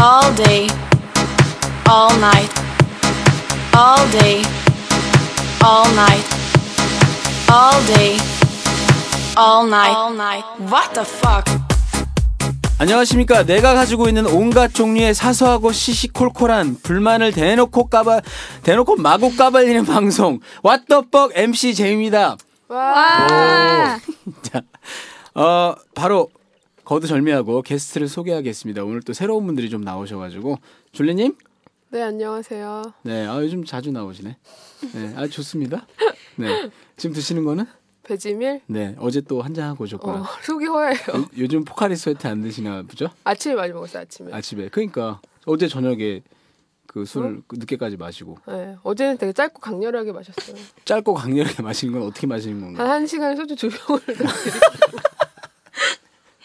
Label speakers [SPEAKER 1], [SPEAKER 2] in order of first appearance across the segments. [SPEAKER 1] all day, all night, all day, all night, all day, all night, all night. What the fuck?
[SPEAKER 2] 안녕하십니까. 내가 가지고 있는 온갖 종류의 사소하고 시시콜콜한 불만을 대놓고 까발 대놓고 마구 까발리는 방송 왓더뻑 MC 제입니다.
[SPEAKER 3] 와.
[SPEAKER 2] 자, 어 바로 거두절미하고 게스트를 소개하겠습니다. 오늘 또 새로운 분들이 좀 나오셔가지고 줄리님,
[SPEAKER 3] 네 안녕하세요.
[SPEAKER 2] 네, 아 요즘 자주 나오시네. 네, 아 좋습니다. 네, 지금 드시는 거는
[SPEAKER 3] 배지밀.
[SPEAKER 2] 네 어제 또 한잔 하고 오셨구나.
[SPEAKER 3] 어, 속이 허해요.
[SPEAKER 2] 요- 요즘 포카리 스웨트 안 드시나 보죠?
[SPEAKER 3] 아침에 많이 먹었어요 아침에.
[SPEAKER 2] 아침에. 그러니까 어제 저녁에 그 술 늦게까지 마시고
[SPEAKER 3] 네, 어제는 되게 짧고 강렬하게 마셨어요.
[SPEAKER 2] 짧고 강렬하게 마시는 건 어떻게 마시는 건가?
[SPEAKER 3] 한 한 시간 소주 두 병을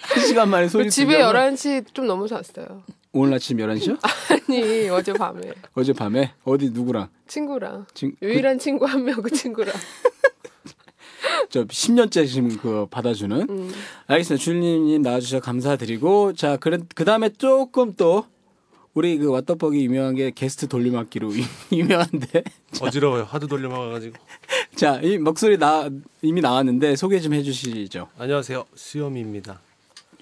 [SPEAKER 2] 한 시간 만에 소리
[SPEAKER 3] 집에
[SPEAKER 2] 들려면
[SPEAKER 3] 11시 좀 넘어서 왔어요.
[SPEAKER 2] 오늘 아침 11시요?
[SPEAKER 3] 아니 어젯밤에
[SPEAKER 2] 어젯밤에 어디 누구랑?
[SPEAKER 3] 친구랑
[SPEAKER 2] 지금 그,
[SPEAKER 3] 유일한 친구 한 명 그 친구랑
[SPEAKER 2] 저 10년째 지금 그 받아주는
[SPEAKER 3] 음.
[SPEAKER 2] 알겠습니다. 주인님 나와주셔서 감사드리고 자 그런 그 다음에 조금 또 우리 그 왓더벅이 유명한 게 게스트 돌림막기로 유명한데
[SPEAKER 4] 어지러워요. 하도 돌려 먹어가지고.
[SPEAKER 2] 자 이 목소리 나 이미 나왔는데 소개 좀 해주시죠.
[SPEAKER 4] 안녕하세요. 수염입니다.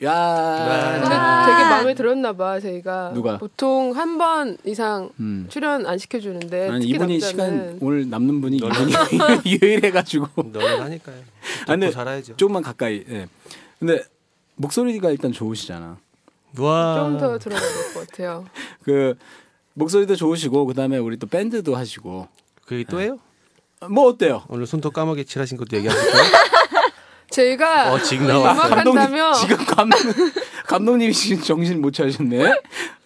[SPEAKER 2] 야.
[SPEAKER 4] 네.
[SPEAKER 3] 근데 되게 마음에 들었나 봐 저희가
[SPEAKER 2] 누가?
[SPEAKER 3] 보통 한 번 이상
[SPEAKER 2] 음.
[SPEAKER 3] 출연 안 시켜주는데
[SPEAKER 2] 아니
[SPEAKER 3] 네, 특히
[SPEAKER 2] 이분이
[SPEAKER 3] 남자는
[SPEAKER 2] 시간 오늘 남는 분이
[SPEAKER 4] 너는-
[SPEAKER 2] 이분이 유일해가지고
[SPEAKER 4] 너는 하니까요.
[SPEAKER 2] 아, 근데
[SPEAKER 4] 듣고 살아야죠.
[SPEAKER 2] 조금만 가까이. 예. 근데 목소리가 일단 좋으시잖아.
[SPEAKER 4] 와.
[SPEAKER 3] 좀 더 들어가야 될 것 같아요.
[SPEAKER 2] 그 목소리도 좋으시고 그다음에 우리 또 밴드도 하시고
[SPEAKER 4] 그게 또 해요?
[SPEAKER 2] 뭐 어때요?
[SPEAKER 4] 오늘 손톱 까맣게 칠하신 것도 얘기하실까요?
[SPEAKER 3] 제가
[SPEAKER 4] 어, 지금 나와.
[SPEAKER 3] 음악한다며
[SPEAKER 2] 지금 감독 감독님이 지금 정신 못 차리셨네.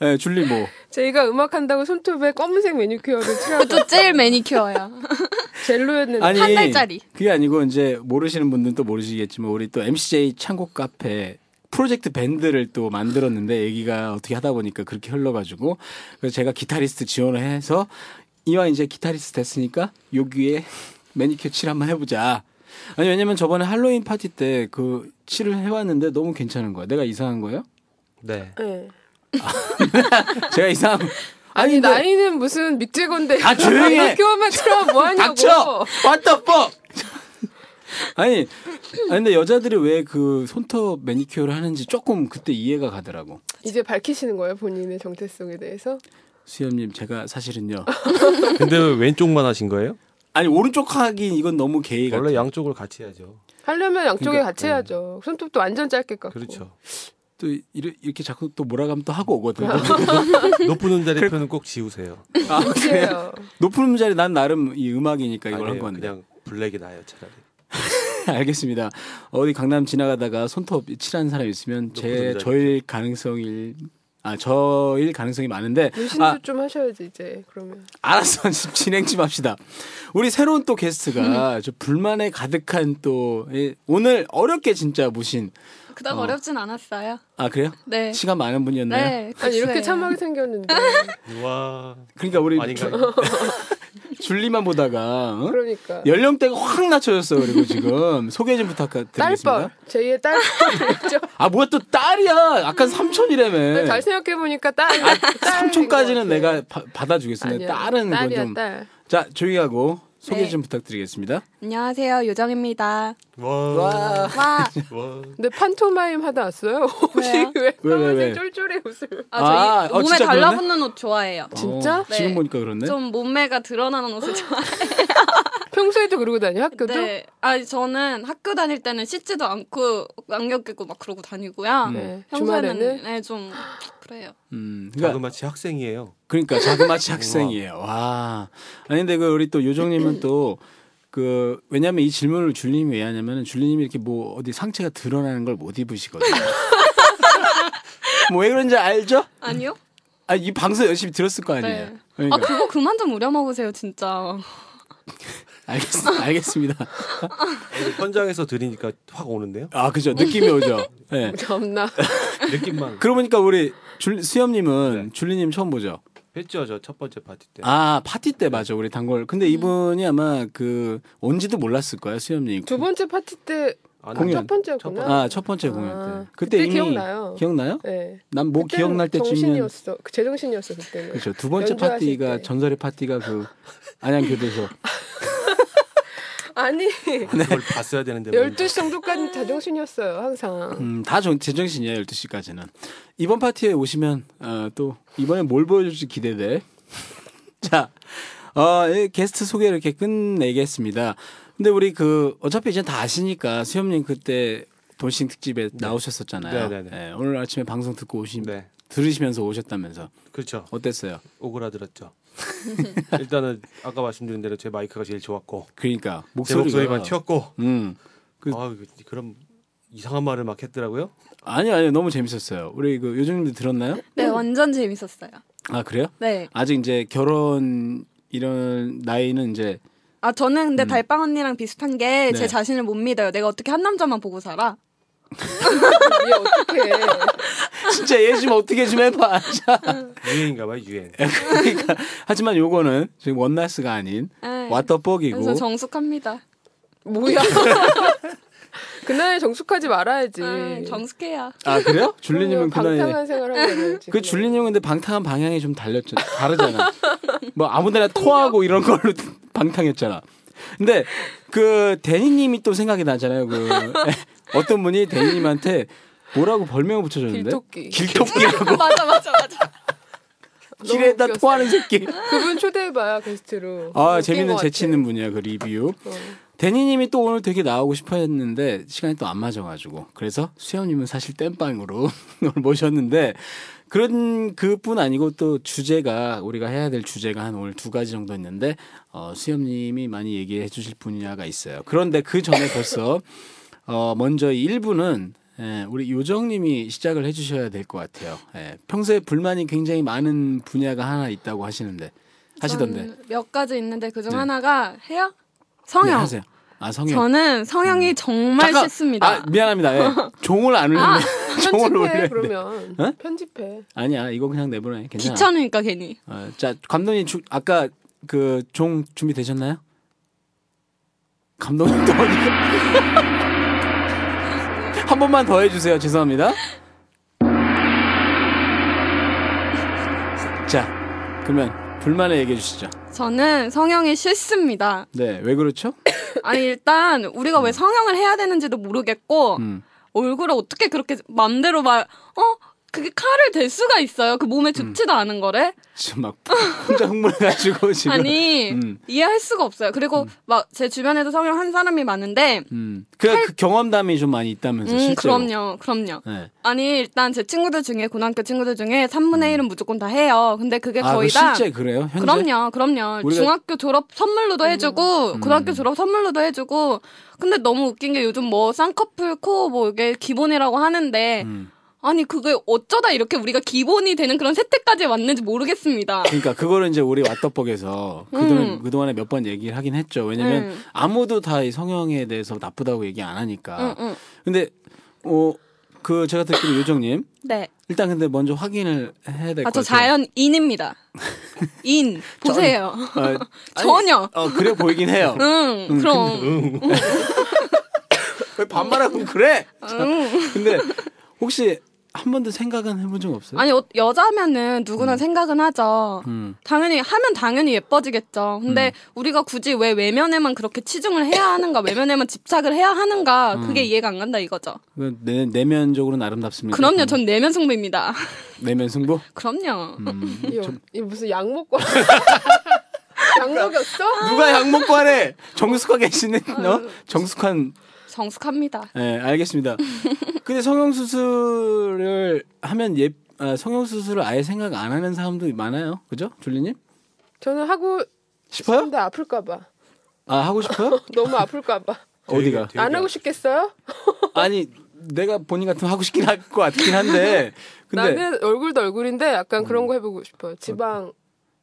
[SPEAKER 2] 예, 줄리 뭐
[SPEAKER 3] 저희가 음악한다고 손톱에 검은색 매니큐어를 칠하고
[SPEAKER 5] 또 제일 매니큐어야.
[SPEAKER 3] 젤로였는데
[SPEAKER 2] 아니
[SPEAKER 5] 한 달짜리.
[SPEAKER 2] 그게 아니고 이제 모르시는 분들은 또 모르시겠지만 우리 또 MCJ 창곡 카페 프로젝트 밴드를 또 만들었는데 얘기가 어떻게 하다 보니까 그렇게 흘러가지고 그래서 제가 기타리스트 지원을 해서 이왕 이제 기타리스트 됐으니까 여기에 매니큐어 칠 한번 해보자. 아니 왜냐면 저번에 할로윈 파티 때 그 칠을 해왔는데 너무 괜찮은 거야. 내가 이상한 거예요?
[SPEAKER 4] 네.
[SPEAKER 3] 네.
[SPEAKER 2] 제가 이상한 거-
[SPEAKER 3] 아니
[SPEAKER 2] 근데-
[SPEAKER 3] 나이는 무슨 밑제건데
[SPEAKER 2] 아, 조용히 해.
[SPEAKER 3] 이렇게 하면 칠하 뭐하냐고
[SPEAKER 2] 닥쳐! What the fuck! 아니, 아니, 근데 여자들이 왜 그 손톱 매니큐어를 하는지 조금 그때 이해가 가더라고.
[SPEAKER 3] 이제 밝히시는 거예요 본인의 정체성에 대해서
[SPEAKER 2] 수염님, 제가 사실은요.
[SPEAKER 4] 근데 왜 왼쪽만 하신 거예요?
[SPEAKER 2] 아니, 오른쪽 하긴 이건 너무 게이 같아.
[SPEAKER 4] 원래 양쪽을 같이 해야죠.
[SPEAKER 3] 하려면 양쪽에
[SPEAKER 2] 그러니까,
[SPEAKER 3] 같이
[SPEAKER 4] 네.
[SPEAKER 3] 해야죠 손톱도 완전 짧게 깎고
[SPEAKER 4] 그렇죠.
[SPEAKER 2] 또 이래- 이렇게 자꾸 또 몰아가면 또 하고 오거든.
[SPEAKER 4] 그 높은 자리 표는 꼭 지우세요.
[SPEAKER 2] 아, 그래요?
[SPEAKER 3] 그래요
[SPEAKER 2] 높은 자리 난 나름 이 음악이니까 이걸 한
[SPEAKER 4] 아니에요.
[SPEAKER 2] 건데.
[SPEAKER 4] 네, 그냥 블랙이 나요 차라리.
[SPEAKER 2] 알겠습니다. 어디 강남 지나가다가 손톱 칠한 사람 있으면 제
[SPEAKER 4] 높은 자리.
[SPEAKER 2] 저일 가능성일 아 저일 가능성이 많은데
[SPEAKER 3] 문신도
[SPEAKER 2] 아
[SPEAKER 3] 좀 하셔야지 이제 그러면
[SPEAKER 2] 알았어 지금 진행 좀 합시다. 우리 새로운 또 게스트가 저 불만에 가득한 또 예, 오늘 어렵게 진짜 모신
[SPEAKER 5] 그닥
[SPEAKER 2] 어.
[SPEAKER 5] 어. 렵진 않았어요.
[SPEAKER 2] 아 그래요?
[SPEAKER 5] 네.
[SPEAKER 2] 시간 많은 분이었나요?
[SPEAKER 5] 네.
[SPEAKER 3] 아니 이렇게
[SPEAKER 5] 글쎄요.
[SPEAKER 3] 참하게
[SPEAKER 2] 어?
[SPEAKER 3] 생겼는데
[SPEAKER 4] 와.
[SPEAKER 2] 그러니까 우리
[SPEAKER 4] 아닌가요?
[SPEAKER 2] 줄리만 보다가 어?
[SPEAKER 3] 그러니까
[SPEAKER 2] 연령대가 확 낮춰졌어 그리고 지금 소개 좀 부탁드리겠습니다.
[SPEAKER 3] 딸뻘 제2의 딸뻘이죠
[SPEAKER 2] 아 뭐야 또 딸이야? 아까 삼촌이라며.
[SPEAKER 3] 네, 잘 생각해보니까 딸
[SPEAKER 2] 네. 아, 삼촌까지는
[SPEAKER 3] 딸인 것 같아요.
[SPEAKER 2] 내가 바- 받아주겠습니다.
[SPEAKER 3] 아니야,
[SPEAKER 2] 딸은 그건
[SPEAKER 3] 딸이야,
[SPEAKER 2] 좀.
[SPEAKER 3] 딸.
[SPEAKER 2] 자 조용히 하고 소개
[SPEAKER 5] 네.
[SPEAKER 2] 좀 부탁드리겠습니다.
[SPEAKER 5] 안녕하세요. 요정입니다. 아,
[SPEAKER 4] 와. 그러니까
[SPEAKER 2] 와.
[SPEAKER 5] 와.
[SPEAKER 4] 와.
[SPEAKER 3] 근데 판토마임 하다 왔어요? 옷이 왜
[SPEAKER 2] 왜, 왜, 왜?
[SPEAKER 3] 까만색 쫄쫄이 옷을
[SPEAKER 5] 아, 저희
[SPEAKER 2] 아, 어,
[SPEAKER 5] 몸에
[SPEAKER 2] 진짜 그러네?
[SPEAKER 5] 달라붙는 옷 좋아해요.
[SPEAKER 3] 진짜?
[SPEAKER 2] 어, 지금
[SPEAKER 5] 네.
[SPEAKER 2] 보니까 그렇네.
[SPEAKER 5] 좀 몸매가 드러나는 옷을
[SPEAKER 3] 평소에도 그러고 다녀 학교도?
[SPEAKER 5] 좋아해요. 아, 저는 학교 다닐 때는 씻지도 않고 안경 끼고 막 그러고 다니고요.
[SPEAKER 3] 네.
[SPEAKER 5] 평소에는
[SPEAKER 3] 주말에는
[SPEAKER 5] 네, 좀 그래요.
[SPEAKER 2] 음, 그러니까
[SPEAKER 4] 자그마치 학생이에요.
[SPEAKER 2] 그러니까 자그마치 학생이에요. 와. 아니 근데 그 우리 또 요정님은 또 그 왜냐면 이 질문을 줄리님이 왜 하냐면은 줄리님이 이렇게 뭐 어디 상체가 드러나는 걸 못 입으시거든요. 뭐 왜 그런지 알죠?
[SPEAKER 5] 아니요?
[SPEAKER 2] 아 이 방송 열심히 들었을 거 아니에요.
[SPEAKER 5] 네. 아,
[SPEAKER 2] 그러니까
[SPEAKER 5] 그거 그만 좀 우려먹으세요, 진짜.
[SPEAKER 2] 알겠, 알겠습니다.
[SPEAKER 4] 오늘 현장에서 들으니까 확 오는데요.
[SPEAKER 2] 아 그죠 느낌이 오죠. 예.
[SPEAKER 3] 참나
[SPEAKER 4] 느낌만.
[SPEAKER 2] 그러고 보니까 우리 줄 수염님은 줄리님 처음 보죠.
[SPEAKER 4] 했죠 저 첫 번째 파티 때.
[SPEAKER 2] 아 파티 때 맞아 음. 우리 단골. 근데 이분이 아마 그 온지도 몰랐을 거야 수염님.
[SPEAKER 3] 두 번째 파티 때
[SPEAKER 4] 안
[SPEAKER 2] 공연.
[SPEAKER 4] 하죠.
[SPEAKER 3] 첫 번째였구나.
[SPEAKER 2] 아 첫 번째 공연 때. 그때,
[SPEAKER 3] 그때
[SPEAKER 2] 이미
[SPEAKER 3] 기억나요.
[SPEAKER 2] 기억나요?
[SPEAKER 3] 네.
[SPEAKER 2] 난 뭐
[SPEAKER 3] 그때는
[SPEAKER 2] 기억날 때쯤이면
[SPEAKER 3] 정신이었어. 그 제정신이었어 그때는.
[SPEAKER 2] 그렇죠. 두 번째
[SPEAKER 3] 연주하실
[SPEAKER 2] 파티가
[SPEAKER 3] 때.
[SPEAKER 2] 전설의 파티가 그 안양교도에서
[SPEAKER 3] 아니
[SPEAKER 4] 그걸 봤어야 되는데. 뭐.
[SPEAKER 3] 12시 정도까지 자정신이었어요 항상.
[SPEAKER 2] 음, 다 정, 제정신이야 12시까지는 이번 파티에 오시면 어, 또 이번에 뭘 보여줄지 기대돼 자 어, 예, 게스트 소개를 이렇게 끝내겠습니다 근데 우리 그 어차피 이제 다 아시니까 수염님 그때 돌싱 특집에 나오셨었잖아요
[SPEAKER 4] 네, 네, 네.
[SPEAKER 2] 예, 오늘 아침에 방송 듣고 오신
[SPEAKER 4] 네.
[SPEAKER 2] 들으시면서 오셨다면서
[SPEAKER 4] 그렇죠.
[SPEAKER 2] 어땠어요
[SPEAKER 4] 오그라들었죠. 일단은 아까 말씀드린 대로 제 마이크가 제일 좋았고
[SPEAKER 2] 그러니까
[SPEAKER 4] 제
[SPEAKER 2] 목소리가
[SPEAKER 4] 목소리만 튀었고
[SPEAKER 2] 음. 그-
[SPEAKER 4] 아 그- 그럼 이상한 말을 막 했더라고요.
[SPEAKER 2] 아니 아니 너무 재밌었어요 우리 그 요즘님도 들었나요
[SPEAKER 5] 네, 완전 재밌었어요.
[SPEAKER 2] 아 그래요
[SPEAKER 5] 네.
[SPEAKER 2] 아직 이제 결혼 이런 나이는 이제
[SPEAKER 5] 아, 저는 근데 달빵 언니랑 비슷한 게 제
[SPEAKER 2] 음. 네.
[SPEAKER 5] 자신을 못 믿어요. 내가 어떻게 한 남자만 보고 살아?
[SPEAKER 3] 아, 이게 어떻게
[SPEAKER 2] 진짜 얘 좀 어떻게 좀 해봐. 자,
[SPEAKER 4] 유행인가봐요 뭐 유행.
[SPEAKER 2] 그러니까 하지만 요거는 지금 원나스가 아닌
[SPEAKER 5] 에이. 네. 그래서
[SPEAKER 2] 왓더뻑이고
[SPEAKER 5] 정숙합니다.
[SPEAKER 3] 뭐야? 그날 정숙하지 말아야지.
[SPEAKER 2] 네.
[SPEAKER 5] 에이, 정숙해야.
[SPEAKER 2] 아 그래요?
[SPEAKER 5] 네,
[SPEAKER 2] 줄리님은 그
[SPEAKER 3] 방탕한
[SPEAKER 2] 나이에
[SPEAKER 3] 생활한 거지.
[SPEAKER 2] 그 줄리님은 근데 방탕한 방향이 좀 달렸죠. 다르잖아. 뭐 아무데나 토하고 이런 걸로 방탕했잖아. 근데 그 데니님이 또 생각이 나잖아요. 그 어떤 분이 데니님한테 뭐라고 벌명을 붙여줬는데
[SPEAKER 3] 길토끼.
[SPEAKER 2] 길토끼라고
[SPEAKER 5] 맞아, 맞아, 맞아.
[SPEAKER 3] 너무
[SPEAKER 2] 길에다
[SPEAKER 3] 웃겼어.
[SPEAKER 2] 토하는 새끼.
[SPEAKER 3] 그분 초대해봐요 게스트로.
[SPEAKER 2] 아
[SPEAKER 3] 웃긴
[SPEAKER 2] 재밌는
[SPEAKER 3] 것
[SPEAKER 2] 재치
[SPEAKER 3] 같아.
[SPEAKER 2] 있는 분이야 그 리뷰.
[SPEAKER 3] 어.
[SPEAKER 2] 데니님이 또 오늘 되게 나오고 싶어 했는데 시간이 또 안 맞아가지고 그래서 수현님은 사실 땜빵으로 오늘 모셨는데 그런 그뿐 아니고 또 주제가 우리가 해야 될 주제가 한 오늘 두 가지 정도 있는데 어, 수현님이 많이 얘기해 주실 분야가 있어요. 그런데 그 전에 벌써 어, 먼저 1부는 예, 우리 요정님이 시작을 해주셔야 될 것 같아요. 예, 평소에 불만이 굉장히 많은 분야가 하나 있다고 하시는데 하시던데
[SPEAKER 5] 저는 몇 가지 있는데 그중
[SPEAKER 2] 네.
[SPEAKER 5] 하나가 해요?
[SPEAKER 2] 네,
[SPEAKER 5] 음, 성형.
[SPEAKER 2] 하세요. 아 성형. 음.
[SPEAKER 5] 저는 성형이 정말
[SPEAKER 2] 잠깐!
[SPEAKER 5] 싫습니다. 아,
[SPEAKER 2] 아, 미안합니다. 예. 종을 안 올리네. 종을 올리네.
[SPEAKER 3] 편집해 그러면
[SPEAKER 2] 어?
[SPEAKER 3] 편집해.
[SPEAKER 2] 아니야, 이거 그냥 내보내. 괜찮아.
[SPEAKER 5] 귀찮으니까 괜히.
[SPEAKER 2] 어, 자, 감독님 주, 아까 그 종 준비 되셨나요? 감독님 또 어디? 한 번만 더 해주세요. 죄송합니다. 자, 그러면 불만을 얘기해 주시죠.
[SPEAKER 5] 저는 성형이 싫습니다.
[SPEAKER 2] 네, 왜 그렇죠?
[SPEAKER 5] 아니 일단 우리가 왜 성형을 해야 되는지도 모르겠고
[SPEAKER 2] 음.
[SPEAKER 5] 얼굴을 어떻게 그렇게 맘대로 막 어? 그게 칼을 댈 수가 있어요. 그
[SPEAKER 2] 음.
[SPEAKER 5] 몸에 좋지도 않은 거래.
[SPEAKER 2] 지금 막 혼자 흥분해가지고 지금.
[SPEAKER 5] 아니
[SPEAKER 2] 음.
[SPEAKER 5] 이해할 수가 없어요. 그리고 막 제 주변에도 성형 한 사람이 많은데
[SPEAKER 2] 음. 그, 그 경험담이 좀 많이 있다면서
[SPEAKER 5] 음
[SPEAKER 2] 실제로.
[SPEAKER 5] 그럼요, 그럼요.
[SPEAKER 2] 네.
[SPEAKER 5] 아니 일단 제 친구들 중에 고등학교 친구들 중에 3분의 1은 무조건 다 해요. 근데 그게
[SPEAKER 2] 음. 아,
[SPEAKER 5] 거의
[SPEAKER 2] 그
[SPEAKER 5] 다
[SPEAKER 2] 실제 그래요? 현재?
[SPEAKER 5] 그럼요, 그럼요.
[SPEAKER 2] 우리가- 음.
[SPEAKER 5] 중학교 졸업 선물로도 해주고, 고등학교 졸업 선물로도 해주고, 근데 너무 웃긴 게 요즘 뭐 쌍꺼풀, 코, 뭐 이게 기본이라고 하는데,
[SPEAKER 2] 음.
[SPEAKER 5] 아니, 그게 어쩌다 이렇게 우리가 기본이 되는 그런 세태까지 왔는지 모르겠습니다.
[SPEAKER 2] 그러니까 그거를 이제 우리 왓더벅에서 그동안 그동안에 몇 번 얘기를 하긴 했죠. 왜냐면
[SPEAKER 5] 음.
[SPEAKER 2] 아무도 다 이 성형에 대해서 나쁘다고 얘기 안 하니까.
[SPEAKER 5] 응, 응.
[SPEAKER 2] 근데 어그 제가 듣기로 요정님
[SPEAKER 5] 네.
[SPEAKER 2] 일단 근데 먼저 확인을 해야 될 것
[SPEAKER 5] 아, 저
[SPEAKER 2] 같아요.
[SPEAKER 5] 자연인입니다. 인. 보세요.
[SPEAKER 2] 어, 아니, 음,
[SPEAKER 5] 전혀.
[SPEAKER 2] 어 그래 보이긴 해요.
[SPEAKER 5] 응, 그럼.
[SPEAKER 2] 왜 반말하고 그래? 자,
[SPEAKER 5] 음.
[SPEAKER 2] 근데 혹시 한 번도 생각은 해본 적 없어요?
[SPEAKER 5] 아니, 어, 여자면은 누구나 생각은 하죠.
[SPEAKER 2] 음.
[SPEAKER 5] 당연히 하면 당연히 예뻐지겠죠. 근데 우리가 굳이 왜 외면에만 그렇게 치중을 해야 하는가, 외면에만 집착을 해야 하는가 그게 이해가 안 간다 이거죠.
[SPEAKER 2] 그 내, 내면적으로는 아름답습니다. 음.
[SPEAKER 5] 그럼요, 전 내면 성배입니다.
[SPEAKER 2] 내면 승부.
[SPEAKER 5] 그럼요.
[SPEAKER 2] 음.
[SPEAKER 3] 이거 이 무슨 약 먹고 약 먹였어?
[SPEAKER 2] 누가 약 먹고 하래? 정숙하 계시는 어? 정숙한
[SPEAKER 5] 정숙합니다.
[SPEAKER 2] 네, 알겠습니다. 근데 성형 수술을 하면 예, 아, 성형 수술을 아예 생각 안 하는 사람도 많아요. 그죠, 줄리님?
[SPEAKER 3] 저는 하고
[SPEAKER 2] 싶어요?
[SPEAKER 3] 싶은데 아플까봐
[SPEAKER 2] 아 하고 싶어요?
[SPEAKER 3] 너무 아플까봐
[SPEAKER 2] 어디가?
[SPEAKER 4] 되게
[SPEAKER 3] 안 하고 싶겠어요?
[SPEAKER 2] 아니 내가 본인 같으면 하고 싶긴 할 것 같긴 한데, 근데 음.
[SPEAKER 3] 나는 얼굴도 얼굴인데 약간 그런 거 해보고 싶어요. 지방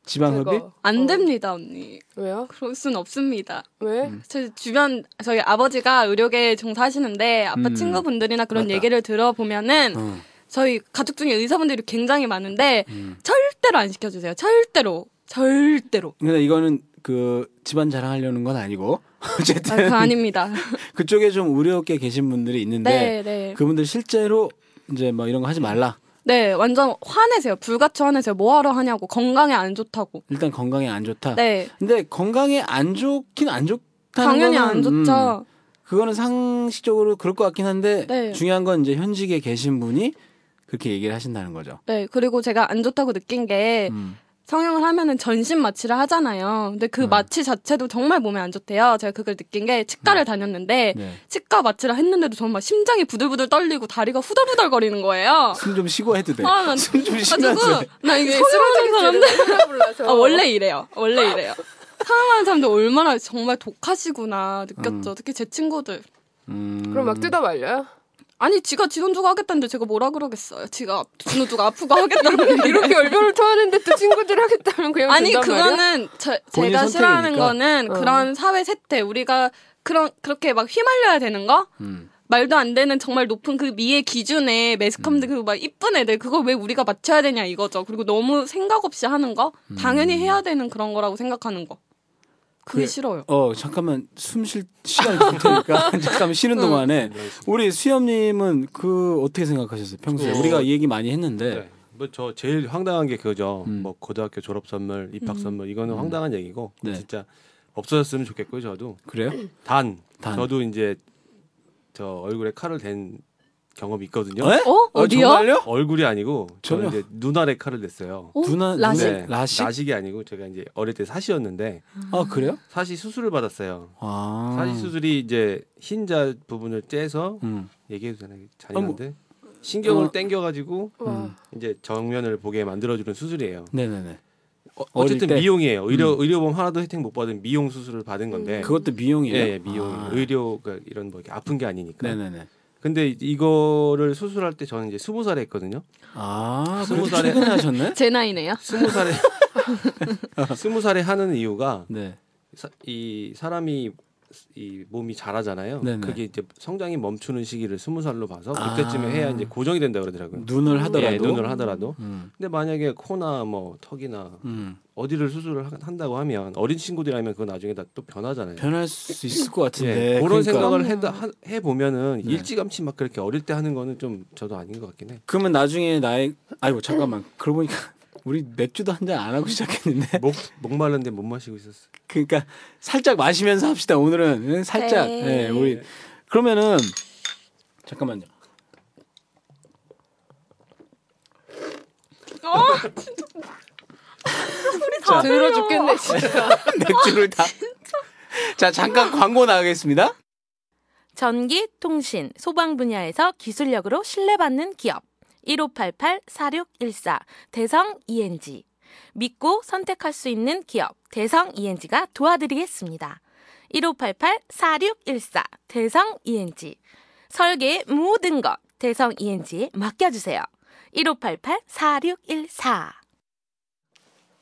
[SPEAKER 2] 지방
[SPEAKER 3] 제거.
[SPEAKER 2] 흡입?
[SPEAKER 5] 안
[SPEAKER 3] 어.
[SPEAKER 5] 됩니다, 언니.
[SPEAKER 3] 왜요?
[SPEAKER 5] 그럴 순 없습니다.
[SPEAKER 3] 왜?
[SPEAKER 2] 음.
[SPEAKER 5] 제 주변 저희 아버지가 의료계 종사하시는데 아빠
[SPEAKER 2] 음.
[SPEAKER 5] 친구분들이나 그런
[SPEAKER 2] 맞다.
[SPEAKER 5] 얘기를 들어보면은
[SPEAKER 2] 어.
[SPEAKER 5] 저희 가족 중에 의사분들이 굉장히 많은데 절대로 안 시켜주세요. 절대로, 절대로.
[SPEAKER 2] 근데 이거는 그 집안 자랑하려는 건 아니고
[SPEAKER 5] 아,
[SPEAKER 2] 어쨌든
[SPEAKER 5] 그 아닙니다.
[SPEAKER 2] 그쪽에 좀 우려있게 계신 분들이 있는데
[SPEAKER 5] 네, 네.
[SPEAKER 2] 그분들 실제로 이제 뭐 이런 거 하지 말라.
[SPEAKER 5] 네, 완전 화내세요. 불같이 화내세요. 뭐 하러 하냐고. 건강에 안 좋다고.
[SPEAKER 2] 일단 건강에 안 좋다.
[SPEAKER 5] 네.
[SPEAKER 2] 근데 건강에 안 좋긴 안 아. 좋다는 거는,
[SPEAKER 5] 당연히 안
[SPEAKER 2] 음,
[SPEAKER 5] 좋죠.
[SPEAKER 2] 그거는 상식적으로 그럴 것 같긴 한데
[SPEAKER 5] 네.
[SPEAKER 2] 중요한 건 이제 현직에 계신 분이 그렇게 얘기를 하신다는 거죠.
[SPEAKER 5] 네, 그리고 제가 안 좋다고 느낀 게
[SPEAKER 2] 음.
[SPEAKER 5] 성형을 하면은 전신 마취를 하잖아요. 근데 그
[SPEAKER 2] 음.
[SPEAKER 5] 마취 자체도 정말 몸에 안 좋대요. 제가 그걸 느낀 게 치과를 다녔는데
[SPEAKER 2] 네.
[SPEAKER 5] 치과 마취를 했는데도 정말 심장이 부들부들 떨리고 다리가 후덜후덜거리는 거예요.
[SPEAKER 2] 숨 좀 쉬고 해도 돼.
[SPEAKER 5] 아, 난-
[SPEAKER 2] 숨 좀 쉬면서.
[SPEAKER 5] 가지고
[SPEAKER 2] 해.
[SPEAKER 5] 나 이게 성형하는 사람들
[SPEAKER 3] 쓰러지는 불러서
[SPEAKER 5] 아, 원래 이래요. 원래 이래요. 사랑하는 사람들 얼마나 정말 독하시구나 느꼈죠. 특히 제 친구들.
[SPEAKER 2] 음.
[SPEAKER 3] 그럼 막 뜯어 말려요?
[SPEAKER 5] 아니, 지가 진혼주가 하겠다는데 제가 뭐라 그러겠어요. 지가 진혼주가 아프고 하겠다는데.
[SPEAKER 3] 이렇게 얼굴을 토하는데 또 친구들 하겠다면 그냥
[SPEAKER 5] 아니,
[SPEAKER 3] 된단 말이야?
[SPEAKER 5] 그거는 저-
[SPEAKER 2] 본인
[SPEAKER 5] 제가 싫어하는
[SPEAKER 2] 선택이니까.
[SPEAKER 5] 거는
[SPEAKER 3] 어.
[SPEAKER 5] 그런 사회 세태, 우리가 그런, 그렇게 막 휘말려야 되는 거?
[SPEAKER 2] 음.
[SPEAKER 5] 말도 안 되는 정말 높은 그 미의 기준에 매스컴들
[SPEAKER 3] 음.
[SPEAKER 5] 그리고 막 이쁜 애들 그걸 왜 우리가 맞춰야 되냐 이거죠. 그리고 너무 생각 없이 하는 거
[SPEAKER 3] 음.
[SPEAKER 5] 당연히 해야 되는 그런 거라고 생각하는 거. 그게
[SPEAKER 2] 그래.
[SPEAKER 5] 싫어요.
[SPEAKER 2] 어 잠깐만 숨 쉴 시간이 될 테니까 잠깐만 쉬는 동안에 우리 수염님은 그 어떻게 생각하셨어요 평소에
[SPEAKER 4] 어.
[SPEAKER 2] 우리가 이 얘기 많이 했는데
[SPEAKER 4] 뭐 저 제일 황당한 게 그거죠.
[SPEAKER 2] 음.
[SPEAKER 4] 뭐 고등학교 졸업 선물, 입학 선물 이거는 황당한 얘기고
[SPEAKER 2] 네.
[SPEAKER 4] 진짜 없어졌으면 좋겠고요. 저도
[SPEAKER 2] 그래요?
[SPEAKER 4] 단,
[SPEAKER 2] 단.
[SPEAKER 4] 저도 이제 저 얼굴에 칼을 댄 경험이 있거든요.
[SPEAKER 2] 에?
[SPEAKER 5] 어? 어디요?
[SPEAKER 2] 아, 정말요?
[SPEAKER 4] 얼굴이 아니고 저는
[SPEAKER 2] 전혀.
[SPEAKER 4] 이제 눈알에 칼을 냈어요.
[SPEAKER 5] 어?
[SPEAKER 2] 누나
[SPEAKER 5] 라식?
[SPEAKER 2] 네. 라식?
[SPEAKER 4] 라식이 아니고 제가 이제 어릴 때 사시였는데
[SPEAKER 2] 아 그래요?
[SPEAKER 4] 사시 수술을 받았어요.
[SPEAKER 2] 아
[SPEAKER 4] 사시 수술이 이제 흰자 부분을 째서
[SPEAKER 2] 음.
[SPEAKER 4] 얘기해도 되나 잔인한데 신경을
[SPEAKER 2] 어.
[SPEAKER 4] 땡겨가지고
[SPEAKER 2] 음.
[SPEAKER 4] 이제 정면을 보게 만들어주는 수술이에요.
[SPEAKER 2] 네네네
[SPEAKER 4] 어,
[SPEAKER 2] 어릴
[SPEAKER 4] 어쨌든
[SPEAKER 2] 때? 음.
[SPEAKER 4] 미용이에요. 의료 의료보험 하나도 혜택 못 받은 미용 수술을 받은 건데.
[SPEAKER 2] 그것도 미용이에요?
[SPEAKER 4] 예, 예, 미용
[SPEAKER 2] 아.
[SPEAKER 4] 의료가 이런 뭐 이렇게 아픈 게 아니니까.
[SPEAKER 2] 네네네
[SPEAKER 4] 근데 이거를 수술할 때 저는 이제 스무 살에 했거든요.
[SPEAKER 2] 아
[SPEAKER 4] 스무
[SPEAKER 2] 그래도
[SPEAKER 4] 살에-
[SPEAKER 2] 최근에 하셨네?
[SPEAKER 5] 제 나이네요.
[SPEAKER 4] 스무 살에 스무 살에 하는 이유가
[SPEAKER 2] 네
[SPEAKER 4] 사- 이 사람이 이 몸이 자라잖아요.
[SPEAKER 2] 네네.
[SPEAKER 4] 그게 이제 성장이 멈추는 시기를 스무 살로 봐서
[SPEAKER 2] 아.
[SPEAKER 4] 그때쯤에 해야 이제 고정이 된다 그러더라고요.
[SPEAKER 2] 눈을 하더라도
[SPEAKER 4] 예, 눈을 하더라도.
[SPEAKER 2] 음.
[SPEAKER 4] 근데 만약에 코나 뭐 턱이나
[SPEAKER 2] 음.
[SPEAKER 4] 어디를 수술을 하- 한다고 하면 어린 친구들이라면 그거 나중에 다 또 변하잖아요.
[SPEAKER 2] 변할 수 있을 것
[SPEAKER 4] 예,
[SPEAKER 2] 같은데
[SPEAKER 4] 그런
[SPEAKER 2] 그러니까.
[SPEAKER 4] 생각을 해다- 하- 해보면은
[SPEAKER 2] 네.
[SPEAKER 4] 일찌감치 막 그렇게 어릴 때 하는 거는 좀 저도 아닌 것 같긴 해.
[SPEAKER 2] 그러면 나중에 나의 아이고 잠깐만 그러고 보니까 우리 맥주도 한 잔 안 하고 시작했는데
[SPEAKER 4] 목, 목마른데 못 마시고 있었어.
[SPEAKER 2] 그러니까 살짝 마시면서 합시다. 오늘은 응, 살짝.
[SPEAKER 5] 네.
[SPEAKER 2] 예, 우리 그러면은 잠깐만요.
[SPEAKER 3] 자, 들어 죽겠네 진짜.
[SPEAKER 2] 맥주를 다. 자 잠깐 광고 나가겠습니다.
[SPEAKER 6] 전기, 통신, 소방 분야에서 기술력으로 신뢰받는 기업. 1588-4614 대성 ENG. 믿고 선택할 수 있는 기업 대성 E ENG가 도와드리겠습니다. 1588-4614 대성 ENG. 설계의 모든 것 대성 ENG에 맡겨주세요. 1588-4614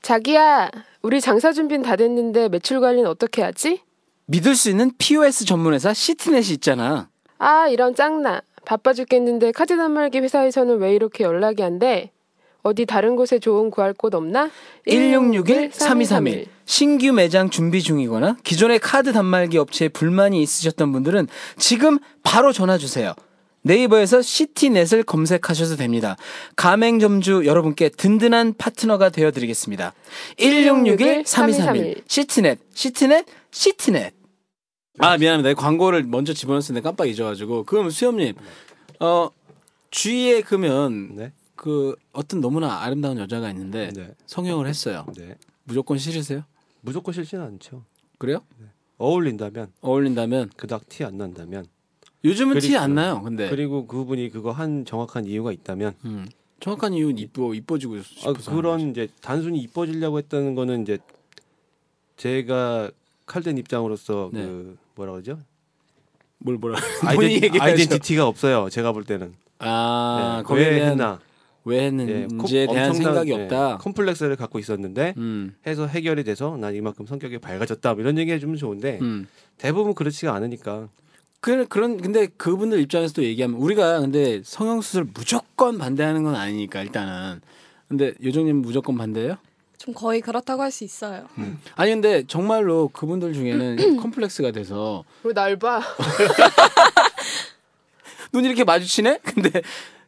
[SPEAKER 3] 자기야, 우리 장사 준비는 다 됐는데 매출 관리는 어떻게 하지?
[SPEAKER 2] 믿을 수 있는 POS 전문회사 시티넷이 있잖아.
[SPEAKER 3] 아, 이런 짱나. 바빠 죽겠는데 카드 단말기 회사에서는 왜 이렇게 연락이 안 돼? 어디 다른 곳에 좋은 구할 곳 없나?
[SPEAKER 2] 1661-3231 신규 매장 준비 중이거나 기존의 카드 단말기 업체에 불만이 있으셨던 분들은 지금 바로 전화 주세요. 네이버에서 시티넷을 검색하셔도 됩니다. 가맹점주 여러분께 든든한 파트너가 되어 드리겠습니다. 1661-3231 시티넷 시티넷 시티넷 아 미안합니다. 광고를 먼저 집어넣었는데 깜빡 잊어가지고 그럼 수염님 어 주위에 그러면
[SPEAKER 4] 네.
[SPEAKER 2] 그 어떤 너무나 아름다운 여자가 있는데
[SPEAKER 4] 네.
[SPEAKER 2] 성형을 했어요.
[SPEAKER 4] 네.
[SPEAKER 2] 무조건 싫으세요?
[SPEAKER 4] 무조건 싫지는 않죠.
[SPEAKER 2] 그래요?
[SPEAKER 4] 어울린다면
[SPEAKER 2] 어울린다면
[SPEAKER 4] 그닥 티 안 난다면
[SPEAKER 2] 요즘은 티
[SPEAKER 4] 그리고-
[SPEAKER 2] 안 나요. 근데
[SPEAKER 4] 그렇죠. 그리고 그분이 그거 한 정확한 이유가 있다면
[SPEAKER 2] 네. 음, 정확한 이유는 이뻐 이뻐지고 싶어서
[SPEAKER 4] 아,
[SPEAKER 2] 하는 거지.
[SPEAKER 4] 그런 이제 단순히 이뻐지려고 했다는 거는 이제 제가 칼된 입장으로서
[SPEAKER 2] 네.
[SPEAKER 4] 그 뭐라 그러죠?
[SPEAKER 2] 뭘 뭐라 본인이
[SPEAKER 4] 아이덴,
[SPEAKER 2] 얘기하죠.
[SPEAKER 4] 아이덴티티가 없어요. 제가 볼 때는
[SPEAKER 2] 아
[SPEAKER 4] 네.
[SPEAKER 2] 거기에
[SPEAKER 4] 왜
[SPEAKER 2] 대한
[SPEAKER 4] 했나
[SPEAKER 2] 왜
[SPEAKER 4] 예, 콤-
[SPEAKER 2] 했는지에 대한
[SPEAKER 4] 엄청난,
[SPEAKER 2] 생각이
[SPEAKER 4] 예,
[SPEAKER 2] 없다.
[SPEAKER 4] 컴플렉스를 갖고 있었는데
[SPEAKER 2] 음,
[SPEAKER 4] 해서 해결이 돼서 난 이만큼 성격이 밝아졌다 뭐 이런 얘기 해주면 좋은데
[SPEAKER 2] 음.
[SPEAKER 4] 대부분 그렇지가 않으니까
[SPEAKER 2] 그 그런 근데 그분들 입장에서도 얘기하면 우리가 근데 성형 수술 무조건 반대하는 건 아니니까 일단은 근데 요정님 무조건 반대예요?
[SPEAKER 5] 좀 거의 그렇다고 할 수 있어요.
[SPEAKER 2] 아니 근데 정말로 그분들 중에는 컴플렉스가 돼서
[SPEAKER 3] 왜 날 봐?
[SPEAKER 2] 눈 이렇게 마주치네? 근데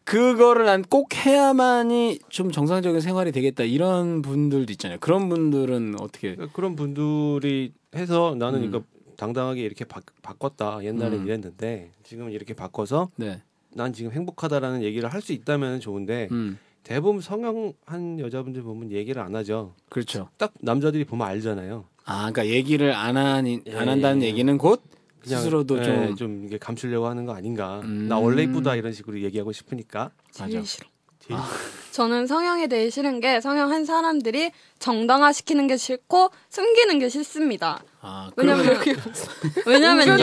[SPEAKER 2] 그거를 난 꼭 해야만이 좀 정상적인 생활이 되겠다 이런 분들도 있잖아요. 그런 분들은 어떻게
[SPEAKER 4] 그러니까 그런 분들이 해서 나는
[SPEAKER 2] 네. 음.
[SPEAKER 4] 그러니까 당당하게 이렇게 바, 바꿨다. 옛날엔
[SPEAKER 2] 음.
[SPEAKER 4] 이랬는데 지금은 이렇게 바꿔서
[SPEAKER 2] 네.
[SPEAKER 4] 난 지금 행복하다라는 얘기를 할 수 있다면 좋은데
[SPEAKER 2] 음.
[SPEAKER 4] 대부분 성형한 여자분들 보면 얘기를 안 하죠.
[SPEAKER 2] 그렇죠.
[SPEAKER 4] 딱 남자들이 보면 알잖아요.
[SPEAKER 2] 아, 그러니까 얘기를 안, 하니,
[SPEAKER 4] 예,
[SPEAKER 2] 안 한다는
[SPEAKER 4] 예.
[SPEAKER 2] 얘기는 곧
[SPEAKER 4] 그냥,
[SPEAKER 2] 스스로도
[SPEAKER 4] 예,
[SPEAKER 2] 좀,
[SPEAKER 4] 좀 이게 감추려고 하는 거 아닌가.
[SPEAKER 2] 음.
[SPEAKER 4] 나 원래 이쁘다 이런 식으로 얘기하고 싶으니까.
[SPEAKER 5] 제일
[SPEAKER 2] 맞아.
[SPEAKER 5] 싫어.
[SPEAKER 4] 제일
[SPEAKER 5] 저는 성형에 대해 싫은 게 성형한 사람들이 정당화시키는 게 싫고 숨기는 게 싫습니다.
[SPEAKER 2] 아,
[SPEAKER 5] 왜냐면
[SPEAKER 2] 그러면
[SPEAKER 5] 왜냐면요.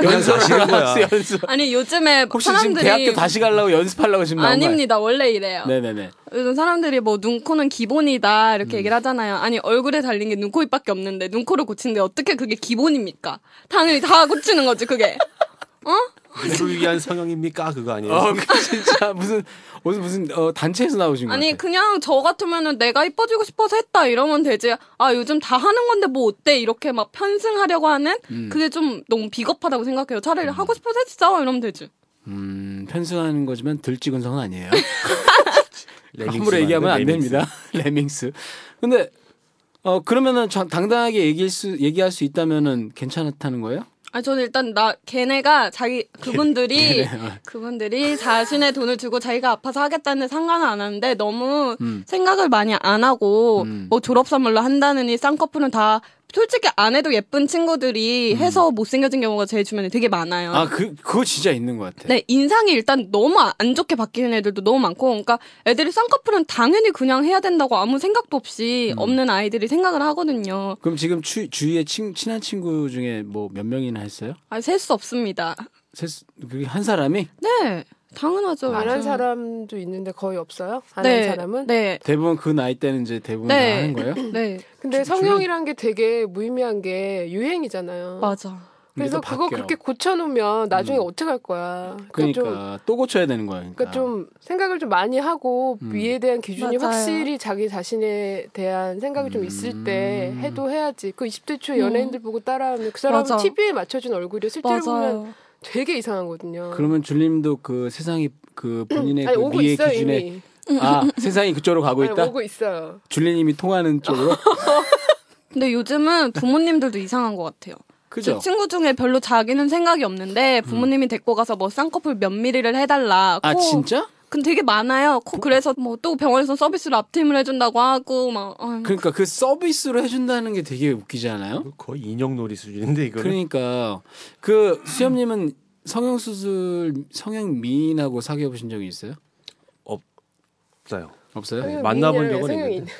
[SPEAKER 4] 그냥 사시는 거야.
[SPEAKER 2] 연습.
[SPEAKER 5] 아니 요즘에
[SPEAKER 2] 혹시 지금
[SPEAKER 5] 사람들이
[SPEAKER 2] 대학교 다시 가려고 연습하려고 지금 나온 거예요?
[SPEAKER 5] 아닙니다. 원래 이래요.
[SPEAKER 2] 네네네.
[SPEAKER 5] 요즘 사람들이 뭐 눈코는 기본이다
[SPEAKER 2] 음.
[SPEAKER 5] 이렇게 얘기를 하잖아요. 아니 얼굴에 달린 게 눈코입밖에 없는데 눈코를 고치는데 어떻게 그게 기본입니까? 당연히 다 고치는 거지 그게.
[SPEAKER 4] 누구를 위한 성형입니까? 그거
[SPEAKER 5] 예.
[SPEAKER 4] 아니에요.
[SPEAKER 2] 어, 그 진짜 무슨 무슨 무슨 어, 단체에서 나오신 거
[SPEAKER 5] 아니
[SPEAKER 2] 같아요.
[SPEAKER 5] 그냥 저 같으면은 내가 이뻐지고 싶어서 했다 이러면 되지. 아 요즘 다 하는 건데 뭐 어때 이렇게 막 편승하려고 하는 그게 좀 너무 비겁하다고 생각해요. 차라리 하고 싶어서 했어 이러면 되지.
[SPEAKER 2] 음, 편승하는 거지만 들찍은 성은 아니에요.
[SPEAKER 4] 레깅스
[SPEAKER 2] 함부로 얘기하면 안
[SPEAKER 4] 만든 레깅스.
[SPEAKER 2] 됩니다. 레밍스. 근데 어 그러면은 자- 당당하게 얘기할 수 얘기할 수 있다면은 괜찮다는 거예요?
[SPEAKER 5] 아 저는 일단 나 걔네가 자기 그분들이 그분들이 자신의 돈을 주고 자기가 아파서 하겠다는 상관은 안 하는데 너무 생각을 많이 안 하고 뭐 졸업 선물로 한다느니 쌍꺼풀은 다 솔직히 안 해도 예쁜 친구들이 해서 못생겨진 경우가 제 주변에 되게
[SPEAKER 3] 어.
[SPEAKER 5] 많아요.
[SPEAKER 2] 아 그 그거 진짜 있는 것 같아.
[SPEAKER 5] 네, 인상이 일단 너무 아, 안 좋게 바뀌는 애들도 너무 많고, 그러니까 애들이 쌍꺼풀은 당연히 그냥 해야 된다고 아무 생각도 없이
[SPEAKER 2] 음.
[SPEAKER 5] 없는 아이들이 생각을 하거든요.
[SPEAKER 2] 그럼 지금 추, 주위에 친, 친한 친구 중에 뭐 몇 명이나 했어요?
[SPEAKER 5] 아, 셀 수 없습니다.
[SPEAKER 2] 셋, 그게 한 사람이
[SPEAKER 5] 네, 당연하죠.
[SPEAKER 3] 안 한
[SPEAKER 5] 요즘.
[SPEAKER 3] 어, 사람도 있는데 거의 없어요. 안 한
[SPEAKER 5] 네,
[SPEAKER 3] 사람은.
[SPEAKER 5] 네,
[SPEAKER 2] 대부분 그 나이 때는 이제 대부분 다
[SPEAKER 5] 네.
[SPEAKER 2] 하는 거예요?
[SPEAKER 5] 네,
[SPEAKER 3] 근데 성형이란 게 되게 무의미한 게 유행이잖아요.
[SPEAKER 5] 맞아.
[SPEAKER 2] 이게
[SPEAKER 3] 그래서
[SPEAKER 2] 또
[SPEAKER 3] 그거
[SPEAKER 2] 바뀌어요. 음.
[SPEAKER 3] 그렇게 고쳐놓으면 나중에 어떻게 할 거야. 그러니까 좀,
[SPEAKER 2] 그러니까 또 고쳐야 되는 거예요.
[SPEAKER 3] 그러니까 좀 생각을 좀 많이 하고
[SPEAKER 2] 음.
[SPEAKER 3] 위에 대한 기준이
[SPEAKER 5] 맞아요.
[SPEAKER 3] 확실히 자기 자신에 대한 생각이 좀 있을 때
[SPEAKER 2] 음.
[SPEAKER 3] 해도 해야지. 그 20대 초 연예인들 보고 따라하면 그 사람은
[SPEAKER 5] 음. 맞아.
[SPEAKER 3] TV에 맞춰진 얼굴이 실제로 보면
[SPEAKER 5] 맞아요.
[SPEAKER 3] 되게 이상하거든요.
[SPEAKER 2] 그러면 줄님도 그 세상이 그 본인의
[SPEAKER 3] 아니
[SPEAKER 2] 그
[SPEAKER 3] 오고
[SPEAKER 2] 미의
[SPEAKER 3] 있어요
[SPEAKER 2] 기준에
[SPEAKER 3] 이미.
[SPEAKER 2] 아 세상이 그쪽으로 가고
[SPEAKER 3] 아니,
[SPEAKER 2] 있다.
[SPEAKER 3] 오고 있어요.
[SPEAKER 2] 줄리님이 통하는 쪽으로
[SPEAKER 5] 근데 요즘은 부모님들도 이상한 것 같아요.
[SPEAKER 2] 그죠? 음.
[SPEAKER 5] 제 친구 중에 별로 자기는 생각이 없는데 부모님이 데리고 가서 뭐 쌍꺼풀 몇 미리를 해달라.
[SPEAKER 2] 아
[SPEAKER 5] 코- 음.
[SPEAKER 2] 진짜?
[SPEAKER 5] 근데 되게 많아요. 코 그래서 뭐 또 병원에서 서비스로 앞트임을 해준다고 하고 막 아유,
[SPEAKER 2] 그러니까 그 서비스로 해준다는 게 되게 웃기지 않아요?
[SPEAKER 4] 거의 인형놀이 수준인데 이거. 는
[SPEAKER 2] 그러니까 그 수염님은 성형 수술 성형 미인하고 사귀어 보신 적이 있어요?
[SPEAKER 4] 없어요.
[SPEAKER 2] 없어요?
[SPEAKER 3] 성형
[SPEAKER 4] 만나본
[SPEAKER 3] 미인이랑
[SPEAKER 4] 적은
[SPEAKER 3] 성형이
[SPEAKER 4] 있는데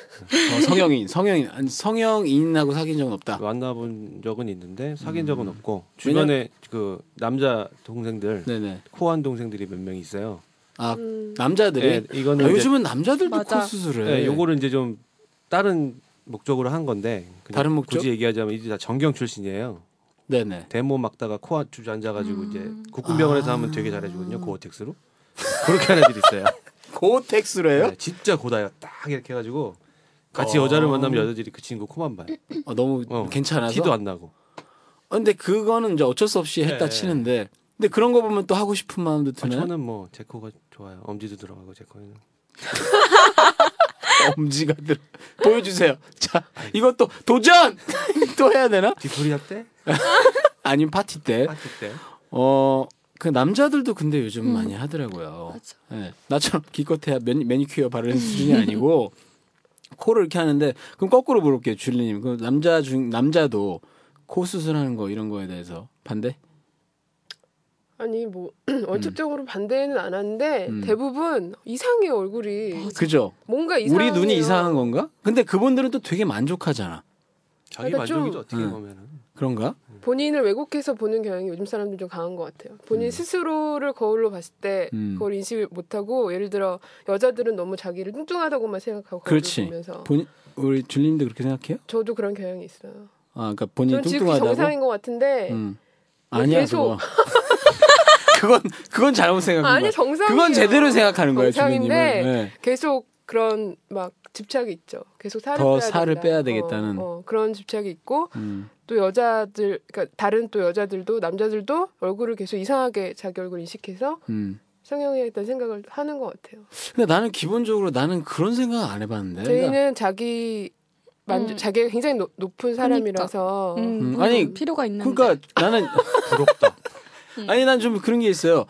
[SPEAKER 2] 어, 성형인 성형인 아니, 성형인하고 사귄 적은 없다.
[SPEAKER 4] 만나본 적은 있는데 사귄 적은 없고 주변에 그 남자 동생들
[SPEAKER 2] 음. 네네.
[SPEAKER 4] 코한 동생들이 몇 명 있어요.
[SPEAKER 2] 아
[SPEAKER 3] 음.
[SPEAKER 2] 남자들이 네,
[SPEAKER 4] 예,
[SPEAKER 2] 아,
[SPEAKER 4] 이거는 이제
[SPEAKER 2] 요즘은 남자들도
[SPEAKER 5] 맞아.
[SPEAKER 2] 코 수술을
[SPEAKER 4] 예, 요거를 이제 좀 다른 목적으로 한 건데 그냥
[SPEAKER 2] 다른 목적?
[SPEAKER 4] 굳이 얘기하자면 이제 다 정경 출신이에요.
[SPEAKER 2] 네네.
[SPEAKER 4] 데모 막다가 코아 주저앉아가지고
[SPEAKER 3] 음.
[SPEAKER 4] 이제 국군병원에서 하면
[SPEAKER 3] 아.
[SPEAKER 4] 되게 잘해주거든요. 고어텍스로 그렇게 하는 애들 있어요.
[SPEAKER 2] 고텍스로 해요?
[SPEAKER 4] 네, 진짜 고다야 딱 이렇게 해가지고 같이 여자를 만나면 여자들이 그 친구 코만 봐요.
[SPEAKER 2] 어, 너무
[SPEAKER 4] 어,
[SPEAKER 2] 괜찮아서.
[SPEAKER 4] 티도 안 나고.
[SPEAKER 2] 어, 근데 그거는 이제 어쩔 수 없이 했다
[SPEAKER 4] 예, 예.
[SPEAKER 2] 치는데 근데 그런 거 보면 또 하고 싶은 마음도
[SPEAKER 4] 아,
[SPEAKER 2] 드나요?
[SPEAKER 4] 저는 뭐 제 코가 좋아요. 엄지도 들어가고 제 코에는.
[SPEAKER 2] 엄지가 들어 보여주세요. 자 이것도 도전 또 해야 되나?
[SPEAKER 4] 뒷풀이할 때?
[SPEAKER 2] 아니면 파티 때?
[SPEAKER 4] 파티 때?
[SPEAKER 2] 어그 남자들도 근데 요즘 많이 하더라고요.
[SPEAKER 5] 맞아.
[SPEAKER 2] 예, 나처럼 기껏해야 매니, 매니큐어 바르는 수준이 아니고 코를 이렇게 하는데 그럼 거꾸로 물어볼게요, 줄리님. 그 남자 중 남자도 코 수술하는 거 이런 거에 대해서 반대?
[SPEAKER 3] 아니 뭐 원칙적으로 반대는 안 하는데
[SPEAKER 2] 음.
[SPEAKER 3] 대부분 이상해 요 얼굴이
[SPEAKER 2] 그죠?
[SPEAKER 3] 뭔가 이상
[SPEAKER 2] 우리 눈이 이상한 건가? 근데 그분들은 또 되게 만족하잖아.
[SPEAKER 4] 자기
[SPEAKER 3] 그러니까 좀-
[SPEAKER 4] 만족이죠 어떻게
[SPEAKER 2] 음.
[SPEAKER 4] 보면은.
[SPEAKER 2] 그런가?
[SPEAKER 3] 본인을 왜곡해서 보는 경향이 요즘 사람들 좀 강한 것 같아요. 본인 스스로를 거울로 봤을 때
[SPEAKER 2] 음.
[SPEAKER 3] 그걸 인식을 못하고 예를 들어 여자들은 너무 자기를 뚱뚱하다고만 생각하고 거울을
[SPEAKER 2] 그렇지.
[SPEAKER 3] 보면서
[SPEAKER 2] 본인 우리 줄리님도 그렇게 생각해요?
[SPEAKER 3] 저도 그런 경향이 있어요.
[SPEAKER 2] 아, 그러니까 본인
[SPEAKER 3] 저는
[SPEAKER 2] 이
[SPEAKER 3] 지금
[SPEAKER 2] 뚱뚱하다고.
[SPEAKER 3] 정상인 것 같은데
[SPEAKER 2] 음.
[SPEAKER 3] 근데
[SPEAKER 2] 아니야
[SPEAKER 3] 계속-
[SPEAKER 2] 그거. 그건 그건 잘못 생각한
[SPEAKER 3] 아니
[SPEAKER 2] 거야.
[SPEAKER 3] 정상이에요.
[SPEAKER 2] 그건 제대로 생각하는 거예요, 주민님은.
[SPEAKER 3] 정상인데
[SPEAKER 2] 네.
[SPEAKER 3] 계속 그런 막 집착이 있죠. 계속 살을
[SPEAKER 2] 더
[SPEAKER 3] 빼야
[SPEAKER 2] 살을
[SPEAKER 3] 된다.
[SPEAKER 2] 빼야
[SPEAKER 3] 어,
[SPEAKER 2] 되겠다는.
[SPEAKER 3] 어, 그런 집착이 있고
[SPEAKER 2] 음.
[SPEAKER 3] 또 여자들 그러니까 다른 또 여자들도 남자들도 얼굴을 계속 이상하게 자기 얼굴 인식해서
[SPEAKER 2] 음.
[SPEAKER 3] 성형해야겠다는 생각을 하는 것 같아요.
[SPEAKER 2] 근데 나는 기본적으로 나는 그런 생각 안 해봤는데. 그러니까
[SPEAKER 3] 저희는 자기 만족
[SPEAKER 5] 음. 그러니까.
[SPEAKER 3] 자기가 굉장히 노- 높은 사람이라서
[SPEAKER 5] 음,
[SPEAKER 2] 음, 아니,
[SPEAKER 5] 필요가 있는데.
[SPEAKER 2] 그러니까 나는 음.
[SPEAKER 4] 부럽다.
[SPEAKER 2] 아니 난 좀 그런 게 있어요.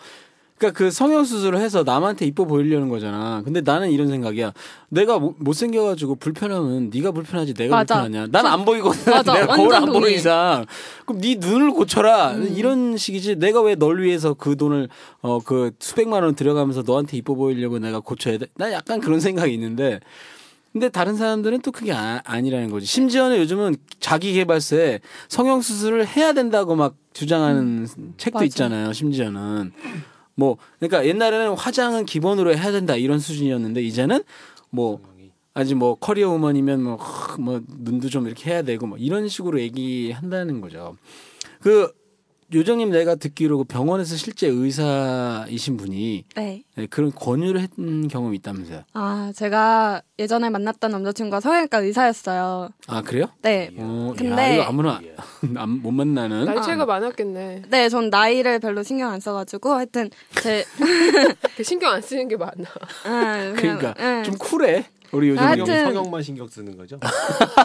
[SPEAKER 2] 그러니까 그 성형 수술을 해서 남한테 이뻐 보이려는 거잖아. 근데 나는 이런 생각이야. 내가 뭐, 못 생겨 가지고 불편하면 네가 불편하지 내가
[SPEAKER 5] 맞아.
[SPEAKER 2] 불편하냐. 난 안 보이거든.
[SPEAKER 5] 맞아.
[SPEAKER 2] 내가 거울
[SPEAKER 5] 완전
[SPEAKER 2] 안 보는
[SPEAKER 5] 동의해. 음.
[SPEAKER 2] 이상. 그럼 네 눈을 고쳐라. 이런 식이지. 내가 왜 널 위해서 그 돈을 어 그 수백만 원 들여가면서 너한테 이뻐 보이려고 내가 고쳐야 돼? 난 약간 그런 생각이 있는데 근데 다른 사람들은 또 그게 아, 니라는 거지. 심지어는 요즘은 자기 개발서에 성형 수술을 해야 된다고 막 주장하는 책도
[SPEAKER 5] 음. 맞아.
[SPEAKER 2] 있잖아요. 심지어는 뭐 그러니까 옛날에는 화장은 기본으로 해야 된다 이런 수준이었는데 이제는 뭐 아직 뭐 커리어 우먼이면 뭐, 하, 뭐 눈도 좀 이렇게 해야 되고 뭐 이런 식으로 얘기한다는 거죠. 그 요정님 내가 듣기로 그 병원에서 실제 의사이신 분이
[SPEAKER 5] 네.
[SPEAKER 2] 네, 그런 권유를 했던 경험이 있다면서요.
[SPEAKER 5] 아, 제가 예전에 만났던 남자친구가 성형외과 의사였어요.
[SPEAKER 2] 아 그래요?
[SPEAKER 5] 네.
[SPEAKER 2] 어, 야,
[SPEAKER 5] 근데-
[SPEAKER 2] 이거 아무나 안- 못 만나는
[SPEAKER 5] 아,
[SPEAKER 3] 나이 차이가 많았겠네.
[SPEAKER 5] 네, 전 나이를 별로 신경 안 써가지고 하여튼 제
[SPEAKER 3] 되게 신경 안 쓰는 게 많아.
[SPEAKER 5] 응, 음, 그냥,
[SPEAKER 2] 그러니까
[SPEAKER 5] 응.
[SPEAKER 2] 좀 쿨해 우리 요즘
[SPEAKER 5] 하여튼-
[SPEAKER 2] 영-
[SPEAKER 4] 성형, 성형만 신경 쓰는 거죠.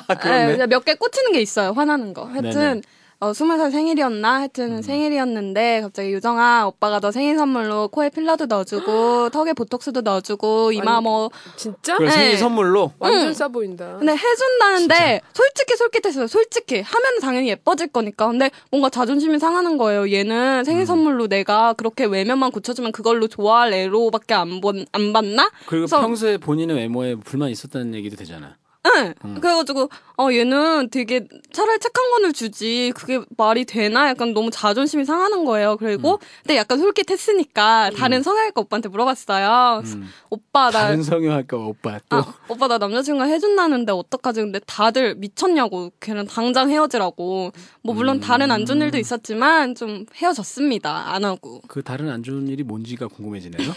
[SPEAKER 5] 네, 그냥 몇개 꽂히는 게 있어요. 화나는 거.
[SPEAKER 2] 네네. 음.
[SPEAKER 5] 하여튼 어, 20살 생일이었나? 하여튼 생일이었는데 갑자기 유정아 오빠가 너 생일 선물로 코에 필러도 넣어주고 턱에 보톡스도 넣어주고 이마
[SPEAKER 3] 완-
[SPEAKER 5] 뭐
[SPEAKER 3] 진짜?
[SPEAKER 2] 그걸
[SPEAKER 5] 네.
[SPEAKER 2] 생일 선물로
[SPEAKER 3] 완전 싸 보인다.
[SPEAKER 5] 근데 해준다는데 솔직히 솔깃했어요. 솔직히 하면 당연히 예뻐질 거니까. 근데 뭔가 자존심이 상하는 거예요. 얘는 생일 선물로 내가 그렇게 외면만 고쳐주면 그걸로 좋아할 애로밖에 안본안 봤나?
[SPEAKER 2] 그리고
[SPEAKER 5] 그래서-
[SPEAKER 2] 평소에 본인의 외모에 불만 있었다는 얘기도 되잖아.
[SPEAKER 5] 응. 그래가지고 어 얘는 되게 차라리 착한 건을 주지 그게 말이 되나? 약간 너무 자존심이 상하는 거예요. 그리고 근데 약간 솔깃했으니까 다른 성형외과 오빠한테 물어봤어요. 오빠 아, 나
[SPEAKER 2] 다른 성형할까 봐 오빠 또
[SPEAKER 5] 아, 오빠 나 남자친구가 해준다는데 어떡하지? 근데 다들 미쳤냐고 걔랑 당장 헤어지라고. 뭐 물론 다른 안 좋은 일도
[SPEAKER 2] 음.
[SPEAKER 5] 있었지만 좀 헤어졌습니다. 안 하고
[SPEAKER 2] 그 다른 안 좋은 일이 뭔지가 궁금해지네요.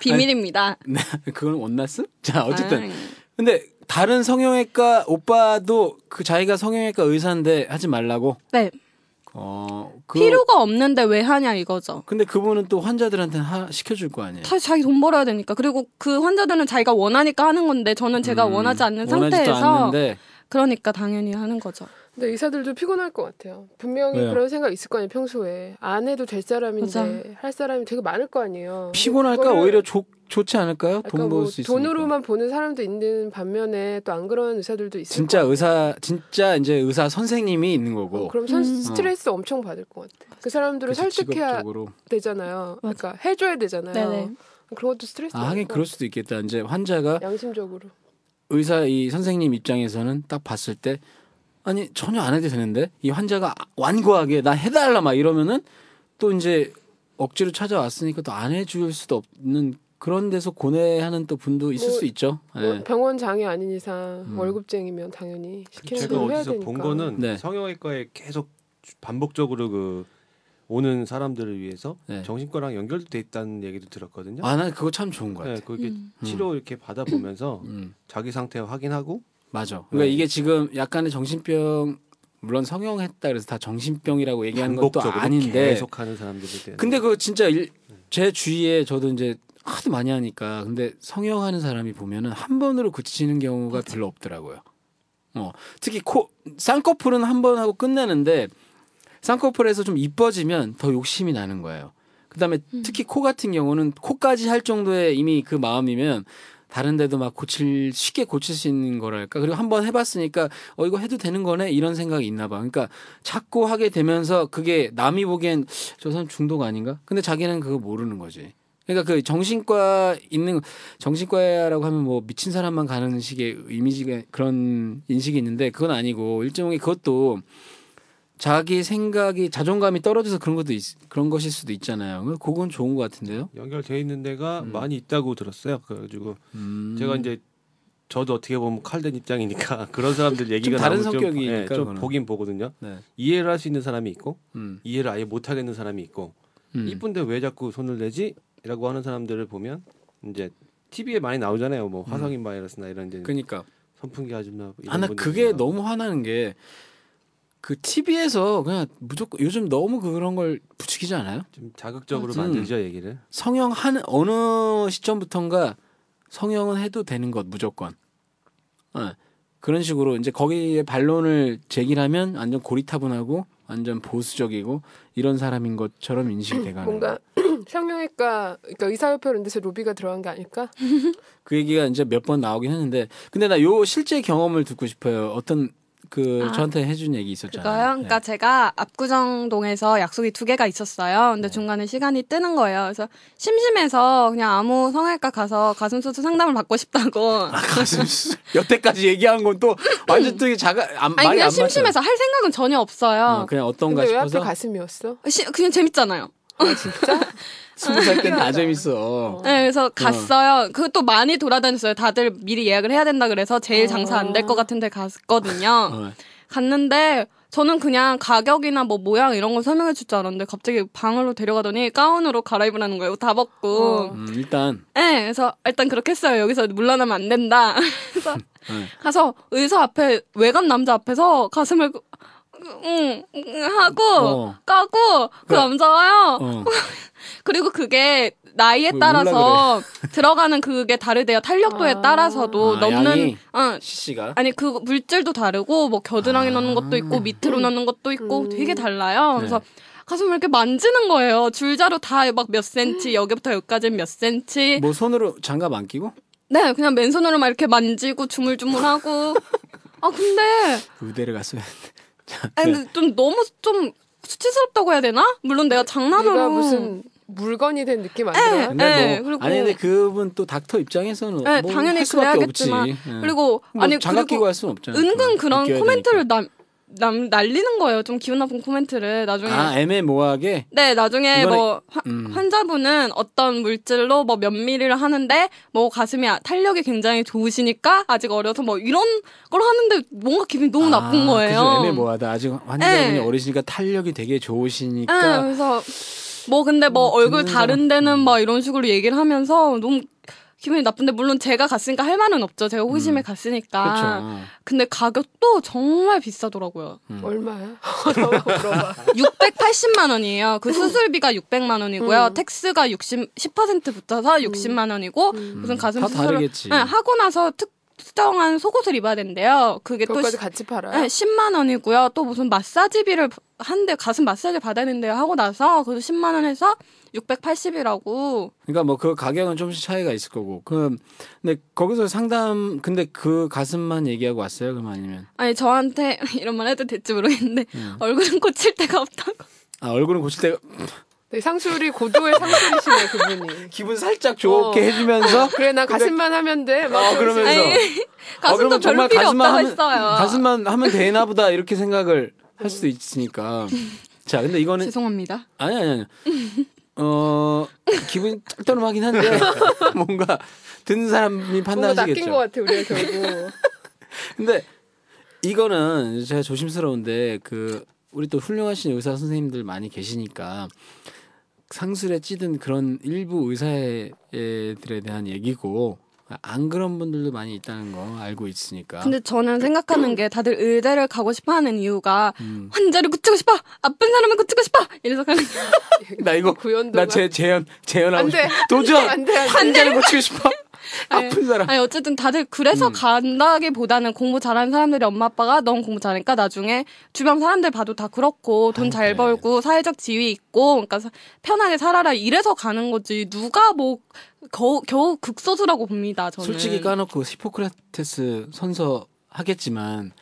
[SPEAKER 5] 비밀입니다.
[SPEAKER 2] 네, 그건 원나스? 자 어쨌든
[SPEAKER 5] 아,
[SPEAKER 2] 근데 다른 성형외과 오빠도 그 자기가 성형외과 의사인데 하지 말라고.
[SPEAKER 5] 네
[SPEAKER 2] 어, 그,
[SPEAKER 5] 필요가 없는데 왜 하냐 이거죠.
[SPEAKER 2] 근데 그분은 또 환자들한테 하, 시켜줄 거 아니에요.
[SPEAKER 5] 다 자기 돈 벌어야 되니까 그리고 그 환자들은 자기가 원하니까 하는 건데 저는 제가
[SPEAKER 2] 음,
[SPEAKER 5] 원하지 않는
[SPEAKER 2] 원하지도
[SPEAKER 5] 상태에서
[SPEAKER 2] 않는데
[SPEAKER 5] 그러니까 당연히 하는 거죠.
[SPEAKER 3] 근데 의사들도 피곤할 것 같아요. 분명히
[SPEAKER 2] 왜요?
[SPEAKER 3] 그런 생각 있을 거 아니에요, 평소에. 안 해도 될 사람인데
[SPEAKER 5] 맞아.
[SPEAKER 3] 할 사람이 되게 많을 거 아니에요.
[SPEAKER 2] 피곤할까
[SPEAKER 3] 그거를
[SPEAKER 2] 오히려 좋 좋지 않을까요?
[SPEAKER 3] 약간
[SPEAKER 2] 돈
[SPEAKER 3] 뭐
[SPEAKER 2] 벌 수 있으니까.
[SPEAKER 3] 돈으로만 보는 사람도 있는 반면에 또 안 그런 의사들도 있을
[SPEAKER 2] 진짜
[SPEAKER 3] 것
[SPEAKER 2] 의사 진짜 이제 의사 선생님이 있는
[SPEAKER 3] 같아요.
[SPEAKER 2] 거고
[SPEAKER 3] 어, 그럼 선-
[SPEAKER 5] 음.
[SPEAKER 3] 스트레스 엄청 받을 것 같아. 그 사람들을
[SPEAKER 2] 그래서
[SPEAKER 3] 설득해야
[SPEAKER 2] 직업적으로
[SPEAKER 3] 되잖아요.
[SPEAKER 5] 맞아.
[SPEAKER 3] 그러니까 해줘야 되잖아요. 뭐
[SPEAKER 5] 네네.
[SPEAKER 3] 그런 것도 스트레스.
[SPEAKER 2] 아 하긴
[SPEAKER 3] 받고
[SPEAKER 2] 그럴 수도 있겠다 이제 환자가
[SPEAKER 3] 양심적으로.
[SPEAKER 2] 의사 이 선생님 입장에서는 딱 봤을 때 아니 전혀 안 해도 되는데 이 환자가 완고하게 나 해달라 막 이러면은 또 이제 억지로 찾아왔으니까 또 안 해줄 수도 없는 그런 데서 고뇌하는 또 분도 있을
[SPEAKER 3] 뭐,
[SPEAKER 2] 수 있죠
[SPEAKER 3] 뭐
[SPEAKER 2] 네.
[SPEAKER 3] 병원 장이 아닌 이상
[SPEAKER 2] 음.
[SPEAKER 3] 월급쟁이면 당연히 시키는
[SPEAKER 4] 제가
[SPEAKER 3] 대로 해야 되니까.
[SPEAKER 4] 어디서 본 거는
[SPEAKER 2] 네.
[SPEAKER 4] 성형외과에 계속 주- 반복적으로 그 오는 사람들을 위해서
[SPEAKER 2] 네.
[SPEAKER 4] 정신과랑 연결돼 있다는 얘기도 들었거든요.
[SPEAKER 2] 아난 그거 참 좋은 것 같아
[SPEAKER 4] 네, 그렇게
[SPEAKER 5] 음.
[SPEAKER 4] 치료 이렇게 받아 보면서
[SPEAKER 2] 음.
[SPEAKER 4] 자기 상태 확인하고
[SPEAKER 2] 맞아. 그러니까
[SPEAKER 4] 네.
[SPEAKER 2] 이게 지금 약간의 정신병 물론 성형했다 그래서 다 정신병이라고 얘기하는 것도
[SPEAKER 4] 반복적으로
[SPEAKER 2] 아닌데
[SPEAKER 4] 계속하는 사람들에 대한
[SPEAKER 2] 근데 그 진짜 일- 제 주위에 저도 이제 하도 많이 하니까 근데 성형하는 사람이 보면은 한 번으로 그치는 경우가 별로 없더라고요. 어 특히 코 쌍꺼풀은 한 번 하고 끝내는데 쌍꺼풀에서 좀 이뻐지면 더 욕심이 나는 거예요. 그다음에 특히 코 같은 경우는 코까지 할 정도의 이미 그 마음이면 다른데도 막 고칠 쉽게 고칠 수 있는 거랄까 그리고 한번 해봤으니까 어 이거 해도 되는 거네 이런 생각이 있나봐. 그러니까 자꾸 하게 되면서 그게 남이 보기엔 저 사람 중독 아닌가? 근데 자기는 그거 모르는 거지. 그러니까 그 정신과 있는 정신과라고 하면 뭐 미친 사람만 가는 식의 이미지가 그런 인식이 있는데 그건 아니고 일종의 그것도 자기 생각이 자존감이 떨어져서 그런 것도 있, 그런 것일 수도 있잖아요. 그건 좋은 것 같은데요.
[SPEAKER 4] 연결돼 있는 데가 많이 있다고 들었어요. 그래가지고
[SPEAKER 2] 음.
[SPEAKER 4] 제가 이제 저도 어떻게 보면 칼된 입장이니까 그런 사람들 얘기가
[SPEAKER 2] 다른
[SPEAKER 4] 나오면
[SPEAKER 2] 성격이니까,
[SPEAKER 4] 좀, 예, 좀
[SPEAKER 2] 그거는.
[SPEAKER 4] 보긴 보거든요.
[SPEAKER 2] 네.
[SPEAKER 4] 이해를 할 수 있는 사람이 있고
[SPEAKER 2] 음.
[SPEAKER 4] 이해를 아예 못 하겠는 사람이 있고
[SPEAKER 2] 음.
[SPEAKER 4] 이쁜데 왜 자꾸 손을 내지? 라고 하는 사람들을 보면 이제 TV에 많이 나오잖아요. 뭐 화성인 바이러스나 이런 이제
[SPEAKER 2] 음. 그러니까
[SPEAKER 4] 선풍기 아줌마 이런
[SPEAKER 2] 아 나
[SPEAKER 4] 분들
[SPEAKER 2] 그게
[SPEAKER 4] 보면
[SPEAKER 2] 너무 화나는 게 그 TV에서 그냥 무조건 요즘 너무 그런 걸 부추기지 않아요?
[SPEAKER 4] 좀 자극적으로
[SPEAKER 2] 맞아.
[SPEAKER 4] 만들죠 얘기를.
[SPEAKER 2] 성형 한 어느 시점부터인가 성형은 해도 되는 것 무조건. 예. 그런 식으로 이제 거기에 반론을 제기하면 완전 고리타분하고 완전 보수적이고 이런 사람인 것처럼 인식이 돼가는
[SPEAKER 3] 뭔가
[SPEAKER 2] 거예요.
[SPEAKER 3] 성형외과 그러니까 의사협회 이런 데서 로비가 들어간 게 아닐까?
[SPEAKER 2] 그 얘기가 이제 몇 번 나오긴 했는데 근데 나 요 실제 경험을 듣고 싶어요. 어떤 그
[SPEAKER 5] 아,
[SPEAKER 2] 저한테 해준 얘기 있었잖아요. 예. 네.
[SPEAKER 5] 그거요? 그러니까 제가 압구정동에서 약속이 두 개가 있었어요.
[SPEAKER 2] 네.
[SPEAKER 5] 근데 중간에 시간이 뜨는 거예요. 그래서 심심해서 그냥 아무 성형외과 가서 가슴 수술 상담을 받고 싶다고.
[SPEAKER 2] 네. 가슴 수- 여태까지 얘기한 건 또 완전 되게 자가 안,
[SPEAKER 5] 아니
[SPEAKER 2] 말이
[SPEAKER 5] 그냥
[SPEAKER 2] 안 맞아요.
[SPEAKER 5] 심심해서 할 생각은 전혀 없어요.
[SPEAKER 2] 어, 그냥
[SPEAKER 3] 근데
[SPEAKER 2] 어떤가
[SPEAKER 3] 왜 하필
[SPEAKER 2] 싶어서
[SPEAKER 3] 가슴이었어?
[SPEAKER 5] 시- 그냥 재밌잖아요.
[SPEAKER 2] 어. 스무 살 때는
[SPEAKER 5] 그러니까.
[SPEAKER 2] 다 재밌어.
[SPEAKER 5] 네, 그래서 갔어요. 그것도 많이 돌아다녔어요. 다들 미리 예약을 해야 된다 그래서 제일 장사 안 될 것 같은데 갔거든요.
[SPEAKER 2] 어.
[SPEAKER 5] 갔는데 저는 그냥 가격이나 뭐 모양 이런 걸 설명해 줄 줄 알았는데 갑자기 방으로 데려가더니 가운으로 갈아입으라는 거예요. 다 벗고.
[SPEAKER 2] 음, 일단
[SPEAKER 5] 네, 그래서 일단 그렇게 했어요. 여기서 물러나면 안 된다. 그래서
[SPEAKER 2] 네.
[SPEAKER 5] 가서 의사 앞에 외간 남자 앞에서 가슴을 그- 응, 응 하고
[SPEAKER 2] 어.
[SPEAKER 5] 까고 그
[SPEAKER 2] 그래.
[SPEAKER 5] 남자와요.
[SPEAKER 2] 어.
[SPEAKER 5] 그리고 그게 나이에
[SPEAKER 2] 왜
[SPEAKER 5] 따라서 들어가는 그게 다르대요. 탄력도에
[SPEAKER 3] 아.
[SPEAKER 5] 따라서도
[SPEAKER 2] 아,
[SPEAKER 5] 넘는
[SPEAKER 2] 양이?
[SPEAKER 5] 응.
[SPEAKER 2] 씨씨가
[SPEAKER 5] 아니 그 물질도 다르고 뭐 겨드랑이
[SPEAKER 2] 아.
[SPEAKER 5] 넣는 것도 있고 밑으로 넣는 것도 있고 되게 달라요.
[SPEAKER 2] 네.
[SPEAKER 5] 그래서 가슴을 이렇게 만지는 거예요. 줄자로 다 막 몇 센치 여기부터 여기까지 몇 센치.
[SPEAKER 2] 뭐 손으로 장갑 안 끼고
[SPEAKER 5] 네, 그냥 맨손으로 막 이렇게 만지고 주물주물하고. 아 근데
[SPEAKER 2] 의대를 갔어요. 네.
[SPEAKER 5] 아니 근데 좀 너무 좀 수치스럽다고 해야 되나? 물론 내가 장난으로.
[SPEAKER 3] 네가 무슨 물건이 된 느낌 안 들어요?
[SPEAKER 5] 에.
[SPEAKER 2] 근데
[SPEAKER 5] 네,
[SPEAKER 2] 뭐
[SPEAKER 5] 그리고-
[SPEAKER 2] 아니 근데 그분 또 닥터 입장에서는
[SPEAKER 5] 네,
[SPEAKER 2] 뭐
[SPEAKER 5] 당연히
[SPEAKER 2] 할 수밖에
[SPEAKER 5] 그래야겠지만
[SPEAKER 2] 없지. 예.
[SPEAKER 5] 그리고
[SPEAKER 2] 뭐
[SPEAKER 5] 아니
[SPEAKER 2] 장갑
[SPEAKER 5] 그리고
[SPEAKER 2] 끼고 할 수는 없잖아.
[SPEAKER 5] 은근 그런 코멘트를 남, 남 날리는 거예요. 좀 기분 나쁜 코멘트를 나중에.
[SPEAKER 2] 아 애매모호하게
[SPEAKER 5] 네, 나중에
[SPEAKER 2] 이번에-
[SPEAKER 5] 뭐 화-
[SPEAKER 2] 음.
[SPEAKER 5] 환자분은 어떤 물질로 뭐 몇 미리를 하는데 뭐 가슴이 아- 탄력이 굉장히 좋으시니까 아직 어려서 뭐 이런 걸 하는데 뭔가 기분이 너무
[SPEAKER 2] 아,
[SPEAKER 5] 나쁜 거예요.
[SPEAKER 2] 그죠, 애매모호하다. 아직 환자분이
[SPEAKER 5] 네.
[SPEAKER 2] 어리시니까 탄력이 되게 좋으시니까
[SPEAKER 5] 예, 그래서 뭐 근데 뭐 얼굴
[SPEAKER 2] 듣는
[SPEAKER 5] 다른
[SPEAKER 2] 음.
[SPEAKER 5] 데는 막 이런 식으로 얘기를 하면서 너무 기분이 나쁜데 물론 제가 갔으니까 할 말은 없죠. 제가 호심에 갔으니까.
[SPEAKER 2] 그렇죠.
[SPEAKER 5] 근데 가격도 정말 비싸더라고요.
[SPEAKER 3] 얼마야? 너무 물어봐.
[SPEAKER 5] 680만 원이에요. 그 수술비가 600만
[SPEAKER 2] 음.
[SPEAKER 5] 원이고요. 택스가 60 10% 붙어서 60만 원이고 무슨 가슴
[SPEAKER 2] 음. 다
[SPEAKER 5] 수술을
[SPEAKER 2] 다르겠지.
[SPEAKER 5] 예, 하고 나서 특정한 속옷을 입어야 된대요. 그게 또
[SPEAKER 3] 그것까지
[SPEAKER 5] 시-
[SPEAKER 3] 같이
[SPEAKER 5] 네,
[SPEAKER 3] 팔아요?
[SPEAKER 5] 10만 원이고요. 또 무슨 마사지비를 한대 가슴 마사지 받아야 된대요. 하고 나서 그래도 10만 원에서 680이라고.
[SPEAKER 2] 그러니까 뭐 그 가격은 좀씩 차이가 있을 거고. 그럼 근데 거기서 상담 근데 그 가슴만 얘기하고 왔어요. 그럼 아니면
[SPEAKER 5] 아니 저한테 이런 말 해도 될지 모르겠는데 얼굴은 고칠 데가 없다고.
[SPEAKER 2] 아 얼굴은 고칠 때
[SPEAKER 3] 되게 상술이 고도의 상술이시네 그분이. 어,
[SPEAKER 2] 기분 살짝 좋게 해주면서
[SPEAKER 3] 그래 나 가슴만 하면 돼. 막
[SPEAKER 2] 어, 그러면서.
[SPEAKER 5] 아니
[SPEAKER 2] 아,
[SPEAKER 5] 가슴도
[SPEAKER 2] 그러면
[SPEAKER 5] 별로
[SPEAKER 2] 정말
[SPEAKER 5] 필요
[SPEAKER 2] 가슴만
[SPEAKER 5] 없다고
[SPEAKER 2] 하면-
[SPEAKER 5] 했어요.
[SPEAKER 2] 가슴만 하면 되나 보다 이렇게 생각을 할 수도 있으니까. 자, 근데 이거는
[SPEAKER 5] 죄송합니다.
[SPEAKER 2] 아니 아니 아니. 어, 기분이 떨떠름하긴 한데 뭔가 듣는 사람이
[SPEAKER 3] 뭔가 낚인 것
[SPEAKER 2] 판단하시겠죠.
[SPEAKER 3] 같아 우리가 결국.
[SPEAKER 2] 근데 이거는 제가 조심스러운데 그 우리 또 훌륭하신 의사 선생님들 많이 계시니까 상술에 찌든 그런 일부 의사들에 대한 얘기고 안 그런 분들도 많이 있다는 거 알고 있으니까.
[SPEAKER 5] 근데 저는 생각하는 게 다들 의대를 가고 싶어하는 이유가
[SPEAKER 2] 음.
[SPEAKER 5] 환자를 고치고 싶어, 아픈 사람을 고치고 싶어 이래서 가는 거.
[SPEAKER 2] 나 이거
[SPEAKER 3] 뭐 구연도가.
[SPEAKER 2] 나 제 재현 재현하고
[SPEAKER 3] 안 돼.
[SPEAKER 2] 싶어. 도전
[SPEAKER 3] 안 돼, 네. 안 돼.
[SPEAKER 2] 환자를 고치고 싶어. 아픈 사람.
[SPEAKER 5] 아니 어쨌든 다들
[SPEAKER 2] 음.
[SPEAKER 5] 그래서 간다기보다는 공부 잘하는 사람들이 엄마 아빠가 너무 공부 잘하니까 나중에 주변 사람들 봐도 다 그렇고 돈 잘
[SPEAKER 2] 그래.
[SPEAKER 5] 벌고 사회적 지위 있고 그러니까 사- 편하게 살아라 이래서 가는 거지 누가 뭐 겨우, 겨우 극소수라고 봅니다 저는.
[SPEAKER 2] 솔직히 까놓고 히포크라테스 선서 하겠지만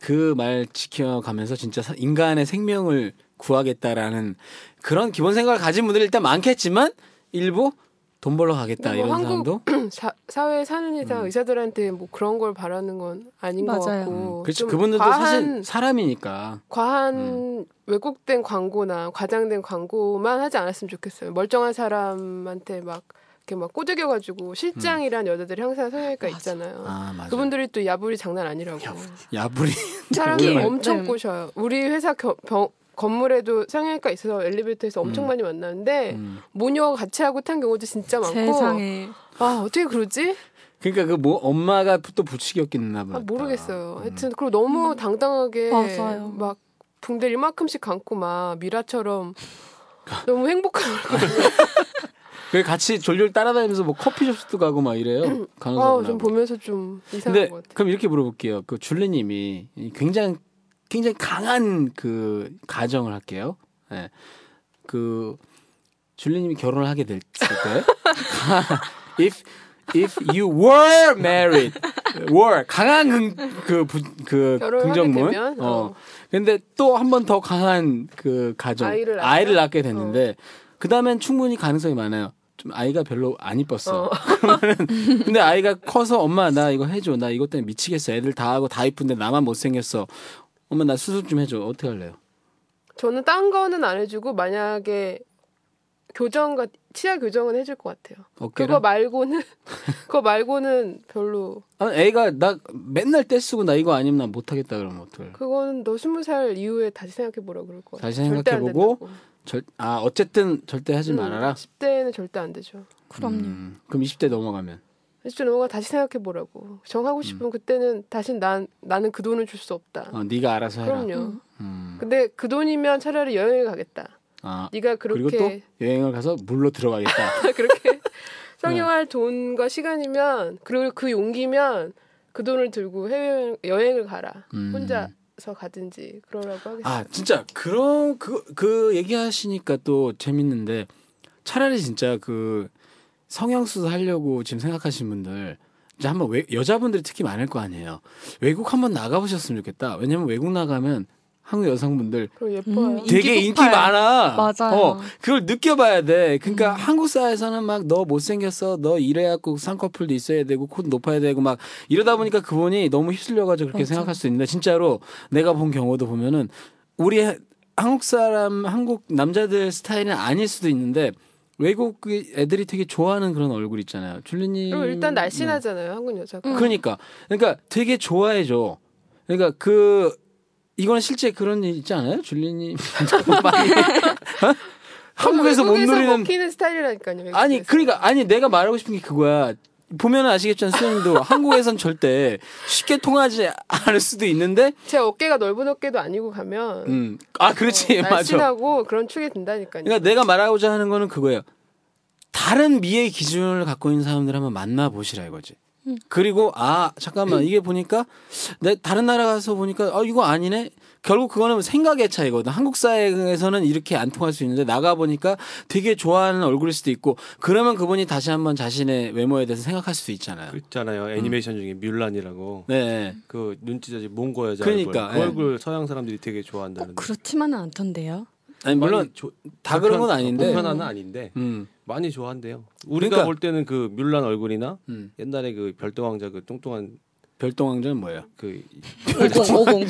[SPEAKER 2] 그 말 지켜가면서 진짜 사- 인간의 생명을 구하겠다라는 그런 기본 생각을 가진 분들이 일단 많겠지만 일부 돈 벌러 가겠다
[SPEAKER 3] 근데 뭐
[SPEAKER 2] 이런 사람도
[SPEAKER 3] 한국 사, 사회에 사는 이상 의사들한테 뭐 그런 걸 바라는 건 아닌 것
[SPEAKER 5] 음. 맞아요. 음.
[SPEAKER 3] 같고
[SPEAKER 2] 그렇죠
[SPEAKER 3] 뭐 좀
[SPEAKER 2] 그분들도
[SPEAKER 3] 과한
[SPEAKER 2] 사실 음. 사람이니까
[SPEAKER 3] 과한 왜곡된 광고나 과장된 광고만 하지 않았으면 좋겠어요. 멀쩡한 사람한테 막 이렇게 막 꼬드겨가지고 실장이란 여자들이 항상 성형외과 있잖아요.
[SPEAKER 2] 음. 아 맞아
[SPEAKER 3] 그분들이 또 야불이 장난 아니라고
[SPEAKER 2] 야불이
[SPEAKER 3] 사람이
[SPEAKER 2] 오랜만에.
[SPEAKER 3] 엄청
[SPEAKER 5] 네.
[SPEAKER 3] 꼬셔요. 우리 회사 겨- 병- 건물에도 성형외과 있어서 엘리베이터에서 엄청 많이 만나는데
[SPEAKER 2] 음.
[SPEAKER 3] 모녀 같이 하고 탄 경우도 진짜 많고
[SPEAKER 5] 세상에
[SPEAKER 3] 아 어떻게 그러지?
[SPEAKER 2] 그러니까 그 뭐 엄마가 또 부추겼겠나 봐.
[SPEAKER 3] 아, 모르겠어요.
[SPEAKER 2] 음.
[SPEAKER 3] 하여튼 그리고 너무 당당하게
[SPEAKER 5] 맞아요.
[SPEAKER 3] 막 붕대 이만큼씩 감고 막 미라처럼 너무 행복한
[SPEAKER 2] 그 같이 졸졸 따라다니면서 뭐 커피숍도 가고 막 이래요. 간호사분하
[SPEAKER 3] 음. 아좀 보면서 좀
[SPEAKER 2] 뭐.
[SPEAKER 3] 이상한
[SPEAKER 2] 근데
[SPEAKER 3] 것 같아.
[SPEAKER 2] 그럼 이렇게 물어볼게요. 그 줄리님이 이 굉장히 굉장히 강한 그 가정을 할게요. 예. 그 줄리님이 결혼을 하게 될 거예요. if if you were married, were 강한 그그 그
[SPEAKER 3] 결혼을
[SPEAKER 2] 긍정문.
[SPEAKER 3] 하게 되면,
[SPEAKER 2] 어.
[SPEAKER 3] 어.
[SPEAKER 2] 근데 또 한 번 더 강한 그 가정
[SPEAKER 3] 아이를 어. 낳으면?
[SPEAKER 2] 아이를 낳게 됐는데 그 다음엔 충분히 가능성이 많아요. 좀 아이가 별로 안 이뻤어. 그러면은 근데 아이가 커서 엄마 나 이거 해줘 나 이것 때문에 미치겠어 애들 다 하고 다 이쁜데 나만 못생겼어 엄마 나 수술 좀 해줘 어떻게 할래요?
[SPEAKER 3] 저는 딴 거는 안 해주고 만약에 교정과 치아 교정은 해줄 것 같아요.
[SPEAKER 2] 어깨를
[SPEAKER 3] 그거 말고는 그거 말고는 별로
[SPEAKER 2] 아, 애가 나 맨날 떼쓰고 나 이거 아니면 나 못하겠다 그러면 어떡해?
[SPEAKER 3] 그거는 너 스무 살 이후에 다시 생각해 보라 그럴 것 같아요.
[SPEAKER 2] 다시
[SPEAKER 3] 절대 안
[SPEAKER 2] 생각해보고
[SPEAKER 3] 된다고. 음,
[SPEAKER 2] 절, 아 어쨌든 절대 하지 말아라.
[SPEAKER 3] 10대에는 절대 안 되죠.
[SPEAKER 5] 그럼요.
[SPEAKER 2] 음, 그럼 20대 넘어가면
[SPEAKER 3] 10대 넘어가 다시 생각해 보라고. 정하고 싶으면 그때는 다시 난 나는 그 돈을 줄 수 없다.
[SPEAKER 2] 어, 네가 음. 알아서 해라.
[SPEAKER 3] 그럼요.
[SPEAKER 2] 음.
[SPEAKER 3] 근데 그 돈이면 차라리 여행을 가겠다.
[SPEAKER 2] 아
[SPEAKER 3] 네가
[SPEAKER 2] 그리고 또 네.
[SPEAKER 3] 그렇게 아,
[SPEAKER 2] 여행을 가서 물로 들어가겠다.
[SPEAKER 3] 그렇게 성형할 돈과 시간이면 그리고 그 용기면 그 돈을 들고 해외 여행을 가라.
[SPEAKER 2] 음.
[SPEAKER 3] 혼자서 가든지 그러라고 하겠어요.
[SPEAKER 2] 아 진짜 그런 그 그 얘기하시니까 또 재밌는데 차라리 진짜 그 성형수술 하려고 지금 생각하신 분들 이제 한번 외, 여자분들이 특히 많을 거 아니에요. 외국 한번 나가보셨으면 좋겠다. 왜냐면 외국 나가면 한국 여성분들
[SPEAKER 3] 그럼 예뻐요.
[SPEAKER 5] 음,
[SPEAKER 2] 되게
[SPEAKER 5] 인기
[SPEAKER 2] 인기
[SPEAKER 5] 폭발.
[SPEAKER 2] 많아.
[SPEAKER 5] 맞아요. 음.
[SPEAKER 2] 어, 그걸 느껴봐야 돼. 그러니까 한국 사회에서는 막 너 못생겼어, 너 이래갖고 쌍꺼풀도 있어야 되고 콧 높아야 되고 막 이러다 보니까 그분이 너무 휩쓸려가지고 그렇게 생각할 수 있는데 진짜로 내가 본 경우도 보면은 우리 한국 사람, 한국 남자들 스타일은 아닐 수도 있는데 외국 애들이 되게 좋아하는 그런 얼굴 있잖아요. 줄리님.
[SPEAKER 3] 그리고 일단
[SPEAKER 2] 네.
[SPEAKER 3] 날씬하잖아요. 한국 여자가.
[SPEAKER 2] 그러니까 그러니까 되게 좋아해줘. 그러니까 그 이거는 실제 그런 일 있지 않아요, 줄리님? 너무 많이- 어? 한국에서 못
[SPEAKER 3] 외국에서
[SPEAKER 2] 누리는
[SPEAKER 3] 먹히는 스타일이라니까요. 외국에서.
[SPEAKER 2] 아니 그러니까 아니 내가 말하고 싶은 게 그거야. 보면 아시겠지만 수현님도 한국에선 절대 쉽게 통하지 않을 수도 있는데,
[SPEAKER 3] 제 어깨가 넓은 어깨도 아니고 가면
[SPEAKER 2] 음, 아 그렇지
[SPEAKER 3] 어,
[SPEAKER 2] 맞아.
[SPEAKER 3] 날씬하고 그런 축이 된다니까요.
[SPEAKER 2] 그러니까 내가 말하고자 하는 거는 그거예요. 다른 미의 기준을 갖고 있는 사람들 한번 만나보시라 이거지. 그리고 아 잠깐만 이게 보니까 내 다른 나라 가서 보니까 아 이거 아니네 결국 그거는 뭐 생각의 차이거든 한국 사회에서는 이렇게 안 통할 수 있는데 나가 보니까 되게 좋아하는 얼굴일 수도 있고 그러면 그분이 다시 한번 자신의 외모에 대해서 생각할 수도 있잖아요
[SPEAKER 4] 그
[SPEAKER 2] 음.
[SPEAKER 4] 있잖아요. 애니메이션 중에 뮬란이라고
[SPEAKER 2] 네
[SPEAKER 4] 그 눈치자지 몽고 여자
[SPEAKER 2] 그러니까,
[SPEAKER 4] 얼굴. 그
[SPEAKER 2] 예.
[SPEAKER 4] 얼굴 서양 사람들이
[SPEAKER 2] 네.
[SPEAKER 4] 되게 좋아한다는데.
[SPEAKER 5] 꼭 그렇지만은 않던데요.
[SPEAKER 2] 아니 물론
[SPEAKER 4] 많이 조-
[SPEAKER 2] 다 그런 건
[SPEAKER 4] 보편-
[SPEAKER 2] 아닌데.
[SPEAKER 4] 보편화는 아닌데
[SPEAKER 2] 음
[SPEAKER 4] 많이 좋아한대요. 우리가
[SPEAKER 2] 그러니까-
[SPEAKER 4] 볼 때는 그 뮬란 얼굴이나
[SPEAKER 2] 음.
[SPEAKER 4] 옛날에 그 별똥왕자 그 뚱뚱한
[SPEAKER 2] 별똥왕자는 뭐예요
[SPEAKER 4] 그
[SPEAKER 2] 그렇죠.
[SPEAKER 5] 오공 오공.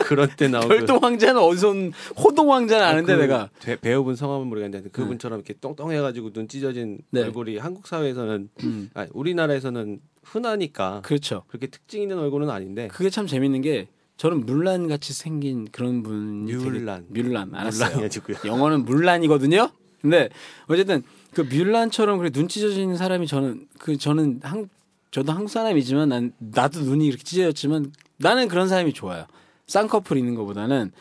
[SPEAKER 4] 그런 때 나오고
[SPEAKER 2] 별똥왕자는 어디서 온- 호동왕자는 아는데
[SPEAKER 4] 그
[SPEAKER 2] 내가
[SPEAKER 4] 대- 배우분 성함은 모르겠는데 그분처럼 이렇게 똥똥해가지고 눈 찢어진
[SPEAKER 2] 네.
[SPEAKER 4] 얼굴이 한국 사회에서는
[SPEAKER 2] 음.
[SPEAKER 4] 아니, 우리나라에서는 흔하니까
[SPEAKER 2] 그렇죠
[SPEAKER 4] 그렇게 특징 있는 얼굴은 아닌데
[SPEAKER 2] 그게 참 재밌는 게 저는 물란 같이 생긴 그런 분이 되게-
[SPEAKER 4] 뮬란.
[SPEAKER 2] 뮬란 알았어요.
[SPEAKER 4] 뮬란이어지고요.
[SPEAKER 2] 영어는 물란이거든요. 근데 어쨌든 그 뮬란처럼 그래 눈 찢어지는 사람이 저는 그 저는 한 저도 한국 사람이지만 난 나도 눈이 이렇게 찢어졌지만 나는 그런 사람이 좋아요. 쌍꺼풀 있는 것보다는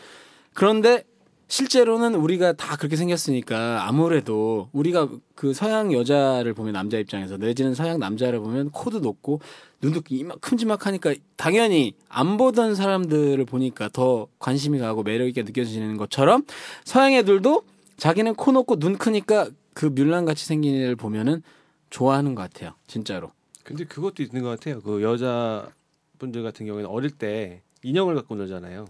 [SPEAKER 2] 그런데 실제로는 우리가 다 그렇게 생겼으니까 아무래도 우리가 그 서양 여자를 보면 남자 입장에서 내지는 서양 남자를 보면 코도 높고 눈도 이만 큼지막하니까 당연히 안 보던 사람들을 보니까 더 관심이 가고 매력 있게 느껴지는 것처럼 서양 애들도 자기는 코 높고 눈 크니까 그 뮬란 같이 생긴 애를 보면은 좋아하는 것 같아요 진짜로
[SPEAKER 4] 근데 그것도 있는 것 같아요. 그 여자분들 같은 경우에는 어릴 때 인형을 갖고 놀잖아요.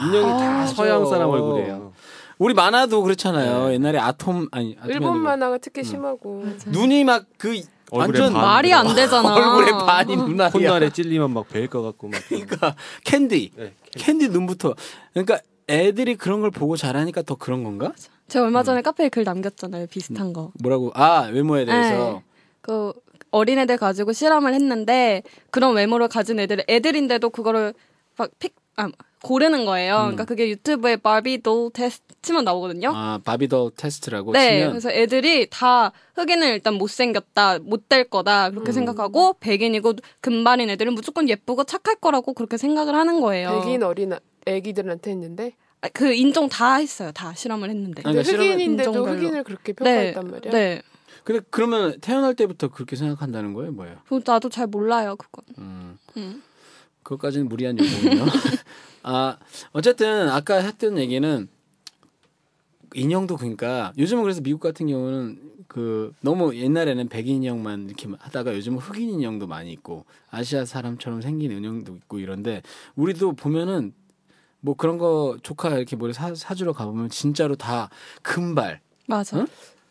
[SPEAKER 4] 인형이
[SPEAKER 2] 아,
[SPEAKER 4] 다
[SPEAKER 2] 맞아.
[SPEAKER 4] 서양 사람 얼굴이에요. 네.
[SPEAKER 2] 우리 만화도 그렇잖아요 옛날에 아톰 아니 아톰이
[SPEAKER 3] 일본
[SPEAKER 2] 아니고 음.
[SPEAKER 3] 만화가 특히 심하고
[SPEAKER 2] 눈이 막 그
[SPEAKER 4] 얼굴에
[SPEAKER 2] 완전
[SPEAKER 4] 반.
[SPEAKER 5] 말이 안 되잖아.
[SPEAKER 2] 얼굴에 반이 아, 눈알이야
[SPEAKER 4] 콧날에 찔리면 막 베일 것 같고 막
[SPEAKER 2] 그러니까 캔디
[SPEAKER 4] 네,
[SPEAKER 2] 캔디 눈부터 그러니까 애들이 그런 걸 보고 자라니까 더 그런 건가
[SPEAKER 5] 제가 얼마
[SPEAKER 2] 음.
[SPEAKER 5] 전에 카페에 글 남겼잖아요. 비슷한 거.
[SPEAKER 2] 뭐라고 아 외모에 대해서
[SPEAKER 5] 네. 그 어린애들 가지고 실험을 했는데 그런 외모를 가진 애들 애들인데도 그거를 막 픽 아, 고르는 거예요. 그러니까 그게 유튜브에 바비돌 테스트 치면 나오거든요.
[SPEAKER 2] 음. 아 바비더 테스트라고
[SPEAKER 5] 네,
[SPEAKER 2] 치면
[SPEAKER 5] 그래서 애들이 다 흑인은 일단 못생겼다, 못 될 거다
[SPEAKER 2] 음.
[SPEAKER 5] 그렇게 생각하고 백인이고 금발인 애들은 무조건 예쁘고 착할 거라고 그렇게 생각을 하는 거예요.
[SPEAKER 3] 백인 어린 아- 애기들한테 했는데
[SPEAKER 5] 아, 그 인종 다 했어요, 다 실험을 했는데.
[SPEAKER 2] 아니, 그러니까 실험은
[SPEAKER 3] 흑인인데도
[SPEAKER 5] 인종별로.
[SPEAKER 3] 흑인을 그렇게 평가했단 말이야.
[SPEAKER 5] 네.
[SPEAKER 2] 근데 그러면 태어날 때부터 그렇게 생각한다는 거예요, 뭐예요?
[SPEAKER 5] 그거 나도 잘 몰라요 그건.
[SPEAKER 2] 음.
[SPEAKER 5] 음.
[SPEAKER 2] 그것까지는 무리한 요구군요. 아, 어쨌든 아까 했던 얘기는 인형도 그러니까 요즘은 그래서 미국 같은 경우는 그 너무 옛날에는 백인 인형만 이렇게 하다가 요즘은 흑인 인형도 많이 있고 아시아 사람처럼 생긴 인형도 있고 이런데 우리도 보면은 뭐 그런 거 조카 이렇게 뭐 사, 사주러 가보면 진짜로 다 금발
[SPEAKER 5] 맞아.
[SPEAKER 2] 응?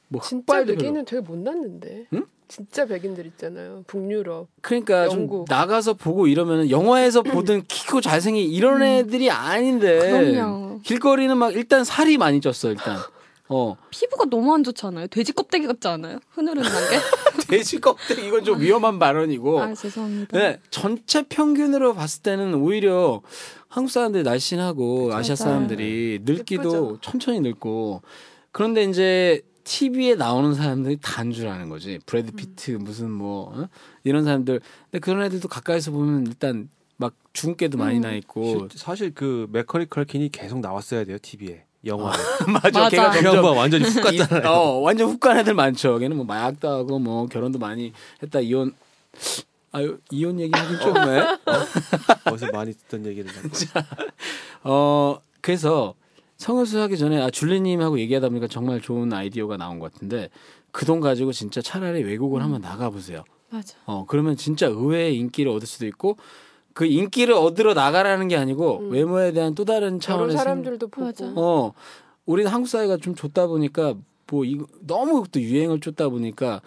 [SPEAKER 2] 뭐
[SPEAKER 3] 진짜
[SPEAKER 2] 흑발도 별로
[SPEAKER 3] 백인은 되게 못났는데.
[SPEAKER 2] 응?
[SPEAKER 3] 진짜 백인들 있잖아요. 북유럽.
[SPEAKER 2] 그러니까
[SPEAKER 3] 영국.
[SPEAKER 2] 좀 나가서 보고 이러면 영화에서 보던 키고 잘생긴 이런 애들이 아닌데
[SPEAKER 5] 음. 그럼요.
[SPEAKER 2] 길거리는 막 일단 살이 많이 쪘어 일단 어
[SPEAKER 5] 피부가 너무 안 좋지 않아요? 돼지 껍데기 같지 않아요? 흐느른한 게?
[SPEAKER 2] 돼지 껍데기 이건 좀 위험한
[SPEAKER 3] 어.
[SPEAKER 2] 발언이고
[SPEAKER 5] 아 죄송합니다.
[SPEAKER 2] 네 전체 평균으로 봤을 때는 오히려 한국 사람들 이 날씬하고 아시아
[SPEAKER 5] 맞아요.
[SPEAKER 2] 사람들이 늙기도
[SPEAKER 3] 예쁘죠.
[SPEAKER 2] 천천히 늙고 그런데 이제 TV에 나오는 사람들이 단주라는 거지 브래드 피트 무슨 뭐 어? 이런 사람들 근데 그런 애들도 가까이서 보면 일단 막 주근깨도 많이 나 있고
[SPEAKER 4] 실- 사실 그 메커니컬 킨이 계속 나왔어야 돼요 TV에 영화에.
[SPEAKER 2] 맞아
[SPEAKER 5] 맞아.
[SPEAKER 2] 걔가
[SPEAKER 4] 그
[SPEAKER 2] 점점
[SPEAKER 4] 양반 완전히 훅
[SPEAKER 2] 이-
[SPEAKER 4] 갔다.
[SPEAKER 2] 어, 완전 훅 간 애들 많죠. 걔는 뭐 마약도 하고 뭐 결혼도 많이 했다 이혼 아유 이혼 얘기하긴 좀 왜?
[SPEAKER 4] 어디서 많이 듣던 얘기를.
[SPEAKER 2] 어 그래서 성형수 하기 전에 아 줄리님하고 얘기하다 보니까 정말 좋은 아이디어가 나온 것 같은데 그 돈 가지고 진짜 차라리
[SPEAKER 3] 음.
[SPEAKER 2] 외국을 한번 나가보세요.
[SPEAKER 5] 맞아.
[SPEAKER 2] 어 그러면 진짜 의외의 인기를 얻을 수도 있고 그 인기를 얻으러 나가라는 게 아니고
[SPEAKER 3] 음.
[SPEAKER 2] 외모에 대한 또 다른
[SPEAKER 3] 저런
[SPEAKER 2] 차원에서
[SPEAKER 3] 사람들도 보고.
[SPEAKER 5] 맞아.
[SPEAKER 2] 어, 우리는 한국 사회가 좀 좁다 보니까 뭐 이거 너무 또 유행을 쫓다 보니까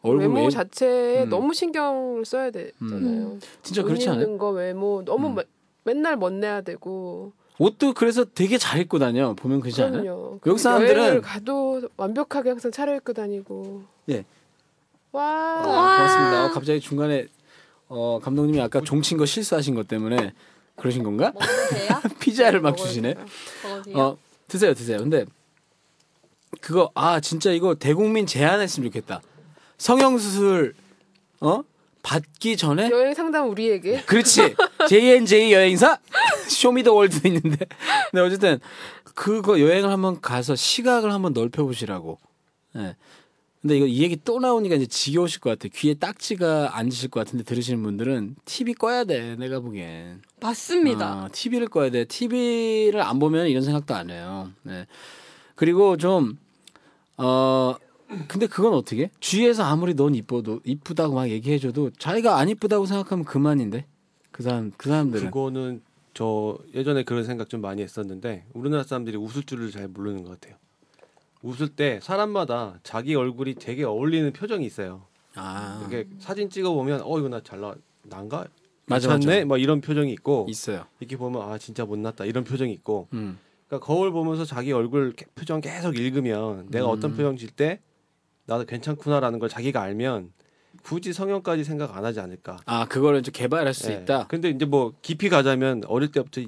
[SPEAKER 2] 얼굴
[SPEAKER 3] 외모
[SPEAKER 2] 외-
[SPEAKER 3] 자체에
[SPEAKER 2] 음.
[SPEAKER 3] 너무 신경을 써야 되잖아요.
[SPEAKER 5] 음.
[SPEAKER 2] 진짜
[SPEAKER 3] 옷
[SPEAKER 2] 그렇지 않아요?
[SPEAKER 3] 입는 거 외모 너무
[SPEAKER 2] 음.
[SPEAKER 3] 매- 맨날 멋내야 되고.
[SPEAKER 2] 옷도 그래서 되게 잘 입고 다녀 보면 그렇지 않아요?
[SPEAKER 3] 그럼요.
[SPEAKER 2] 외국 사람들은-
[SPEAKER 3] 여행을 가도 완벽하게 항상 차려입고 다니고.
[SPEAKER 2] 예. 아,
[SPEAKER 3] 와.
[SPEAKER 2] 고맙습니다. 어, 갑자기 중간에 어, 감독님이 아까 종친 거 실수하신 것 때문에 그러신 건가?
[SPEAKER 5] 먹어도 돼요?
[SPEAKER 2] 피자를 막 주시네.
[SPEAKER 5] 먹어도 돼요?
[SPEAKER 2] 어 드세요 드세요. 근데 그거 아 진짜 이거 대국민 제안했으면 좋겠다. 성형 수술 어 받기 전에
[SPEAKER 3] 여행 상담 우리에게.
[SPEAKER 2] 그렇지. JNJ 여행사 쇼미더월드도 있는데. 근데 어쨌든 그거 여행을 한번 가서 시각을 한번 넓혀 보시라고. 예. 근데 이거 이 얘기 또 나오니까 이제 지겨우실 것 같아. 귀에 딱지가 앉으실 것 같은데 들으시는 분들은 TV 꺼야 돼. 내가 보기엔.
[SPEAKER 3] 아.
[SPEAKER 5] 맞습니다.
[SPEAKER 2] TV를 아, 꺼야 돼. TV를 안 보면 이런 생각도 안 해요. 네. 그리고 좀, 어, 근데 그건 어떻게? 해? 주위에서 아무리 넌 이뻐도, 이쁘다고 막 얘기해줘도 자기가 안 이쁘다고 생각하면 그만인데? 그 사람, 그 사람들은.
[SPEAKER 4] 그거는 저 예전에 그런 생각 좀 많이 했었는데 우리나라 사람들이 웃을 줄을 잘 모르는 것 같아요. 웃을 때 사람마다 자기 얼굴이 되게 어울리는 표정이 있어요.
[SPEAKER 2] 아,
[SPEAKER 4] 이게 사진 찍어 보면 어 이거 나 잘 나 난가
[SPEAKER 2] 맞아,
[SPEAKER 4] 괜찮네
[SPEAKER 2] 맞아.
[SPEAKER 4] 막 이런 표정이 있고
[SPEAKER 2] 있어요.
[SPEAKER 4] 이렇게 보면 아 진짜 못났다 이런 표정이 있고
[SPEAKER 2] 음.
[SPEAKER 4] 그러니까 거울 보면서 자기 얼굴 개- 표정 계속 읽으면 내가
[SPEAKER 2] 음.
[SPEAKER 4] 어떤 표정 질 때 나도 괜찮구나라는 걸 자기가 알면 굳이 성형까지 생각 안 하지 않을까.
[SPEAKER 2] 아, 그거를 좀 개발할 수
[SPEAKER 4] 예.
[SPEAKER 2] 있다?
[SPEAKER 4] 근데 이제 뭐 깊이 가자면 어릴 때부터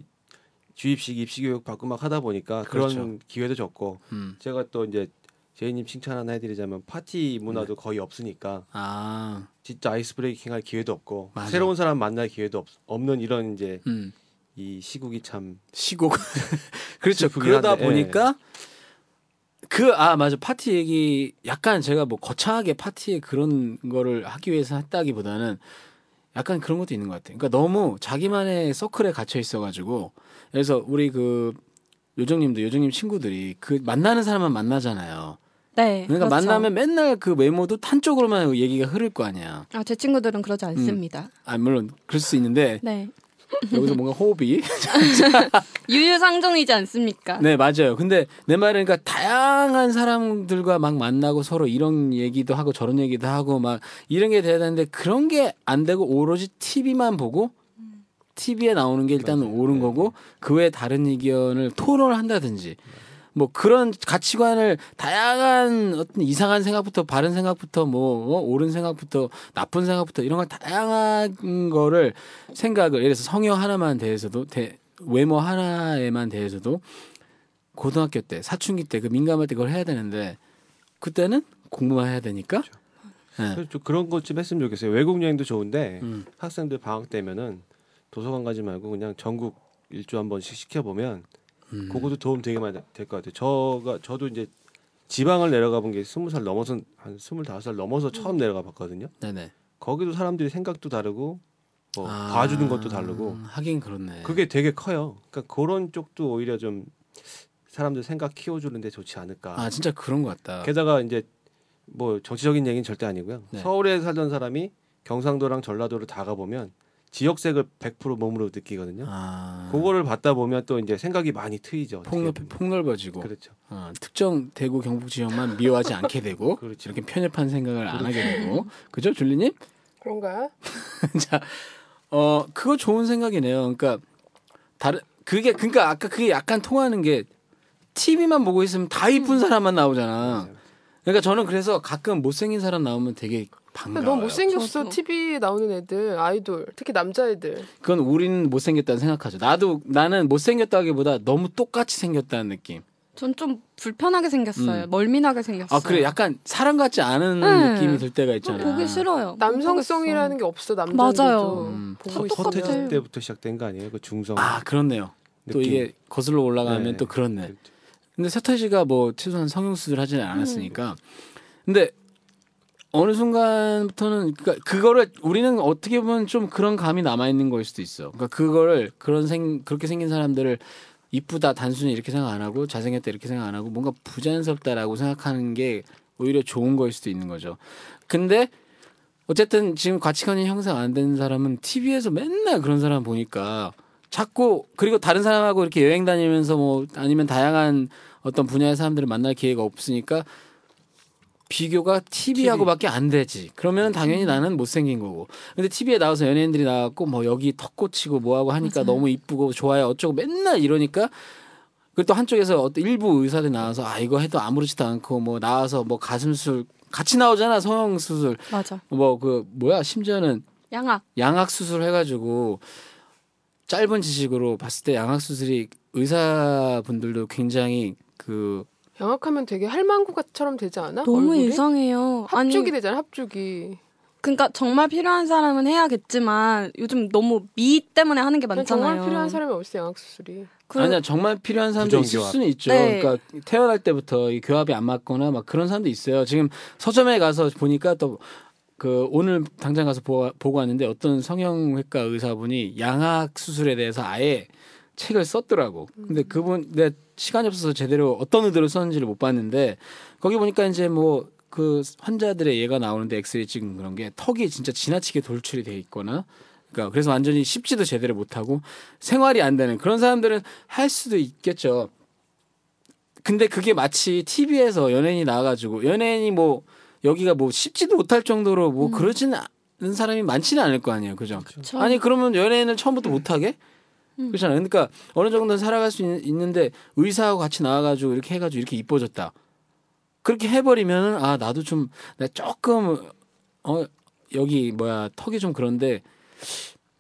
[SPEAKER 4] 주입식 입시 교육 받고 막 하다 보니까 그런
[SPEAKER 2] 그렇죠.
[SPEAKER 4] 기회도 적고
[SPEAKER 2] 음.
[SPEAKER 4] 제가 또 이제 제이님 칭찬 하나 해드리자면 파티
[SPEAKER 2] 네.
[SPEAKER 4] 문화도 거의 없으니까
[SPEAKER 2] 아,
[SPEAKER 4] 진짜 아이스 브레이킹 할 기회도 없고
[SPEAKER 2] 맞아.
[SPEAKER 4] 새로운 사람 만날 기회도 없, 없는 이런 이제
[SPEAKER 2] 음.
[SPEAKER 4] 이 시국이 참
[SPEAKER 2] 시국. 그렇죠.
[SPEAKER 4] 슬프긴
[SPEAKER 2] 그러다
[SPEAKER 4] 한데, 예.
[SPEAKER 2] 보니까 그 아 맞아 파티 얘기 약간 제가 뭐 거창하게 파티에 그런 거를 하기 위해서 했다기보다는 약간 그런 것도 있는 것 같아요. 그러니까 너무 자기만의 서클에 갇혀 있어가지고 그래서 우리 그 요정님도 요정님 친구들이 그 만나는 사람만 만나잖아요.
[SPEAKER 5] 네.
[SPEAKER 2] 그러니까
[SPEAKER 5] 그렇죠.
[SPEAKER 2] 만나면 맨날 그 외모도 한쪽으로만 얘기가 흐를 거 아니야.
[SPEAKER 5] 아, 제 친구들은
[SPEAKER 3] 음.
[SPEAKER 5] 그러지 않습니다.
[SPEAKER 2] 아 물론 그럴 수 있는데
[SPEAKER 5] 네.
[SPEAKER 2] 여기서 뭔가 호흡이
[SPEAKER 5] 유유상종이지 않습니까?
[SPEAKER 2] 네, 맞아요. 근데 내 말은 그러니까 다양한 사람들과 막 만나고 서로 이런 얘기도 하고 저런 얘기도 하고 막 이런 게 돼야 되는데 그런 게 안 되고 오로지 TV만 보고 TV에 나오는 게 일단
[SPEAKER 4] 맞아요.
[SPEAKER 2] 옳은
[SPEAKER 4] 네.
[SPEAKER 2] 거고 그 외에 다른 의견을 토론을 한다든지 뭐 그런 가치관을 다양한 어떤 이상한 생각부터 바른 생각부터 뭐 어, 옳은 생각부터 나쁜 생각부터 이런 걸 다양한 거를 생각을 예를 들어서 성형 하나만 대해서도 대, 외모 하나에만 대해서도 고등학교 때 사춘기 때 그 민감할 때 그걸 해야 되는데 그때는 공부만 해야 되니까
[SPEAKER 4] 그렇죠.
[SPEAKER 2] 예.
[SPEAKER 4] 그래서 좀 그런 것 좀 했으면 좋겠어요. 외국 여행도 좋은데
[SPEAKER 2] 음.
[SPEAKER 4] 학생들 방학 때면은 도서관 가지 말고 그냥 전국 일주 한 번씩 시켜보면
[SPEAKER 2] 음.
[SPEAKER 4] 그것도 도움 되게 많이 될 것 같아요. 저가 저도 이제 지방을 내려가 본 게 스무 살 넘어서 한 스물다섯 살 넘어서 처음 내려가 봤거든요.
[SPEAKER 2] 네네.
[SPEAKER 4] 거기도 사람들이 생각도 다르고 그 뭐
[SPEAKER 2] 아,
[SPEAKER 4] 봐주는 것도 다르고
[SPEAKER 2] 하긴 그렇네.
[SPEAKER 4] 그게 되게 커요. 그러니까 그런 쪽도 오히려 좀 사람들 생각 키워주는데 좋지 않을까.
[SPEAKER 2] 아 진짜 그런 것 같다.
[SPEAKER 4] 게다가 이제 뭐 정치적인 얘기는 절대 아니고요.
[SPEAKER 2] 네.
[SPEAKER 4] 서울에 살던 사람이 경상도랑 전라도를 다 가보면 지역색을 100% 몸으로 느끼거든요.
[SPEAKER 2] 아
[SPEAKER 4] 그거를 받다 보면 또 이제 생각이 많이 트이죠. 어떻게
[SPEAKER 2] 폭넓
[SPEAKER 4] 보면.
[SPEAKER 2] 폭넓어지고
[SPEAKER 4] 그렇죠.
[SPEAKER 2] 어, 특정 대구 경북 지역만 미워하지 않게 되고
[SPEAKER 4] 그렇죠.
[SPEAKER 2] 이렇게 편협한 생각을 안 하게 되고 그죠 줄리님?
[SPEAKER 3] 그런가?
[SPEAKER 2] 자, 어 그거 좋은 생각이네요. 그러니까 다른 그게 그러니까 아까 그게 약간 통하는 게 TV만 보고 있으면 다
[SPEAKER 5] 음.
[SPEAKER 2] 이쁜 사람만 나오잖아.
[SPEAKER 5] 네.
[SPEAKER 2] 그러니까 저는 그래서 가끔 못생긴 사람 나오면 되게
[SPEAKER 3] 근데
[SPEAKER 5] 그러니까
[SPEAKER 2] 반가워요.
[SPEAKER 3] 너무 못생겼어.
[SPEAKER 5] 저도. 어,
[SPEAKER 3] TV 나오는 애들, 아이돌, 특히 남자애들.
[SPEAKER 2] 그건 우리는 못생겼다는 생각하죠. 나도 나는 못생겼다기보다 너무 똑같이 생겼다는 느낌.
[SPEAKER 5] 전 좀 불편하게 생겼어요.
[SPEAKER 2] 음.
[SPEAKER 5] 멀미나게 생겼어요.
[SPEAKER 2] 아 그래 약간 사람 같지 않은
[SPEAKER 5] 네.
[SPEAKER 2] 느낌이 들 때가
[SPEAKER 5] 좀
[SPEAKER 2] 있잖아.
[SPEAKER 5] 보기 싫어요.
[SPEAKER 3] 남성성이라는 게 없어 남자들도
[SPEAKER 5] 맞아요.
[SPEAKER 2] 음.
[SPEAKER 3] 보고
[SPEAKER 5] 다 똑같아요.
[SPEAKER 3] 있으면
[SPEAKER 4] 서태지 때부터 시작된 거 아니에요? 그 중성
[SPEAKER 2] 아 그렇네요. 또
[SPEAKER 4] 느낌.
[SPEAKER 2] 이게 거슬러 올라가면
[SPEAKER 4] 네.
[SPEAKER 2] 또 그렇네.
[SPEAKER 4] 그렇죠.
[SPEAKER 2] 근데 세타 씨가 뭐 최소한 성형수술 하지는
[SPEAKER 4] 음.
[SPEAKER 2] 않았으니까. 근데 어느 순간부터는 그러니까 그거를 우리는 어떻게 보면 좀 그런 감이 남아 있는 걸 수도 있어. 그러니까 그거를 그런 생 그렇게 생긴 사람들을 이쁘다 단순히 이렇게 생각 안 하고 잘생겼다 이렇게 생각 안 하고 뭔가 부자연스럽다라고 생각하는 게 오히려 좋은 거일 수도 있는 거죠. 근데 어쨌든 지금 가치관이 형성 안 된 사람은 TV에서 맨날 그런 사람 보니까 자꾸 그리고 다른 사람하고 이렇게 여행 다니면서 뭐 아니면 다양한 어떤 분야의 사람들을 만날 기회가 없으니까 비교가 TV하고밖에 안 되지. 그러면 당연히 나는 못생긴 거고. 근데 TV에 나와서 연예인들이 나왔고 뭐 여기 턱꽂히고 뭐하고 하니까 너무 이쁘고 좋아요 어쩌고 맨날 이러니까 그리고 또 한쪽에서 어떤 일부 의사들이 나와서 아 이거 해도 아무렇지도 않고 뭐 나와서 뭐 가슴 수술 같이 나오잖아 성형 수술
[SPEAKER 5] 맞아.
[SPEAKER 2] 뭐 그 뭐야 심지어는
[SPEAKER 5] 양악.
[SPEAKER 2] 양악 수술 해가지고 짧은 지식으로 봤을 때 양악 수술이 의사분들도 굉장히 그
[SPEAKER 3] 양악하면 되게 할망구처럼 되지 않아?
[SPEAKER 5] 너무
[SPEAKER 3] 얼굴이?
[SPEAKER 5] 이상해요. 아니,
[SPEAKER 3] 합죽이 되잖아 합죽이.
[SPEAKER 5] 그러니까 정말 필요한 사람은 해야겠지만 요즘 너무 미 때문에 하는 게
[SPEAKER 3] 그냥
[SPEAKER 5] 많잖아요.
[SPEAKER 3] 정말 필요한 사람이 없어 양악 수술이.
[SPEAKER 5] 그-
[SPEAKER 2] 아니야 정말 필요한 사람도 있을
[SPEAKER 4] 부정교합.
[SPEAKER 2] 수는 있죠.
[SPEAKER 5] 네.
[SPEAKER 2] 그러니까 태어날 때부터 이 교합이 안 맞거나 막 그런 사람도 있어요. 지금 서점에 가서 보니까 또 그 오늘 당장 가서 보, 보고 왔는데 어떤 성형외과 의사분이 양악 수술에 대해서 아예 책을 썼더라고. 근데 그분 내 시간이 없어서 제대로 어떤 의도로 썼는지를 못 봤는데 거기 보니까 이제 뭐 그 환자들의 예가 나오는데 엑스레이 찍은 그런 게 턱이 진짜 지나치게 돌출이 돼 있거나 그러니까 그래서 완전히 씹지도 제대로 못 하고 생활이 안 되는 그런 사람들은 할 수도 있겠죠. 근데 그게 마치 TV에서 연예인이 나와가지고 연예인이 뭐 여기가 뭐 씹지도 못할 정도로 뭐 그러진 않은 사람이 많지는 않을 거 아니에요, 그죠?
[SPEAKER 5] 그쵸.
[SPEAKER 2] 아니 그러면 연예인을 그렇죠. 처음부터 못하게? 그렇잖아요. 그러니까 어느 정도는 살아갈 수 있, 있는데 의사하고 같이 나와가지고 이렇게 해가지고 이렇게 이뻐졌다. 그렇게 해버리면은 아 나도 좀 나 조금 어 여기 뭐야 턱이 좀 그런데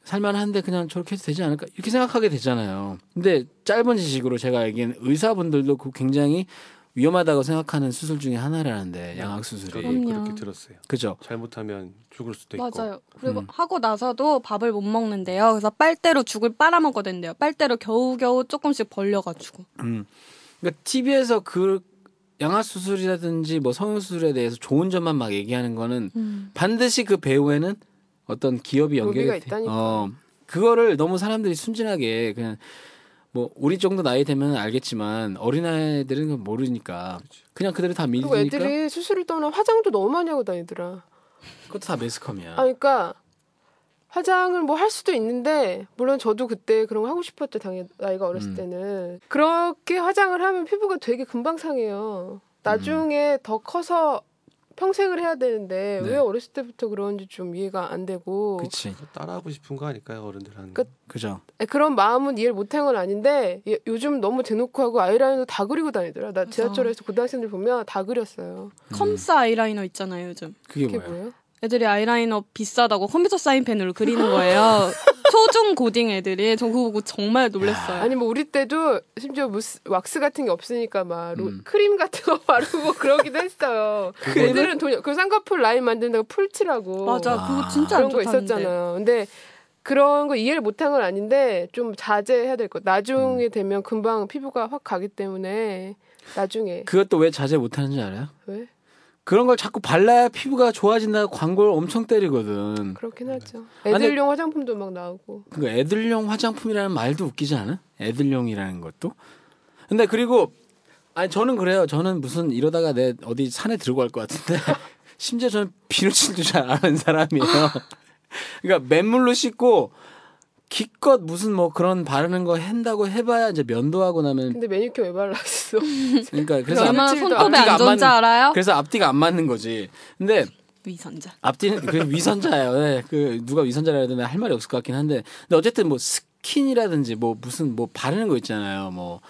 [SPEAKER 2] 살만한데 그냥 저렇게 해도 되지 않을까 이렇게 생각하게 되잖아요. 근데 짧은 지식으로 제가 얘기한 의사분들도 그 굉장히 위험하다고 생각하는 수술 중에 하나라는데 양악 수술이
[SPEAKER 4] 예, 그렇게
[SPEAKER 5] 그럼요.
[SPEAKER 4] 들었어요.
[SPEAKER 2] 그죠?
[SPEAKER 4] 잘못하면 죽을 수도 있고.
[SPEAKER 5] 맞아요. 그리고
[SPEAKER 2] 음.
[SPEAKER 5] 하고 나서도 밥을 못 먹는데요. 그래서 빨대로 죽을 빨아먹어야 된대요. 빨대로 겨우겨우 조금씩 벌려가지고.
[SPEAKER 2] 음. 그러니까 TV에서 그 양악 수술이라든지 뭐 성형 수술에 대해서 좋은 점만 막 얘기하는 거는 반드시 그 배우에는 어떤 기업이 연결이
[SPEAKER 3] 로비가
[SPEAKER 2] 돼-
[SPEAKER 3] 음. 있다니까.
[SPEAKER 2] 어, 그거를 너무 사람들이 순진하게 그냥 뭐 우리 정도 나이 되면 알겠지만 어린 아이들은 그건 모르니까 그냥 그대로 다
[SPEAKER 3] 그리고
[SPEAKER 2] 믿으니까
[SPEAKER 3] 애들이 수술을 떠나 화장도 너무 많이 하고 다니더라.
[SPEAKER 2] 그것도 다 매스컴이야.
[SPEAKER 3] 아 그러니까 화장을 뭐 할 수도 있는데 물론 저도 그때 그런 거 하고 싶었죠 당연히 나이가 어렸을
[SPEAKER 2] 음.
[SPEAKER 3] 때는 그렇게 화장을 하면 피부가 되게 금방 상해요 나중에 더 커서 평생을 해야 되는데
[SPEAKER 2] 음. 네.
[SPEAKER 3] 왜 어렸을 때부터 그런지 좀 이해가 안 되고
[SPEAKER 2] 그치.
[SPEAKER 4] 따라하고 싶은 거 아닐까요 어른들 하는
[SPEAKER 3] 끝.
[SPEAKER 4] 거.
[SPEAKER 2] 그죠.
[SPEAKER 3] 아, 그런 마음은 이해를 못한 건 아닌데 예, 요즘 너무 대놓고 하고 아이라인도 다 그리고 다니더라 나 지하철에서 고등학생들 보면 다 그렸어요
[SPEAKER 5] 컴스 아이라이너 있잖아요, 요즘.
[SPEAKER 2] 그게
[SPEAKER 3] 그게
[SPEAKER 2] 뭐야?
[SPEAKER 3] 뭐예요?
[SPEAKER 5] 애들이 아이라이너 비싸다고 컴퓨터 사인펜으로 그리는 거예요. 초중 고딩 애들이 저 그거 보고 정말 놀랐어요.
[SPEAKER 3] 아니 뭐 우리 때도 심지어 무스, 왁스 같은 게 없으니까 막
[SPEAKER 2] 음.
[SPEAKER 3] 로- 크림 같은 거 바르고 뭐 그러기도 했어요. 애들은 돈, 그 쌍꺼풀 라인 만든다고 풀칠하고
[SPEAKER 2] 음.
[SPEAKER 5] 맞아 그거 진짜 안
[SPEAKER 3] 뭐 그런 거
[SPEAKER 5] 좋다는데.
[SPEAKER 3] 있었잖아요. 근데 그런 거 이해를 못한 건 아닌데 좀 자제해야 될 거.
[SPEAKER 2] 음.
[SPEAKER 3] 나중에 되면 금방 피부가 확 가기 때문에 나중에
[SPEAKER 2] 그것도 왜 자제 못하는지 알아요?
[SPEAKER 3] 왜
[SPEAKER 2] 그런 걸 자꾸 발라야 피부가 좋아진다고 광고를 엄청 때리거든.
[SPEAKER 3] 그렇긴 하죠.
[SPEAKER 2] 음. 아니,
[SPEAKER 3] 애들용 화장품도 막 나오고
[SPEAKER 2] 그 애들용 화장품이라는 말도 웃기지 않아? 애들용이라는 것도. 근데 그리고 아니 저는 그래요. 저는 무슨 이러다가 내 어디 산에 들어갈 것 같은데 심지어 저는 비누칠도 잘 아는 사람이에요. 그러니까 맨물로 씻고 기껏 무슨 뭐 그런 바르는 거 한다고 해봐야 이제 면도하고 나면
[SPEAKER 3] 근데 매니큐어 왜 발랐어?
[SPEAKER 2] 그러니까 그래서 앞,
[SPEAKER 5] 얼마나
[SPEAKER 3] 앞뒤가
[SPEAKER 5] 손톱에
[SPEAKER 2] 안
[SPEAKER 5] 안 좋은지
[SPEAKER 2] 맞는-
[SPEAKER 5] 알아요?
[SPEAKER 2] 그래서 앞뒤가 안 맞는 거지. 근데
[SPEAKER 5] 위선자.
[SPEAKER 2] 앞뒤는 그 위선자예요. 네, 그 누가 위선자라 해야 되나 할 말이 없을 것 같긴 한데 근데 어쨌든 뭐 스킨이라든지 뭐 무슨 뭐 바르는 거 있잖아요. 뭐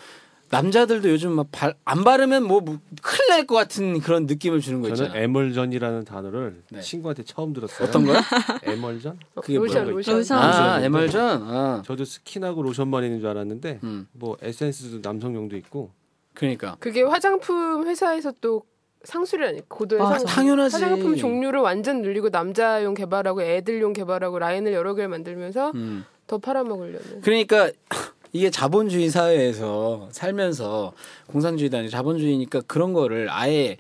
[SPEAKER 2] 남자들도 요즘 막 안 바르면 뭐 무- 큰일 날 것 같은 그런 느낌을 주는 거
[SPEAKER 4] 저는
[SPEAKER 2] 있잖아요.
[SPEAKER 4] 에멀전이라는 단어를
[SPEAKER 2] 네.
[SPEAKER 4] 친구한테 처음 들었어요.
[SPEAKER 2] 어떤 거요?
[SPEAKER 4] 에멀전?
[SPEAKER 2] 그게
[SPEAKER 3] 로션
[SPEAKER 4] 뭐야?
[SPEAKER 3] 로션.
[SPEAKER 5] 로션.
[SPEAKER 2] 아, 에멀전. 아,
[SPEAKER 4] 저도 스킨하고 로션만 있는 줄 알았는데
[SPEAKER 2] 음.
[SPEAKER 4] 뭐 에센스도 남성용도 있고
[SPEAKER 2] 그러니까
[SPEAKER 3] 그게 화장품 회사에서 또 상술이 아니 고도의
[SPEAKER 5] 맞아.
[SPEAKER 3] 상술.
[SPEAKER 2] 당연하지.
[SPEAKER 3] 화장품 종류를 완전 늘리고 남자용 개발하고 애들용 개발하고 라인을 여러 개를 만들면서
[SPEAKER 2] 음.
[SPEAKER 3] 더 팔아먹으려는.
[SPEAKER 2] 그러니까 이게 자본주의 사회에서 살면서 공산주의도 아니고 자본주의니까 그런 거를 아예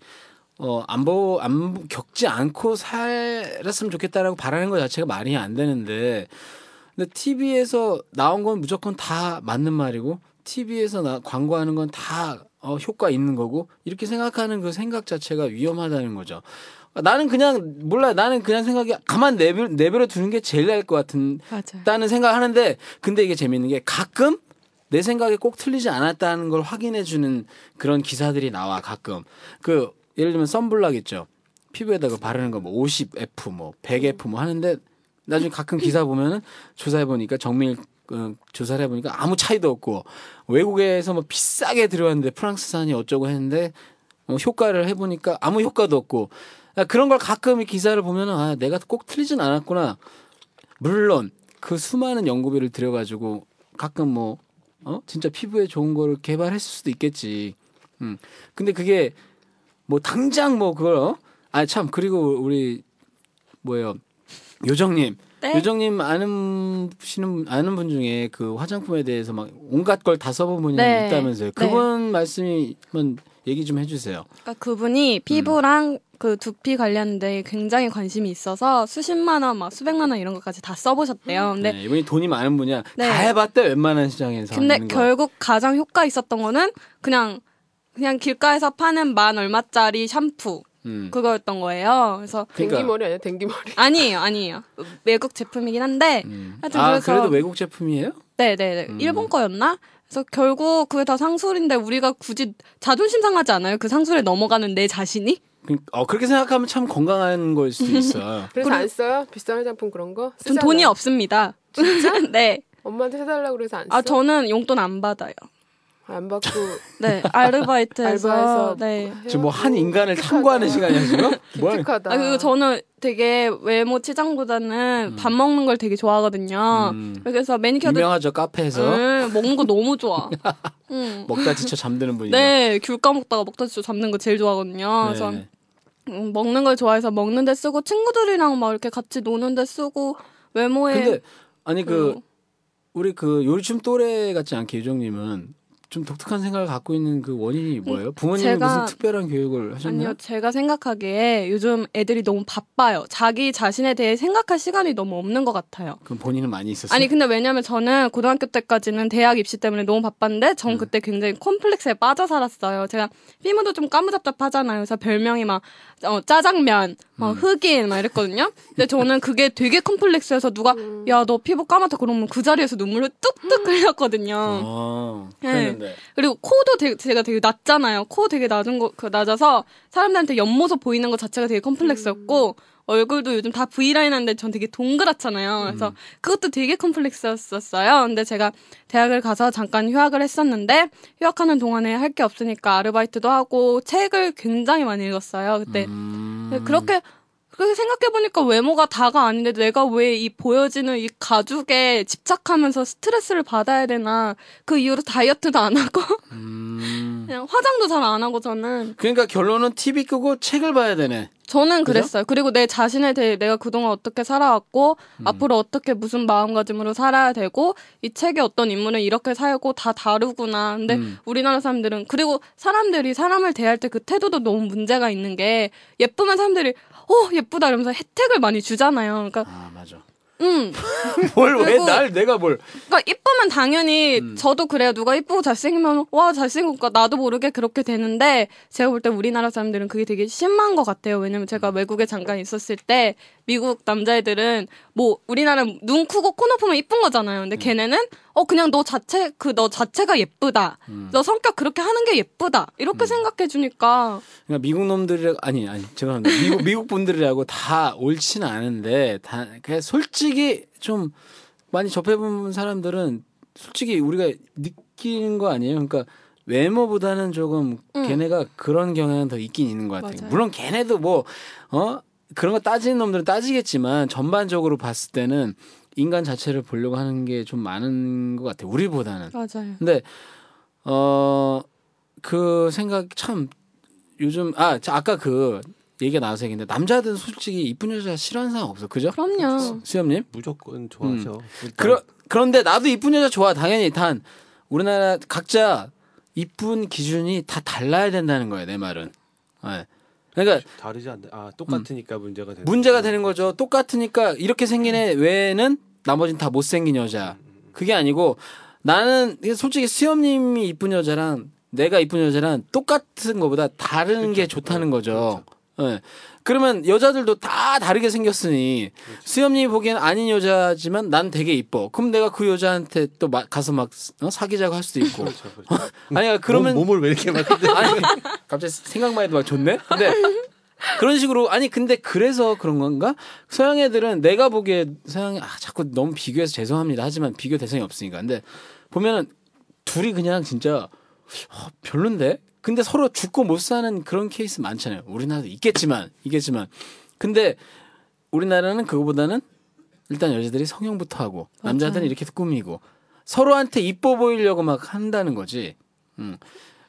[SPEAKER 2] 어, 어안보안 겪지 않고 살았으면 좋겠다라고 바라는 것 자체가 말이 안 되는데 근데 TV에서 나온 건 무조건 다 맞는 말이고 TV에서 나, 광고하는 건 다 어, 효과 있는 거고 이렇게 생각하는 그 생각 자체가 위험하다는 거죠. 나는 그냥 몰라 나는 그냥 생각이 가만 내버, 내버려 두는 게 제일 나을 것 같은
[SPEAKER 5] 맞아요.
[SPEAKER 2] 다는 생각하는데 근데 이게 재밌는 게 가끔 내 생각에 꼭 틀리지 않았다는 걸 확인해 주는 그런 기사들이 나와 가끔 그 예를 들면 썬블락 있죠 피부에다가 바르는 거 뭐 50F 뭐 100F 뭐 하는데 나중에 가끔 기사 보면은 조사해 보니까 정밀 어, 조사를 해보니까 아무 차이도 없고 외국에서 뭐 비싸게 들어왔는데 프랑스산이 어쩌고 했는데 어, 효과를 해보니까 아무 효과도 없고 아, 그런 걸 가끔 이 기사를 보면은 아 내가 꼭 틀리진 않았구나 물론 그 수많은 연구비를 들여가지고 가끔 뭐 어? 진짜 피부에 좋은 거를 개발했을 수도 있겠지. 음. 근데 그게 뭐 당장 뭐 그걸 어? 아 참 그리고 우리 뭐예요 요정님
[SPEAKER 5] 네?
[SPEAKER 2] 요정님 아는 시는 아는 분 중에 그 화장품에 대해서 막 온갖 걸 다 써본 분이
[SPEAKER 5] 네.
[SPEAKER 2] 있다면서요. 그분 말씀이 한번 얘기 좀 해주세요.
[SPEAKER 5] 그러니까 그분이
[SPEAKER 2] 음.
[SPEAKER 5] 피부랑 그 두피 관련돼 굉장히 관심이 있어서 수십만 원, 막 수백만 원 이런 것까지 다 써보셨대요. 근데
[SPEAKER 2] 네, 이분이 돈이 많은 분이야.
[SPEAKER 5] 네.
[SPEAKER 2] 다 해봤대 웬만한 시장에서.
[SPEAKER 5] 근데
[SPEAKER 2] 하는 거.
[SPEAKER 5] 결국 가장 효과 있었던 거는 그냥 그냥 길가에서 파는 만 얼마짜리 샴푸
[SPEAKER 2] 음.
[SPEAKER 5] 그거였던 거예요. 그래서
[SPEAKER 2] 그러니까.
[SPEAKER 3] 댕기머리 아니야 댕기머리.
[SPEAKER 5] 아니에요, 아니에요. 외국 제품이긴 한데
[SPEAKER 2] 음.
[SPEAKER 5] 하여튼
[SPEAKER 2] 아
[SPEAKER 5] 그래서-
[SPEAKER 2] 그래도 외국 음. 제품이에요?
[SPEAKER 5] 네네네. 일본 거였나? 그래서 결국 그게 다 상술인데 우리가 굳이 자존심 상하지 않아요? 그 상술에 넘어가는 내 자신이?
[SPEAKER 2] 그- 어, 그렇게 생각하면 참 건강한 걸 수도 있어.
[SPEAKER 3] 그래서 안 써요? 비싼 화장품 그런 거?
[SPEAKER 5] 전
[SPEAKER 3] 쓰잖아.
[SPEAKER 5] 돈이 없습니다. 진짜? 네.
[SPEAKER 3] 엄마한테 사달라고 그래서 안 써.
[SPEAKER 5] 아 저는 용돈 안 받아요.
[SPEAKER 3] 안 받고
[SPEAKER 5] 네 아르바이트에서
[SPEAKER 3] 알바해서
[SPEAKER 5] 네.
[SPEAKER 2] 지금 뭐 한 인간을 탐구하는 시간이야 지금? 뭐야?
[SPEAKER 3] 하다.
[SPEAKER 5] 아, 그리고 저는 되게 외모 치장보다는 밥 먹는 걸 되게 좋아하거든요.
[SPEAKER 2] 음.
[SPEAKER 5] 그래서 매니큐어도
[SPEAKER 2] 유명하죠 카페에서
[SPEAKER 5] 음, 먹는 거 너무 좋아. 음.
[SPEAKER 2] 먹다 지쳐 잠드는 분이.
[SPEAKER 5] 네, 어, 귤 까먹다가 먹다 지쳐 잡는 거 제일 좋아하거든요.
[SPEAKER 2] 네.
[SPEAKER 5] 그래서 음, 먹는 걸 좋아해서 먹는 데 쓰고 친구들이랑 막 이렇게 같이 노는 데 쓰고 외모에
[SPEAKER 2] 근데 아니 그
[SPEAKER 5] 네. 음.
[SPEAKER 2] 우리 그 요즘 또래 같지 않게 유정님은 좀 독특한 생각을 갖고 있는 그 원인이 뭐예요? 부모님이
[SPEAKER 5] 음, 제가-
[SPEAKER 2] 무슨 특별한 교육을 하셨나요?
[SPEAKER 5] 아니요, 제가 생각하기에 요즘 애들이 너무 바빠요. 자기 자신에 대해 생각할 시간이 너무 없는 것 같아요.
[SPEAKER 2] 그럼 본인은 많이 있었어요.
[SPEAKER 5] 아니 근데 왜냐면 저는 고등학교 때까지는 대학 입시 때문에 너무 바빴는데
[SPEAKER 2] 음.
[SPEAKER 5] 전 그때 굉장히 콤플렉스에 빠져 살았어요. 제가 피부도 좀 까무잡잡하잖아요. 그래서 별명이 막 어, 짜장면, 막
[SPEAKER 2] 음.
[SPEAKER 5] 흑인 막 이랬거든요. 근데 저는 그게 되게 콤플렉스여서 누가 야 너 피부 까맣다 그러면 그 자리에서 눈물을 뚝뚝 흘렸거든요.
[SPEAKER 2] 아,
[SPEAKER 5] 네.
[SPEAKER 2] 그랬는데
[SPEAKER 5] 그리고 코도 되게, 제가 되게 낮잖아요. 코 되게 낮은 거, 그 낮아서 사람들한테 옆모습 보이는 것 자체가 되게 컴플렉스였고, 얼굴도 요즘 다 V라인 하는데 전 되게 동그랗잖아요. 그래서 그것도 되게 컴플렉스였었어요. 근데 제가 대학을 가서 잠깐 휴학을 했었는데, 휴학하는 동안에 할 게 없으니까 아르바이트도 하고, 책을 굉장히 많이 읽었어요. 네. 그때.
[SPEAKER 2] 음,
[SPEAKER 5] 그렇게, 그 그 생각해보니까 외모가 다가 아닌데 내가 왜 이 보여지는 이 가죽에 집착하면서 스트레스를 받아야 되나 그 이후로 다이어트도 안 하고
[SPEAKER 2] 음.
[SPEAKER 5] 그냥 화장도 잘 안 하고 저는
[SPEAKER 2] 그러니까 결론은 TV 끄고 책을 봐야 되네.
[SPEAKER 5] 저는
[SPEAKER 2] 그죠?
[SPEAKER 5] 그랬어요. 그리고 내 자신에 대해 내가 그동안 어떻게 살아왔고
[SPEAKER 2] 음.
[SPEAKER 5] 앞으로 어떻게 무슨 마음가짐으로 살아야 되고 이 책의 어떤 인물은 이렇게 살고 다 다르구나. 근데
[SPEAKER 2] 음.
[SPEAKER 5] 우리나라 사람들은 그리고 사람들이 사람을 대할 때 그 태도도 너무 문제가 있는 게 예쁘면 사람들이 어 예쁘다 이러면서 혜택을 많이 주잖아요. 그러니까
[SPEAKER 2] 아 맞아.
[SPEAKER 5] 음
[SPEAKER 2] 뭘 왜
[SPEAKER 5] 그리고-
[SPEAKER 2] 날 내가 뭘?
[SPEAKER 5] 그러니까 이쁘면 당연히
[SPEAKER 2] 음.
[SPEAKER 5] 저도 그래요. 누가 이쁘고 잘생기면 와 잘생겼까 나도 모르게 그렇게 되는데 제가 볼 때 우리나라 사람들은 그게 되게 심한 것 같아요. 왜냐면 제가
[SPEAKER 2] 음.
[SPEAKER 5] 외국에 잠깐 있었을 때 미국 남자애들은 뭐 우리나라 눈 크고 코 높으면 이쁜 거잖아요.
[SPEAKER 2] 음.
[SPEAKER 5] 근데 걔네는 어 그냥 너 자체 그 너 자체가 예쁘다.
[SPEAKER 2] 음.
[SPEAKER 5] 너 성격 그렇게 하는 게 예쁘다. 이렇게 생각해 주니까
[SPEAKER 2] 그러니까 미국 놈들이 아니 아니 죄송합니다. 미국 미국 분들이라고 다 옳지는 않은데 다 그냥 솔직히 좀 많이 접해본 사람들은 솔직히 우리가 느끼는 거 아니에요. 그러니까 외모보다는 조금 걔네가 그런 경향은 더 있긴 있는 것 같아요.
[SPEAKER 5] 음. 맞아요.
[SPEAKER 2] 물론 걔네도 뭐 어 그런 거 따지는 놈들은 따지겠지만 전반적으로 봤을 때는 인간 자체를 보려고 하는 게 좀 많은 것 같아요. 우리보다는.
[SPEAKER 5] 맞아요.
[SPEAKER 2] 근데 어 그 생각 참 요즘 아저 아까 그 얘기가 나와서 얘기인데 남자들은 솔직히 이쁜 여자 싫어하는 사람 없어 그죠? 그렇죠.
[SPEAKER 5] 그럼요.
[SPEAKER 2] 수염님?
[SPEAKER 4] 무조건 좋아하죠. 일단
[SPEAKER 2] 음. 그러 그런데 나도 이쁜 여자 좋아 당연히 단 우리나라 각자 이쁜 기준이 다 달라야 된다는 거예요 내 말은. 예. 그러니까
[SPEAKER 4] 다르지 않다. 아 똑같으니까 문제가 되는.
[SPEAKER 2] 음. 네. 문제가 되는 거죠. 똑같으니까 이렇게 생긴 애 외에는 나머진 다 못생긴 여자. 그게 아니고 나는 이게 솔직히 수염님이 이쁜 여자랑 내가 이쁜 여자랑 똑같은 거보다 다른 게 좋다는 거죠. 예 그러면 여자들도 다 다르게 생겼으니 수염님이 보기엔 아닌 여자지만 난 되게 이뻐. 그럼 내가 그 여자한테 또 막 가서 막 어? 사귀자고 할 수도 있고.
[SPEAKER 4] 그렇죠, 그렇죠.
[SPEAKER 2] 아니 그러니까 그러면
[SPEAKER 4] 몸, 을왜 이렇게 막
[SPEAKER 2] 아니 네. 갑자기 생각만 해도 막 좋네. 근데 그런 식으로 아니 근데 그래서 그런 건가? 서양 애들은 내가 보기에 서양 아 자꾸 너무 비교해서 죄송합니다. 하지만 비교 대상이 없으니까. 근데 보면은 둘이 그냥 진짜 어, 별론데. 근데 서로 죽고 못 사는 그런 케이스 많잖아요. 우리나라도 있겠지만 있겠지만 근데 우리나라는 그거보다는 일단 여자들이 성형부터 하고 남자들은 이렇게 꾸미고 서로한테 이뻐 보이려고 막 한다는 거지. 음.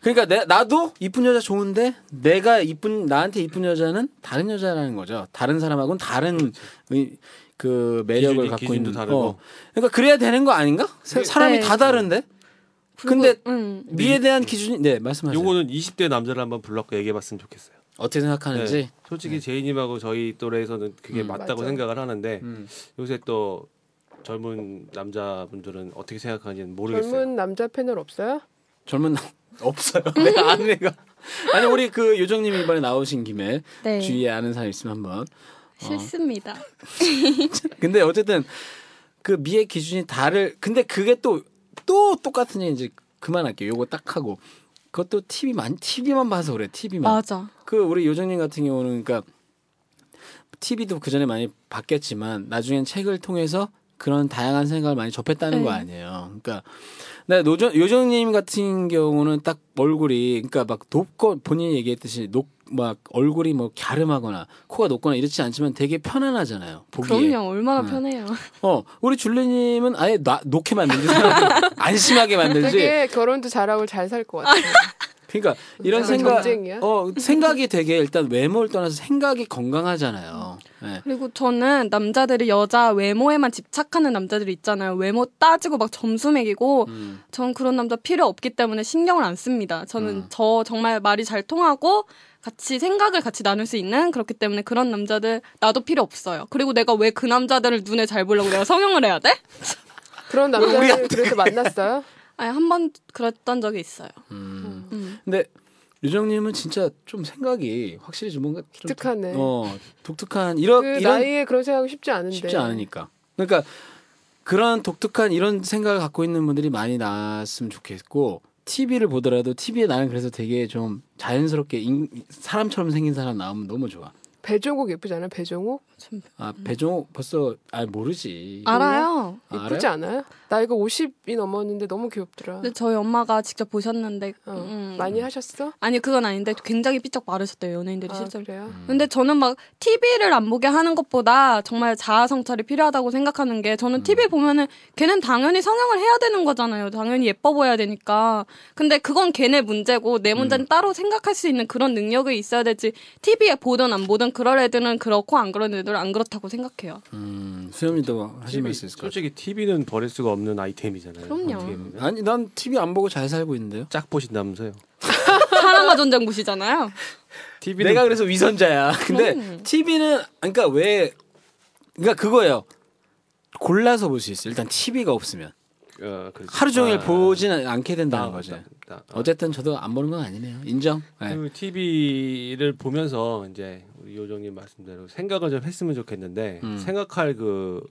[SPEAKER 2] 그러니까 내, 나도 이쁜 여자 좋은데 내가 이쁜 나한테 이쁜 여자는 다른 여자라는 거죠. 다른 사람하고는 다른 의- 그 매력을
[SPEAKER 4] 기준이-
[SPEAKER 2] 갖고
[SPEAKER 4] 기준도
[SPEAKER 2] 있는.
[SPEAKER 4] 다르고.
[SPEAKER 2] 어. 그러니까 그래야 되는 거 아닌가? 사- 사람이
[SPEAKER 5] 네.
[SPEAKER 2] 다 다른데. 근데
[SPEAKER 5] 음.
[SPEAKER 2] 미에 대한 기준이 네 말씀하세요.
[SPEAKER 4] 요거는 20대 남자를 한번 불러서 얘기해봤으면 좋겠어요.
[SPEAKER 2] 어떻게 생각하는지.
[SPEAKER 4] 네, 솔직히 제이님하고 저희 또래에서는 그게
[SPEAKER 2] 음.
[SPEAKER 4] 맞다고
[SPEAKER 3] 맞아요.
[SPEAKER 4] 생각을 하는데
[SPEAKER 2] 음.
[SPEAKER 4] 요새 또 젊은 남자분들은 어떻게 생각하는지는 모르겠어요.
[SPEAKER 3] 젊은 남자 패널 없어요?
[SPEAKER 2] 젊은 남- 없어요.
[SPEAKER 5] 네.
[SPEAKER 2] 내가 아는 애가 아니 우리 그 요정님 이번에 나오신 김에
[SPEAKER 5] 네.
[SPEAKER 2] 주위에 아는 사람 있으면 한번. 아.
[SPEAKER 5] 싫습니다.
[SPEAKER 2] 근데 어쨌든 그 미의 기준이 다를 근데 그게 또 또 똑같은 얘기 이제 그만할게요. 요거 딱 하고 그것도 TV만 TV만 봐서 그래. TV만.
[SPEAKER 5] 맞아.
[SPEAKER 2] 그 우리 요정님 같은 경우는 그러니까 TV도 그 전에 많이 봤겠지만 나중엔 책을 통해서 그런 다양한 생각을 많이 접했다는
[SPEAKER 5] 네.
[SPEAKER 2] 거 아니에요. 그러니까 나 노정 요정님 같은 경우는 딱 얼굴이 그러니까 막 높고 본인이 얘기했듯이 높 막 얼굴이 뭐 갸름하거나 코가 높거나 이렇지 않지만 되게 편안하잖아요. 보기에.
[SPEAKER 5] 그럼요. 얼마나
[SPEAKER 2] 음.
[SPEAKER 5] 편해요.
[SPEAKER 2] 어 우리 줄리님은 아예 놔, 놓게 만들지 사람을 안심하게 만들지.
[SPEAKER 3] 되게 결혼도 잘하고 잘 살 것 같아요.
[SPEAKER 2] 그러니까 이런
[SPEAKER 3] 그건
[SPEAKER 2] 생각
[SPEAKER 3] 전쟁이야?
[SPEAKER 2] 어 생각이 되게 일단 외모를 떠나서 생각이 건강하잖아요. 예.
[SPEAKER 5] 그리고 저는 남자들이 여자 외모에만 집착하는 남자들이 있잖아요. 외모 따지고 막 점수 매기고
[SPEAKER 2] 음.
[SPEAKER 5] 전 그런 남자 필요 없기 때문에 신경을 안 씁니다. 저는 저 정말 말이 잘 통하고 같이 생각을 같이 나눌 수 있는 그렇기 때문에 그런 남자들 나도 필요 없어요. 그리고 내가 왜 그 남자들을 눈에 잘 보려고 내가 성형을 해야 돼?
[SPEAKER 2] 아,
[SPEAKER 3] 그런 남자를 그래서 만났어요?
[SPEAKER 5] 아니 한 번 그랬던 적이 있어요.
[SPEAKER 2] 근데 유정님은 진짜 좀 생각이 확실히 좀 뭔가 좀
[SPEAKER 3] 독특하네.
[SPEAKER 2] 어 독특한
[SPEAKER 3] 그 네.
[SPEAKER 2] 이런 이런
[SPEAKER 3] 나이에 그런 생각이 쉽지 않은데.
[SPEAKER 2] 쉽지 않으니까. 그러니까 그런 독특한 이런 생각을 갖고 있는 분들이 많이 나왔으면 좋겠고 TV를 보더라도 TV에 나는 그래서 되게 좀 자연스럽게 인- 사람처럼 생긴 사람 나오면 너무 좋아.
[SPEAKER 3] 배종옥 예쁘잖아요. 배종옥
[SPEAKER 2] 아
[SPEAKER 3] 음.
[SPEAKER 2] 배종옥 벌써 아 모르지.
[SPEAKER 5] 알아요.
[SPEAKER 2] 알아요?
[SPEAKER 3] 예쁘지 않아요? 나 이거 50이 넘었는데 너무 귀엽더라.
[SPEAKER 5] 근데 저희 엄마가 직접 보셨는데
[SPEAKER 3] 어,
[SPEAKER 5] 네. 음.
[SPEAKER 3] 많이 하셨어?
[SPEAKER 5] 아니 그건 아닌데 굉장히 삐쩍 마르셨대요 연예인들이
[SPEAKER 3] 아,
[SPEAKER 5] 네, 실제로.
[SPEAKER 2] 음.
[SPEAKER 3] 그래요?
[SPEAKER 5] 근데 저는 막 TV를 안 보게 하는 것보다 정말 자아 성찰이 필요하다고 생각하는 게 저는 TV 보면은 걔는 당연히 성형을 해야 되는 거잖아요. 당연히 예뻐 보여야 되니까. 근데 그건 걔네 문제고 내 문제는 따로 생각할 수 있는 그런 능력이 있어야 되지. TV에 보든 안 보든 그럴 애들은 그렇고 안 그런 애들은 안 그렇다고 생각해요.
[SPEAKER 2] 음 수염이도 하시면 있을 것 같아.
[SPEAKER 4] 솔직히 TV는 버릴 수가 없는 아이템이잖아요.
[SPEAKER 5] 그럼요.
[SPEAKER 4] 어떻게 보면.
[SPEAKER 2] 아니 난 TV 안 보고 잘 살고 있는데요.
[SPEAKER 4] 짝 보신다면서요.
[SPEAKER 5] 사랑과 전쟁 보시잖아요.
[SPEAKER 4] TV는 음.
[SPEAKER 2] 내가 그래서 위선자야. 근데 TV는 그러니까 왜 그러니까 그거예요. 골라서 볼 수 있어. 일단 TV가 없으면
[SPEAKER 4] 어, 그렇지.
[SPEAKER 2] 하루 종일
[SPEAKER 4] 아,
[SPEAKER 2] 보진 않- 않게 된다는
[SPEAKER 4] 아,
[SPEAKER 2] 거죠.
[SPEAKER 4] 나- 나-
[SPEAKER 2] 어쨌든 저도 안 보는 건 아니네요. 인정. 네.
[SPEAKER 4] 그 TV를 보면서 이제 우리 요정님 말씀대로 생각을 좀 했으면 좋겠는데
[SPEAKER 2] 음.
[SPEAKER 4] 생각할 그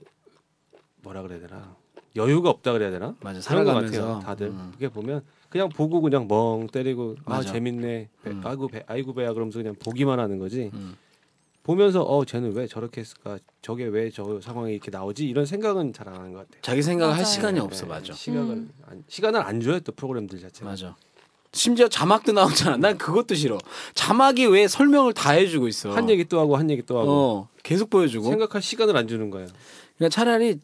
[SPEAKER 4] 뭐라 그래야 되나 여유가 없다 그래야 되나
[SPEAKER 2] 맞아.
[SPEAKER 4] 그런 것
[SPEAKER 2] 살아가면서
[SPEAKER 4] 같아요 다들
[SPEAKER 2] 음.
[SPEAKER 4] 그게 보면 그냥 보고 그냥 멍 때리고 아
[SPEAKER 2] 맞아.
[SPEAKER 4] 재밌네 배-
[SPEAKER 2] 음.
[SPEAKER 4] 아이고 배, 아이고 배야 그러면서 그냥 보기만 하는 거지
[SPEAKER 2] 음.
[SPEAKER 4] 보면서 어 쟤는 왜 저렇게 했을까 저게 왜 저 상황에 이렇게 나오지 이런 생각은 잘 안 하는 것 같아요
[SPEAKER 2] 자기 생각을 할
[SPEAKER 5] 맞아요.
[SPEAKER 2] 시간이
[SPEAKER 4] 네,
[SPEAKER 2] 없어.
[SPEAKER 4] 네.
[SPEAKER 2] 맞아.
[SPEAKER 4] 시각을 안, 시간을 안 줘요 또 프로그램들 자체가
[SPEAKER 2] 맞아. 심지어 자막도 나오잖아. 난 그것도 싫어. 자막이 왜 설명을 다 해주고 있어.
[SPEAKER 4] 한 얘기 또 하고 한 얘기 또 하고
[SPEAKER 2] 어 계속 보여주고.
[SPEAKER 4] 생각할 시간을 안 주는 거예요.
[SPEAKER 2] 그러니까 차라리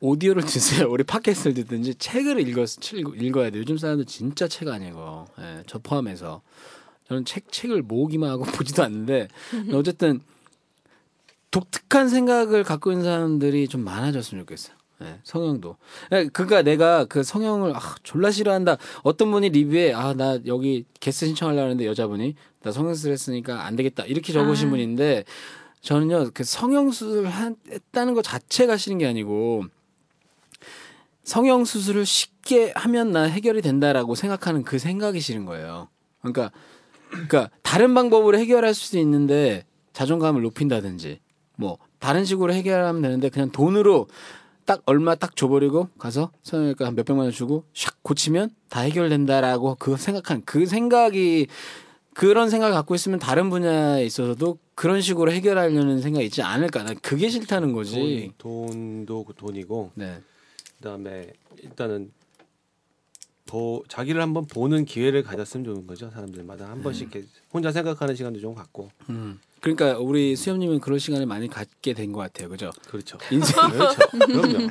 [SPEAKER 2] 오디오를 듣세요. 우리 팟캐스트를 듣든지 책을 읽어, 읽어야 돼. 요즘 사람들 진짜 책 안 읽어. 예, 저 포함해서. 저는 책, 책을 모으기만 하고 보지도 않는데, 어쨌든, 독특한 생각을 갖고 있는 사람들이 좀 많아졌으면 좋겠어요. 예, 성형도. 예, 그러니까 내가 그 성형을 아, 졸라 싫어한다. 어떤 분이 리뷰에 아, 나 여기 게스트 신청하려고 하는데 여자분이 나 성형 수술했으니까 안 되겠다. 이렇게 적으신
[SPEAKER 5] 아.
[SPEAKER 2] 분인데 저는요. 그 성형 수술을 한- 했다는 것 자체가 싫은 게 아니고 성형 수술을 쉽게 하면 나 해결이 된다라고 생각하는 그 생각이 싫은 거예요. 그러니까 그러니까 다른 방법으로 해결할 수도 있는데 자존감을 높인다든지 뭐 다른 식으로 해결하면 되는데 그냥 돈으로 딱 얼마 딱 줘버리고 가서 성형외과 한 몇백만 원 주고 샥 고치면 다 해결된다라고 그 생각한 그 생각이 그런 생각을 갖고 있으면 다른 분야에 있어서도 그런 식으로 해결하려는 생각이 있지 않을까 난 그게 싫다는 거지
[SPEAKER 4] 돈, 도그 돈이고
[SPEAKER 2] 네
[SPEAKER 4] 그다음에 일단은 보, 자기를 한번 보는 기회를 가졌으면 좋은 거죠 사람들마다 한 번씩 이렇게 혼자 생각하는 시간도 좀 갖고
[SPEAKER 2] 음. 그러니까 우리 수염님은 그런 시간을 많이 갖게 된 것 같아요 그죠
[SPEAKER 4] 그렇죠
[SPEAKER 2] 인생
[SPEAKER 4] 그렇죠 그럼요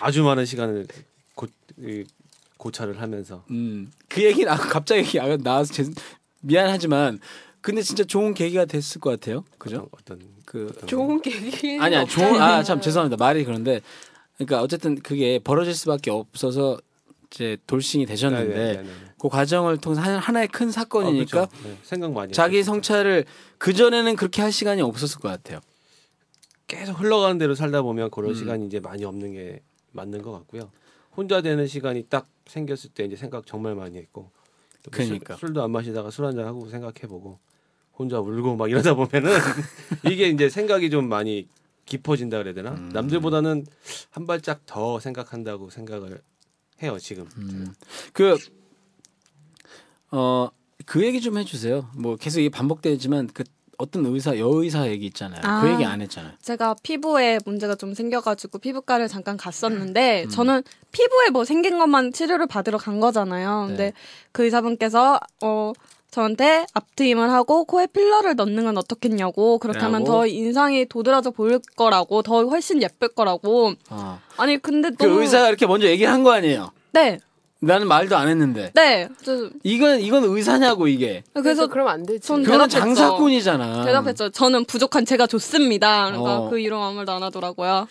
[SPEAKER 4] 아주 많은 시간을 고, 이, 고찰을 하면서
[SPEAKER 2] 음, 그 얘기는 아, 갑자기 아, 나와서 죄송- 미안하지만 근데 진짜 좋은 계기가 됐을 것 같아요. 그죠?
[SPEAKER 4] 어떤
[SPEAKER 2] 그
[SPEAKER 3] 좋은 계기.
[SPEAKER 2] 아니 아니 좋은 아 참 죄송합니다. 말이 그런데 그러니까 어쨌든 그게 벌어질 수밖에 없어서 이제 돌싱이 되셨는데
[SPEAKER 4] 아, 예,
[SPEAKER 2] 그 과정을 통해서 한- 하나의 큰 사건이니까
[SPEAKER 4] 그렇죠. 네, 생각 많이
[SPEAKER 2] 자기
[SPEAKER 4] 했죠.
[SPEAKER 2] 성찰을 그 전에는 그렇게 할 시간이 없었을 것 같아요.
[SPEAKER 4] 계속 흘러가는 대로 살다 보면 그런
[SPEAKER 2] 음.
[SPEAKER 4] 시간이 이제 많이 없는 게 맞는 것 같고요. 혼자 되는 시간이 딱 생겼을 때 이제 생각 정말 많이 했고 또뭐
[SPEAKER 2] 그러니까.
[SPEAKER 4] 술, 도안 마시다가 술 한잔 하고 생각해보고 혼자 울고 막 이러다 보면은 이게 이제 생각이 좀 많이 깊어진다 그래야 되나?
[SPEAKER 2] 음.
[SPEAKER 4] 남들보다는 한 발짝 더 생각한다고 생각을 해요 지금.
[SPEAKER 2] 음. 그 어 그 얘기 좀 해주세요. 뭐 계속 이게 반복되지만 그 어떤 의사 여의사 얘기 있잖아요. 그
[SPEAKER 5] 아.
[SPEAKER 2] 얘기 안 했잖아요.
[SPEAKER 5] 제가 피부에 문제가 좀 생겨가지고 피부과를 잠깐 갔었는데
[SPEAKER 2] 음.
[SPEAKER 5] 저는 피부에 뭐 생긴 것만 치료를 받으러 간
[SPEAKER 2] 네.
[SPEAKER 5] 거잖아요. 근데 그 의사분께서 어 저한테 앞트임을 하고 코에 필러를 넣는 건 어떻겠냐고 그렇다면
[SPEAKER 2] 라고?
[SPEAKER 5] 더 인상이 도드라져 보일 거라고 더 훨씬 예쁠 거라고
[SPEAKER 2] 어.
[SPEAKER 5] 아니 근데
[SPEAKER 2] 그
[SPEAKER 5] 너무
[SPEAKER 2] 의사가 이렇게 먼저 얘기를 한 거 아니에요?
[SPEAKER 5] 네
[SPEAKER 2] 나는 말도 안 했는데.
[SPEAKER 5] 네. 저-
[SPEAKER 2] 이건 이건 의사냐고 이게.
[SPEAKER 5] 그래서
[SPEAKER 3] 그래서 그럼 안 되지.
[SPEAKER 5] 전-
[SPEAKER 2] 그건
[SPEAKER 5] 대답했죠.
[SPEAKER 2] 장사꾼이잖아.
[SPEAKER 5] 대답했죠. 저는 부족한 제가 좋습니다. 그러니까
[SPEAKER 2] 어.
[SPEAKER 5] 그 이름 아무도 안 하더라고요.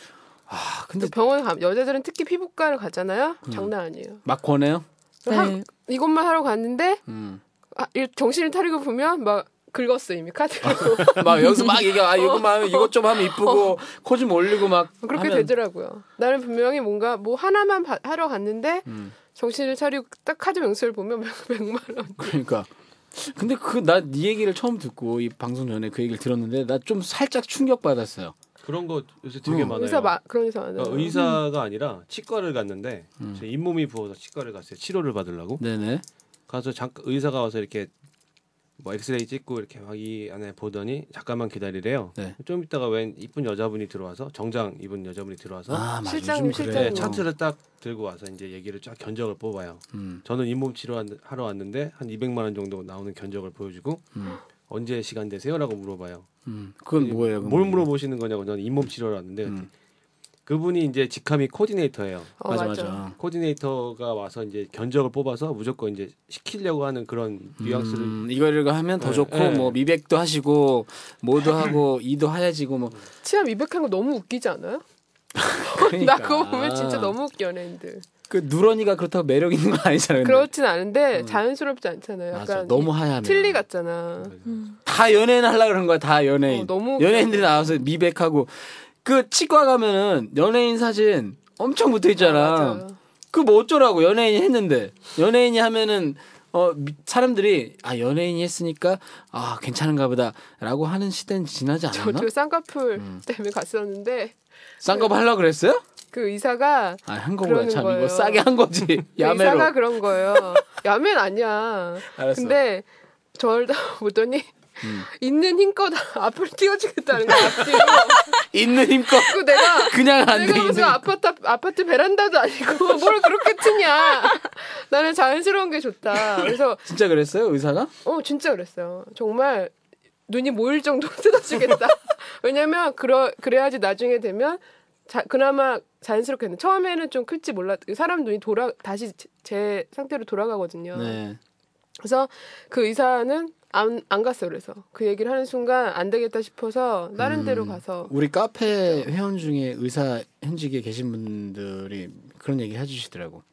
[SPEAKER 2] 아,
[SPEAKER 3] 근데
[SPEAKER 2] 근데
[SPEAKER 3] 병원 가 여자들은 특히 피부과를 가잖아요.
[SPEAKER 2] 음.
[SPEAKER 3] 장난 아니에요.
[SPEAKER 2] 막 권해요?
[SPEAKER 5] 네.
[SPEAKER 3] 하- 이것만 하러 갔는데
[SPEAKER 2] 음.
[SPEAKER 3] 아, 일- 정신을 차리고 보면 막 긁었어 이미 카드로
[SPEAKER 2] 막 여기서 막 얘기 아 이거 막 하면 이것 좀 하면
[SPEAKER 5] 어.
[SPEAKER 2] 이쁘고 코 좀 올리고 막
[SPEAKER 3] 그렇게
[SPEAKER 2] 하면
[SPEAKER 3] 되더라고요. 나는 분명히 뭔가 뭐 하나만 바- 하러 갔는데
[SPEAKER 2] 음.
[SPEAKER 3] 정신을 차리고 딱 카드 명세를 보면 100만 원.
[SPEAKER 2] 그러니까. 근데 그 나 네 얘기를 처음 듣고 이 방송 전에 그 얘기를 들었는데 나 좀 살짝 충격 받았어요.
[SPEAKER 4] 그런 거 요새 되게
[SPEAKER 2] 음.
[SPEAKER 4] 많아요.
[SPEAKER 3] 의사 마, 그런 의사 많아요.
[SPEAKER 2] 어,
[SPEAKER 4] 그러니까 의사가 아니라 치과를 갔는데
[SPEAKER 2] 음.
[SPEAKER 4] 제 잇몸이 부어서 치과를 갔어요. 치료를 받으려고.
[SPEAKER 2] 네네.
[SPEAKER 4] 가서 잠깐 의사가 와서 이렇게 뭐 엑스레이 찍고 이렇게 막 이 안에 보더니 잠깐만 기다리래요.
[SPEAKER 2] 네.
[SPEAKER 4] 좀 있다가 웬 이쁜 여자분이 들어와서 정장 입은 여자분이 들어와서
[SPEAKER 2] 아, 맞아.
[SPEAKER 3] 실장님,
[SPEAKER 2] 요즘 그래요.
[SPEAKER 4] 네,
[SPEAKER 3] 실장님.
[SPEAKER 4] 차트를 딱 들고 와서 이제 얘기를 쫙 견적을 뽑아요.
[SPEAKER 2] 음,
[SPEAKER 4] 저는 잇몸 치료하러 왔는데 한 200만 원 정도 나오는 견적을 보여주고
[SPEAKER 2] 음,
[SPEAKER 4] 언제 시간 되세요라고 물어봐요.
[SPEAKER 2] 음. 그건 뭐예요? 그건
[SPEAKER 4] 뭘
[SPEAKER 2] 뭐예요?
[SPEAKER 4] 물어보시는 거냐고 저는 잇몸 치료를 왔는데
[SPEAKER 2] 음.
[SPEAKER 4] 그분이 이제 직함이 코디네이터예요.
[SPEAKER 3] 어,
[SPEAKER 2] 맞아
[SPEAKER 3] 맞아.
[SPEAKER 2] 맞아.
[SPEAKER 4] 코디네이터가 와서 이제 견적을 뽑아서 무조건 이제 시키려고 하는 그런 뉘앙스를
[SPEAKER 2] 음, 이거를 하면 더
[SPEAKER 4] 네,
[SPEAKER 2] 좋고
[SPEAKER 4] 네.
[SPEAKER 2] 뭐 미백도 하시고 뭐도 하고 이도 하얘지고
[SPEAKER 3] 어,
[SPEAKER 2] 뭐
[SPEAKER 3] 치아 미백한 거 너무 웃기지 않아요?
[SPEAKER 2] 그러니까.
[SPEAKER 3] 나 그거 보면 진짜 너무 웃겨 연예인들.
[SPEAKER 2] 그 누런이가 그렇다고 매력 있는 거 아니잖아요. 근데. 음.
[SPEAKER 3] 그렇진 않은데 자연스럽지 않잖아요. 그렇죠. 약간
[SPEAKER 2] 맞아. 너무 하얘하면
[SPEAKER 3] 틀리 같잖아.
[SPEAKER 2] 다 연예인 하려 그런 거야. 다 연예인.
[SPEAKER 3] 어, 너무
[SPEAKER 2] 연예인들이 나와서 미백하고 그 치과 가면은 연예인 사진 엄청 붙어 있잖아.
[SPEAKER 3] 맞아.
[SPEAKER 2] 그 뭐 어쩌라고 연예인이 했는데 연예인이 하면은 어 미- 사람들이 아 연예인이 했으니까 아 괜찮은가 보다라고 하는 시대는 지나지 않았나? 음.
[SPEAKER 3] 저도 쌍꺼풀 때문에 갔었는데
[SPEAKER 2] 싼거 하려 그랬어요?
[SPEAKER 3] 그 의사가
[SPEAKER 2] 아 한 거구나
[SPEAKER 3] 그러는
[SPEAKER 2] 참 이거
[SPEAKER 3] 거예요.
[SPEAKER 2] 싸게 한 거지
[SPEAKER 3] 그
[SPEAKER 2] 야매로.
[SPEAKER 3] 의사가 그런 거예요. 야매는 아니야.
[SPEAKER 2] 알았어. 음.
[SPEAKER 3] 근데 저를 다 보더니 있는 힘껏 앞을 띄워주겠다는 거야. 앞뒤로.
[SPEAKER 2] 있는 힘껏
[SPEAKER 3] 그 내가
[SPEAKER 2] 그냥 안돼
[SPEAKER 3] 내가
[SPEAKER 2] 있는
[SPEAKER 3] 무슨
[SPEAKER 2] 힘껏.
[SPEAKER 3] 아파트 아파트 베란다도 아니고 뭘 그렇게 트냐. 나는 자연스러운 게 좋다. 그래서
[SPEAKER 2] 진짜 그랬어요 의사가?
[SPEAKER 3] 어 진짜 그랬어요. 정말 눈이 모일 정도로 뜯어주겠다. 왜냐면 그러 그래야지 나중에 되면 자, 그나마 자연스럽게는 처음에는 좀 클지 몰랐. 사람 눈이 돌아 다시 제- 제 상태로 돌아가거든요.
[SPEAKER 2] 네.
[SPEAKER 3] 그래서 그 의사는 안, 안 갔어요. 그래서 그 얘기를 하는 순간 안 되겠다 싶어서
[SPEAKER 2] 음.
[SPEAKER 3] 다른 데로 가서
[SPEAKER 2] 우리 카페 회원 중에 의사 현직에 계신 분들이 그런 얘기 해주시더라고.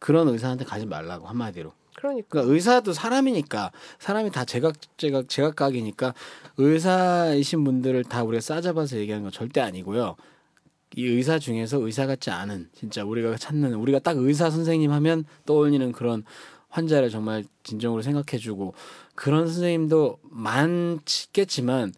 [SPEAKER 2] 그런 의사한테 가지 말라고 한마디로.
[SPEAKER 3] 그러니까
[SPEAKER 2] 그러니까 의사도 사람이니까 사람이 다 제각 제각 제각각이니까 의사이신 분들을 다 우리가 싸잡아서 얘기하는 건 절대 아니고요. 이 의사 중에서 의사 같지 않은 진짜 우리가 찾는 우리가 딱 의사 선생님 하면 떠올리는 그런 환자를 정말 진정으로 생각해주고 그런 선생님도 많겠지만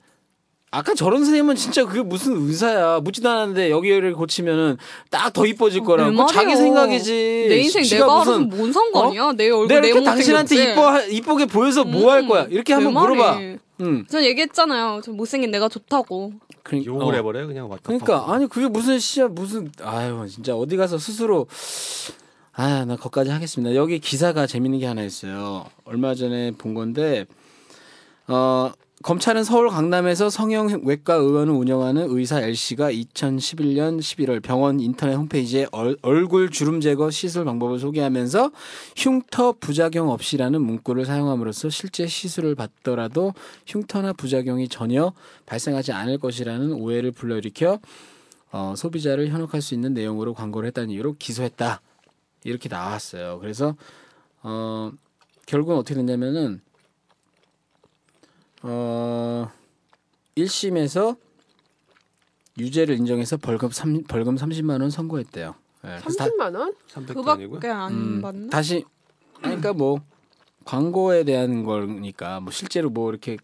[SPEAKER 2] 아까 저런 선생님은 진짜 그게 무슨 의사야 묻지도 않았는데 여기를 고치면은 딱 더 이뻐질 거라고 그건 자기
[SPEAKER 5] 얼마래요?
[SPEAKER 2] 생각이지
[SPEAKER 5] 어, 네, 내 인생
[SPEAKER 2] 지가
[SPEAKER 5] 내가
[SPEAKER 2] 무슨 어?
[SPEAKER 5] 알아서 뭔 상관이야? 내 얼굴
[SPEAKER 2] 내가
[SPEAKER 5] 내
[SPEAKER 2] 이렇게
[SPEAKER 5] 몸
[SPEAKER 2] 당신한테 이뻐 이쁘게 보여서 뭐 할 거야? 이렇게 한번 물어봐. 음. 응.
[SPEAKER 5] 음, 전 얘기했잖아요. 전 못생긴 내가 좋다고.
[SPEAKER 2] 그러니까,
[SPEAKER 4] 욕을
[SPEAKER 2] 어.
[SPEAKER 4] 해버려요 그냥 왔다
[SPEAKER 2] 그러니까 아니 그게 무슨 씨야 무슨 아유 진짜 어디 가서 스스로 아 나 거기까지 하겠습니다. 여기 기사가 재밌는 게 하나 있어요. 얼마 전에 본 건데 어 검찰은 서울 강남에서 성형외과 의원을 운영하는 의사 L 씨가 2011년 11월 병원 인터넷 홈페이지에 얼, 얼굴 주름 제거 시술 방법을 소개하면서 흉터 부작용 없이라는 문구를 사용함으로써 실제 시술을 받더라도 흉터나 부작용이 전혀 발생하지 않을 것이라는 오해를 불러일으켜 어, 소비자를 현혹할 수 있는 내용으로 광고를 했다는 이유로 기소했다 이렇게 나왔어요. 그래서 어, 결국은 어떻게 됐냐면은 어, 1심에서 유죄를 인정해서 벌금 3 벌금 30만 원 선고했대요. 예, 그래서 다-
[SPEAKER 3] 30만 원?
[SPEAKER 4] 300도 아니고요.
[SPEAKER 5] 그밖에 안
[SPEAKER 2] 음,
[SPEAKER 5] 맞나?
[SPEAKER 2] 다시 그러니까 뭐 광고에 대한 거니까 뭐 실제로 뭐 이렇게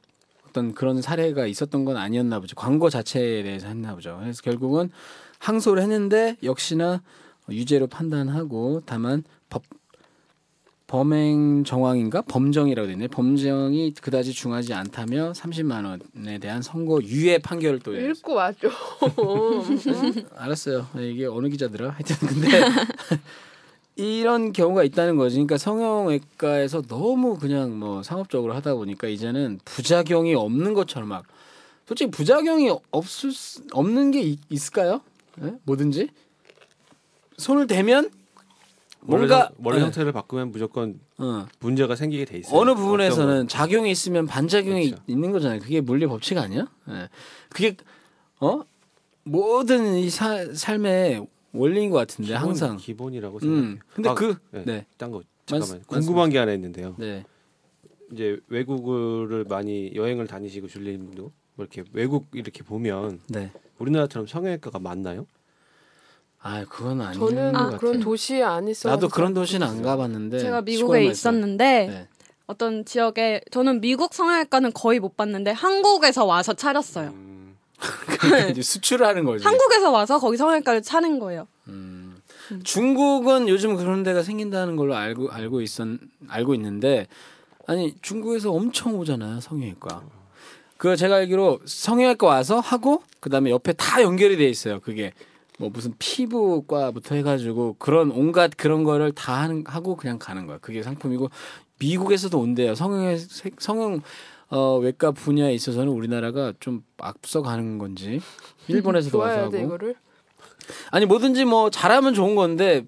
[SPEAKER 2] 어떤 그런 사례가 있었던 건 아니었나 보죠. 광고 자체에 대해서 했나 보죠. 그래서 결국은 항소를 했는데 역시나 유죄로 판단하고 다만 법 범행 정황인가 범정이라고 되네. 범정이 그다지 중하지 않다며 30만 원에 대한 선고 유예 판결을 또 내렸어요.
[SPEAKER 3] 읽고 와줘.
[SPEAKER 2] 음. 알았어요. 이게 어느 기자더라? 하여튼 근데 이런 경우가 있다는 거지. 그러니까 성형외과에서 너무 그냥 뭐 상업적으로 하다 보니까 이제는 부작용이 없는 것처럼 막 솔직히 부작용이 없을 수, 없는 게 있, 있을까요? 예? 뭐든지 손을 대면
[SPEAKER 4] 원래,
[SPEAKER 2] 뭔가-
[SPEAKER 4] 상- 원래
[SPEAKER 2] 네.
[SPEAKER 4] 상태를 바꾸면 무조건
[SPEAKER 2] 어.
[SPEAKER 4] 문제가 생기게 돼 있어요.
[SPEAKER 2] 어느
[SPEAKER 4] 어떤
[SPEAKER 2] 부분에서는 작용이 있으면 반작용이
[SPEAKER 4] 그렇죠.
[SPEAKER 2] 있는 거잖아요. 그게 물리 법칙 아니야? 예. 그게 어 모든 이 사- 삶의 원리인 것 같은데
[SPEAKER 4] 기본-
[SPEAKER 2] 항상
[SPEAKER 4] 기본이라고 생각해요.
[SPEAKER 2] 음. 근데
[SPEAKER 4] 아,
[SPEAKER 2] 그
[SPEAKER 4] 네.
[SPEAKER 2] 네.
[SPEAKER 4] 딴 거. 잠깐만
[SPEAKER 2] 말씀-
[SPEAKER 4] 궁금한 게 하나 있는데요.
[SPEAKER 2] 네.
[SPEAKER 4] 이제 외국을 많이 여행을 다니시고 줄리님도 뭐 이렇게 외국 이렇게 보면
[SPEAKER 2] 네.
[SPEAKER 4] 우리나라처럼 성형외과가 많나요?
[SPEAKER 2] 아, 그건 아니에요.
[SPEAKER 3] 저는
[SPEAKER 5] 아,
[SPEAKER 3] 그런 도시에 안 있어.
[SPEAKER 2] 음. 나도 그런 도시는 안 가봤는데
[SPEAKER 5] 제가
[SPEAKER 2] 네, 시골만
[SPEAKER 5] 미국에
[SPEAKER 2] 있어요.
[SPEAKER 5] 있었는데
[SPEAKER 2] 네.
[SPEAKER 5] 어떤 지역에 저는 미국 성형외과는 거의 못 봤는데 한국에서 와서 차렸어요.
[SPEAKER 4] 음,
[SPEAKER 2] 그러니까 이제 수출하는 거지.
[SPEAKER 5] 한국에서 와서 거기 성형외과를 차는 거예요.
[SPEAKER 2] 음. 중국은 요즘 그런 데가 생긴다는 걸로 알고 알고 있었 알고 있는데 아니 중국에서 엄청 오잖아요 성형외과. 그 제가 알기로 성형외과 와서 하고 그다음에 옆에 다 연결이 돼 있어요. 그게 뭐 무슨 피부과부터 해가지고 그런 온갖 그런 거를 다 하는- 하고 그냥 가는 거야. 그게 상품이고 미국에서도 온대요. 성형 성형 어, 외과 분야에 있어서는 우리나라가 좀 앞서가는 건지 일본에서도 와서
[SPEAKER 3] 좋아야
[SPEAKER 2] 하고
[SPEAKER 3] 돼 이거를.
[SPEAKER 2] 아니 뭐든지 뭐 잘하면 좋은 건데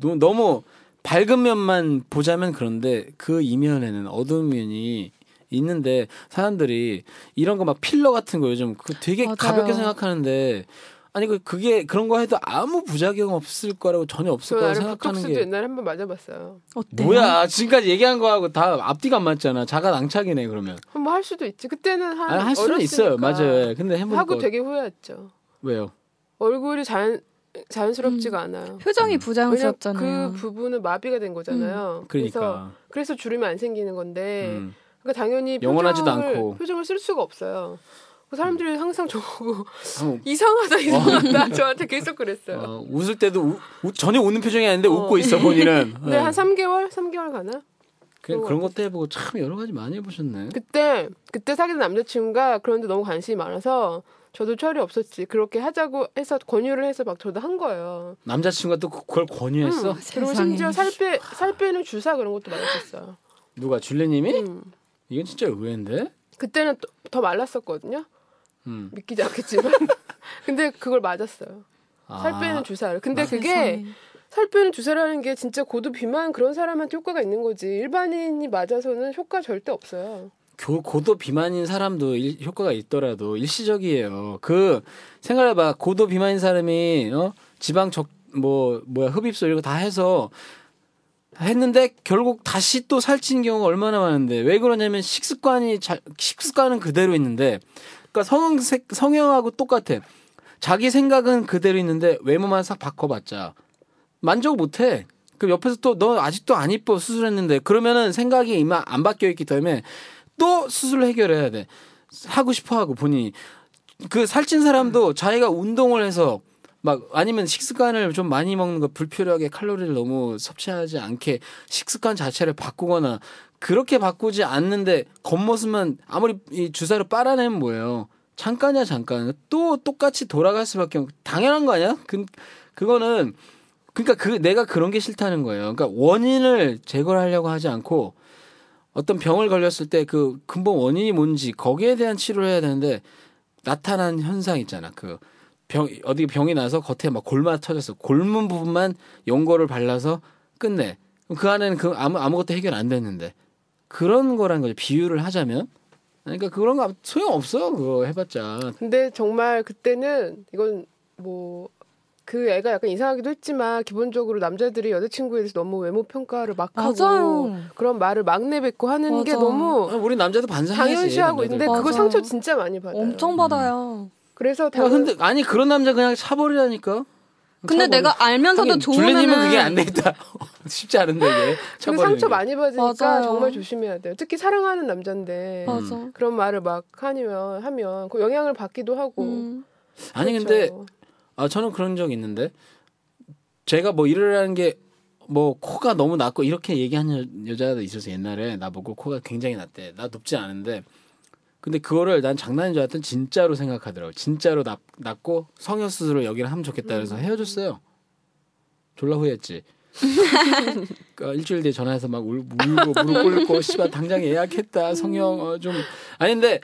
[SPEAKER 2] 노- 너무 밝은 면만 보자면 그런데 그 이면에는 어두운 면이 있는데 사람들이 이런 거 막 필러 같은 거 요즘 그 되게
[SPEAKER 5] 맞아요.
[SPEAKER 2] 가볍게 생각하는데 아니 그 그게 그런 거 해도 아무 부작용 없을 거라고 전혀 없을
[SPEAKER 3] 저
[SPEAKER 2] 거라고
[SPEAKER 3] 나름
[SPEAKER 2] 생각하는
[SPEAKER 3] 보톡스도
[SPEAKER 2] 게
[SPEAKER 3] 옛날에 한번 맞아봤어요.
[SPEAKER 5] 어때요?
[SPEAKER 3] 네.
[SPEAKER 2] 뭐야 지금까지 얘기한 거하고 다 앞뒤가 안 맞잖아 자가 낭착이네 그러면
[SPEAKER 3] 한번 할 수도 있지. 그때는 한
[SPEAKER 2] 아니, 할 수는 있어요
[SPEAKER 3] 어렸으니까.
[SPEAKER 2] 맞아요 예. 근데 해보니까
[SPEAKER 3] 하고 되게 후회했죠.
[SPEAKER 2] 왜요
[SPEAKER 3] 얼굴이 자연
[SPEAKER 5] 음.
[SPEAKER 3] 자연스럽지가 않아요.
[SPEAKER 2] 음.
[SPEAKER 5] 표정이
[SPEAKER 3] 왜냐면
[SPEAKER 5] 부자연스럽잖아요. 음.
[SPEAKER 3] 그 부분은 마비가 된 거잖아요. 그래서
[SPEAKER 2] 그러니까
[SPEAKER 3] 그래서 주름이 안 생기는 건데
[SPEAKER 2] 음.
[SPEAKER 3] 그러니까 당연히
[SPEAKER 2] 영원하지도
[SPEAKER 3] 표정을,
[SPEAKER 2] 않고. 음.
[SPEAKER 3] 표정을 쓸 수가 없어요. 그 사람들이 항상 저보고
[SPEAKER 2] 한번
[SPEAKER 3] 이상하다 이상하다 저한테 계속 그랬어요.
[SPEAKER 2] 어, 웃을 때도 우- 우- 전혀 웃는 표정이 아닌데
[SPEAKER 3] 어. 네,
[SPEAKER 2] 웃고 있어 본인은.
[SPEAKER 3] 근데 한 3개월, 3개월 가나?
[SPEAKER 2] 네. 그냥 그런 것도 해보고 참 여러 가지 많이 해보셨네.
[SPEAKER 3] 그때 그때 사귀던 남자친구가 그런데 너무 관심이 많아서 저도 철이 없었지. 그렇게 하자고 해서 권유를 해서 막 저도 한 거예요.
[SPEAKER 2] 남자친구가 또 그- 그걸 권유했어?
[SPEAKER 3] 음, 그리고
[SPEAKER 5] 세상에.
[SPEAKER 3] 심지어 살 빼 살 빼는 주사 그런 것도 맞았었어요.
[SPEAKER 2] 누가 줄리님이?
[SPEAKER 3] 음.
[SPEAKER 2] 이건 진짜 의외인데.
[SPEAKER 3] 그때는 또- 더 말랐었거든요.
[SPEAKER 2] 음.
[SPEAKER 3] 믿기지 않겠지만. 근데 그걸 맞았어요. 살 빼는 주사를. 근데 그게
[SPEAKER 5] 아. 세상에.
[SPEAKER 3] 살 빼는 주사라는 게 진짜 고도 비만 그런 사람한테 효과가 있는 거지. 일반인이 맞아서는 효과 절대 없어요.
[SPEAKER 2] 교, 고도 비만인 사람도 일- 효과가 있더라도 일시적이에요. 그 생각해봐 고도 비만인 사람이 어? 지방 적 뭐 뭐야 흡입소 이런 거 다 해서 했는데 결국 다시 또 살찐 경우가 얼마나 많은데 왜 그러냐면 식습관이 잘 식습관은 그대로 있는데 그러니까 성 성형하고 똑같아. 자기 생각은 그대로 있는데 외모만 싹 바꿔봤자 만족 못해. 그 옆에서 또 너 아직도 안 이뻐 수술했는데 그러면은 생각이 이만 안 바뀌어 있기 때문에 또 수술을 해결해야 돼. 하고 싶어 하고 본인이 그 살찐 사람도 자기가 운동을 해서 막 아니면 식습관을 좀 많이 먹는 거 불필요하게 칼로리를 너무 섭취하지 않게 식습관 자체를 바꾸거나 그렇게 바꾸지 않는데 겉모습만 아무리 이 주사를 빨아내면 뭐예요? 잠깐이야 잠깐 또 똑같이 돌아갈 수밖에 없 당연한 거 아니야? 그 그거는 그러니까 그 내가 그런 게 싫다는 거예요. 그러니까 원인을 제거하려고 하지 않고 어떤 병을 걸렸을 때 그 근본 원인이 뭔지 거기에 대한 치료를 해야 되는데 나타난 현상 있잖아. 그 병 어디 병이 나서 겉에 막 골마 터졌어. 골문 부분만 연고를 발라서 끝내. 그럼 그 안에는 그 아무 아무것도 해결 안 됐는데 그런 거란 거죠. 비유를 하자면 그러니까 그런 거 소용 없어. 그거 해봤자
[SPEAKER 3] 근데 정말 그때는 이건 뭐. 그 애가 약간 이상하기도 했지만 기본적으로 남자들이 여자친구에 대해서 너무 외모 평가를 막 하고
[SPEAKER 5] 맞아요.
[SPEAKER 3] 그런 말을 막 내뱉고 하는 게
[SPEAKER 5] 맞아.
[SPEAKER 2] 아,
[SPEAKER 3] 너무
[SPEAKER 2] 우리 남자도 반성해야지.
[SPEAKER 3] 당연시하고 있는데
[SPEAKER 2] 남자들.
[SPEAKER 3] 그거
[SPEAKER 5] 맞아요.
[SPEAKER 3] 상처 진짜 많이 받아요.
[SPEAKER 5] 엄청 받아요.
[SPEAKER 3] 그래서
[SPEAKER 2] 야,
[SPEAKER 3] 당연
[SPEAKER 2] 어, 근데 아니 그런 남자 그냥 차버리라니까.
[SPEAKER 5] 근데
[SPEAKER 2] 음. 차버려.
[SPEAKER 5] 내가 알면서도
[SPEAKER 2] 하긴
[SPEAKER 5] 좋으면은
[SPEAKER 2] 줄리님은 그게 안 되겠다. 쉽지 않은데 이게.
[SPEAKER 3] 근데
[SPEAKER 2] 차버리는
[SPEAKER 3] 상처
[SPEAKER 2] 게.
[SPEAKER 3] 많이 받으니까
[SPEAKER 5] 맞아요.
[SPEAKER 3] 정말 조심해야 돼요. 특히 사랑하는 남잔데
[SPEAKER 5] 맞아.
[SPEAKER 2] 음.
[SPEAKER 3] 그런 말을 막 하면 하면 그 영향을 받기도 하고.
[SPEAKER 5] 음.
[SPEAKER 2] 아니
[SPEAKER 3] 그렇죠.
[SPEAKER 2] 근데 아 저는 그런 적 있는데 제가 뭐 일을 하는 게 뭐 코가 너무 낮고 이렇게 얘기하는 여- 여자도 있어서 옛날에 나보고 코가 굉장히 낮대 나 높지 않은데 근데 그거를 난 장난인 줄 알았더니 진짜로 생각하더라고 진짜로 낮, 낮고 성형 수술을 여기를 하면 좋겠다 그래서 헤어졌어요 졸라 후회했지 그러니까 일주일 뒤에 전화해서 막 울, 울고 무릎 꿇고 씨발 당장 예약했다 성형 어, 좀 아닌데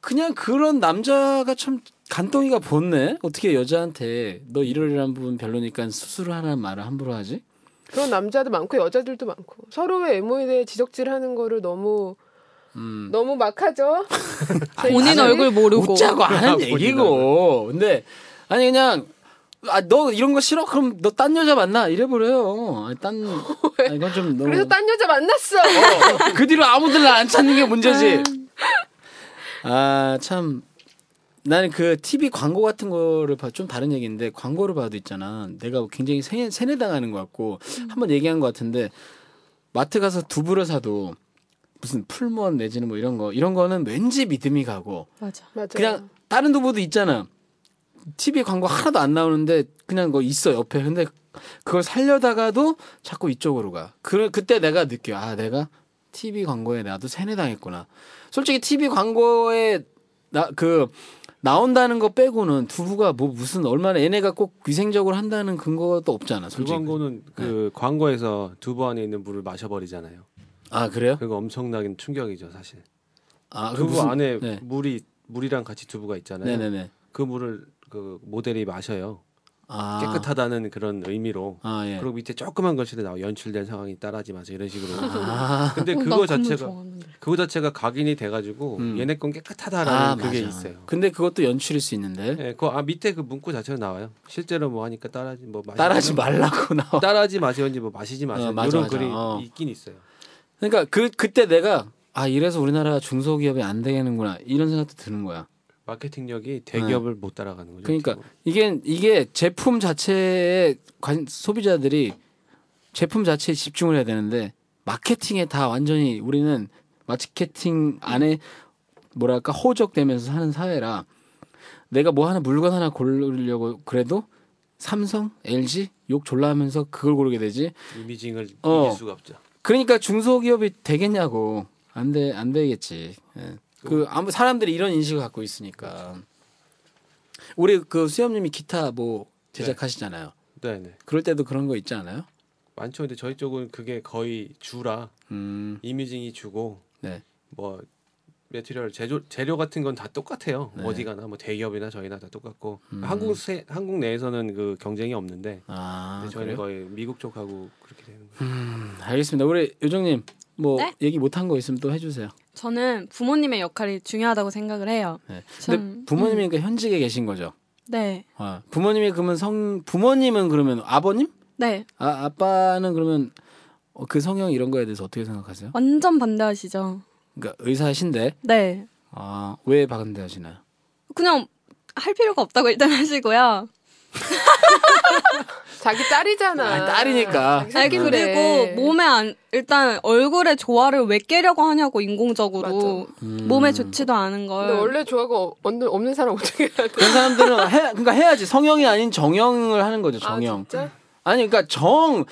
[SPEAKER 2] 그냥 그런 남자가 참 간덩이가 보네 어떻게 여자한테 너 이러이러한 부분 별로니까 수술을 하라는 말을 함부로 하지
[SPEAKER 3] 그런 남자도 많고 여자들도 많고 서로의 외모에 대해 지적질하는 거를 너무
[SPEAKER 2] 음.
[SPEAKER 3] 너무 막하죠.
[SPEAKER 2] 아니,
[SPEAKER 5] 본인
[SPEAKER 2] 나는
[SPEAKER 5] 얼굴 모르고.
[SPEAKER 2] 웃자고 안 하는
[SPEAKER 4] 본인
[SPEAKER 2] 얘기고 근데 아니 그냥 아 너 이런 거 싫어 그럼 너 딴 여자 만나 이래버려요 아니 딴 아니, 이건 좀 너무
[SPEAKER 3] 그래서 딴 여자 만났어.
[SPEAKER 2] 어, 그 뒤로 아무들나 안 찾는 게 문제지. 아, 참. 나는 그 TV 광고 같은 거를 봐, 좀 다른 얘기인데, 광고를 봐도 있잖아. 내가 굉장히 세, 세뇌당하는 것 같고, 한번 얘기한 것 같은데, 마트 가서 두부를 사도, 무슨 풀무원 내지는 뭐 이런 거, 이런 거는 왠지 믿음이 가고,
[SPEAKER 5] 맞아.
[SPEAKER 3] 맞아요.
[SPEAKER 2] 그냥 다른 두부도 있잖아. TV 광고 하나도 안 나오는데 그냥 거 있어 옆에. 근데 그걸 살려다가도 자꾸 이쪽으로 가. 그 그때 내가 느껴. 아 내가 TV 광고에 나도 세뇌당했구나. 솔직히 TV 광고에 나 그 나온다는 거 빼고는 두부가 뭐 무슨 얼마나 얘네가 꼭 위생적으로 한다는 근거도 없잖아.
[SPEAKER 4] 그
[SPEAKER 2] 솔직히. 네.
[SPEAKER 4] 광고는 그 광고에서 두부 안에 있는 물을 마셔버리잖아요.
[SPEAKER 2] 아 그래요?
[SPEAKER 4] 그거 엄청나긴 충격이죠 사실.
[SPEAKER 2] 아
[SPEAKER 4] 두부
[SPEAKER 2] 무슨-
[SPEAKER 4] 안에
[SPEAKER 2] 네.
[SPEAKER 4] 물이 물이랑 같이 두부가 있잖아요.
[SPEAKER 2] 네네네.
[SPEAKER 4] 그 물을 그 모델이 마셔요.
[SPEAKER 2] 아
[SPEAKER 4] 깨끗하다는 그런 의미로.
[SPEAKER 2] 아 예.
[SPEAKER 4] 그리고 밑에 조그만 글씨로 나와 연출된 상황이 따라하지 마세요 이런 식으로.
[SPEAKER 2] 아,
[SPEAKER 4] 근데
[SPEAKER 5] 어, 나
[SPEAKER 4] 네, 그거
[SPEAKER 5] 국물
[SPEAKER 4] 자체가
[SPEAKER 5] 좋아하는데.
[SPEAKER 4] 그거 자체가 각인이 돼가지고
[SPEAKER 2] 음.
[SPEAKER 4] 얘네 건 깨끗하다라는
[SPEAKER 2] 아,
[SPEAKER 4] 그게
[SPEAKER 2] 맞아.
[SPEAKER 4] 있어요.
[SPEAKER 2] 근데 그것도 연출일 수 있는데
[SPEAKER 4] 예, 그 아, 밑에 그 문구 자체로 나와요. 실제로 뭐 하니까 따라하지 뭐 마시,
[SPEAKER 2] 따라하지 말라고 나와.
[SPEAKER 4] 따라하지 마세요인지 뭐 마시지 마세요
[SPEAKER 2] 맞아,
[SPEAKER 4] 이런
[SPEAKER 2] 맞아.
[SPEAKER 4] 글이
[SPEAKER 2] 어.
[SPEAKER 4] 있긴 있어요.
[SPEAKER 2] 그러니까 그 그때 내가 아 이래서 우리나라 중소기업이 안 되겠는구나 이런 생각도 드는 거야.
[SPEAKER 4] 마케팅력이 대기업을 못 따라가는 거죠.
[SPEAKER 2] 그러니까 이게 이게 제품 자체에 관, 소비자들이 제품 자체에 집중을 해야 되는데 마케팅에 다 완전히 우리는 마케팅 안에 뭐랄까 호적되면서 사는 사회라 내가 뭐 하나 물건 하나 고르려고 그래도 삼성, LG 욕 졸라 하면서 그걸 고르게 되지.
[SPEAKER 4] 어떻게 보면. 이미징을
[SPEAKER 2] 어.
[SPEAKER 4] 이길 수가 없죠.
[SPEAKER 2] 그러니까 중소기업이 되겠냐고 안 돼 안 되겠지. 예. 그 아무 사람들이 이런 인식을 갖고
[SPEAKER 4] 그렇죠.
[SPEAKER 2] 있으니까 우리 그 수염님이 기타 뭐 제작하시잖아요.
[SPEAKER 4] 네네
[SPEAKER 2] 그럴 때도 그런 거 있지 않아요?
[SPEAKER 4] 많죠. 근데 저희 쪽은 그게 거의 주라
[SPEAKER 2] 음,
[SPEAKER 4] 이미징이 주고
[SPEAKER 2] 네.
[SPEAKER 4] 뭐 메테리얼 제조 재료 같은 건 다 똑같아요.
[SPEAKER 2] 네.
[SPEAKER 4] 어디가나 뭐 대기업이나 저희나 다 똑같고
[SPEAKER 2] 음.
[SPEAKER 4] 한국 세, 한국 내에서는 그 경쟁이 없는데
[SPEAKER 2] 아,
[SPEAKER 4] 근데 네,
[SPEAKER 2] 그래요?
[SPEAKER 4] 저희는 거의 미국 쪽하고 그렇게 되는 거예요.
[SPEAKER 2] 음, 알겠습니다. 우리 요정님 뭐
[SPEAKER 5] 네?
[SPEAKER 2] 얘기 못한 거 있으면 또 해주세요.
[SPEAKER 5] 저는 부모님의 역할이 중요하다고 생각을 해요.
[SPEAKER 2] 네. 근데
[SPEAKER 5] 참,
[SPEAKER 2] 부모님이 그 현직에 계신 거죠.
[SPEAKER 5] 네.
[SPEAKER 2] 아, 부모님이 그러면 성 부모님은 그러면 아버님?
[SPEAKER 5] 네.
[SPEAKER 2] 아 아빠는 그러면 어, 그 성형 이런 거에 대해서 어떻게 생각하세요?
[SPEAKER 5] 완전 반대하시죠.
[SPEAKER 2] 그러니까 의사신데
[SPEAKER 5] 네.
[SPEAKER 2] 아, 왜 반대하시나요?
[SPEAKER 5] 그냥 할 필요가 없다고 일단 하시고요.
[SPEAKER 3] 자기 딸이잖아.
[SPEAKER 2] 아니, 딸이니까.
[SPEAKER 3] 자기
[SPEAKER 5] 아니,
[SPEAKER 3] 새끼 그래.
[SPEAKER 5] 그리고 몸에 안 일단 얼굴의 조화를 왜 깨려고 하냐고 인공적으로
[SPEAKER 4] 음.
[SPEAKER 5] 몸에 좋지도 않은 걸.
[SPEAKER 3] 근데 원래 조화가 어- 없는, 없는 사람 어떻게 해야 돼?
[SPEAKER 2] 그런 사람들은 해, 그러니까 해야지 성형이 아닌 정형을 하는 거죠
[SPEAKER 3] 아,
[SPEAKER 2] 정형.
[SPEAKER 3] 진짜?
[SPEAKER 2] 아, 니 그러니까 정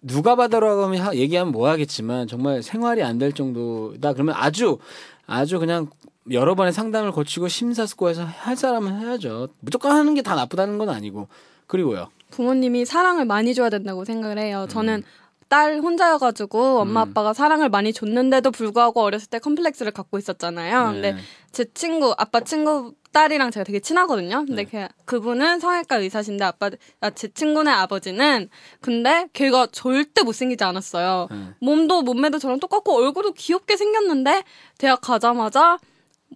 [SPEAKER 2] 누가 받으라고 하면 하- 얘기하면 뭐 하겠지만 정말 생활이 안 될 정도다 그러면 아주 아주 그냥 여러 번의 상담을 거치고 심사숙고해서 할 사람은 해야죠. 무조건 하는 게 다 나쁘다는 건 아니고 그리고요.
[SPEAKER 5] 부모님이 사랑을 많이 줘야 된다고 생각을 해요.
[SPEAKER 4] 음.
[SPEAKER 5] 저는 딸 혼자여가지고 엄마 아빠가 사랑을 많이 줬는데도 불구하고 어렸을 때 컴플렉스를
[SPEAKER 4] 네.
[SPEAKER 5] 갖고 있었잖아요.
[SPEAKER 2] 네.
[SPEAKER 5] 네. 근데 제 친구 아빠 친구 딸이랑 제가 되게 친하거든요. 근데
[SPEAKER 2] 네.
[SPEAKER 5] 걔- 그분은 성형외과 의사신데 아빠 아, 제 친구네 아버지는 근데 걔가 절대 못생기지 않았어요.
[SPEAKER 2] 네.
[SPEAKER 5] 몸도 몸매도 저랑 똑같고 얼굴도 귀엽게 생겼는데 대학 가자마자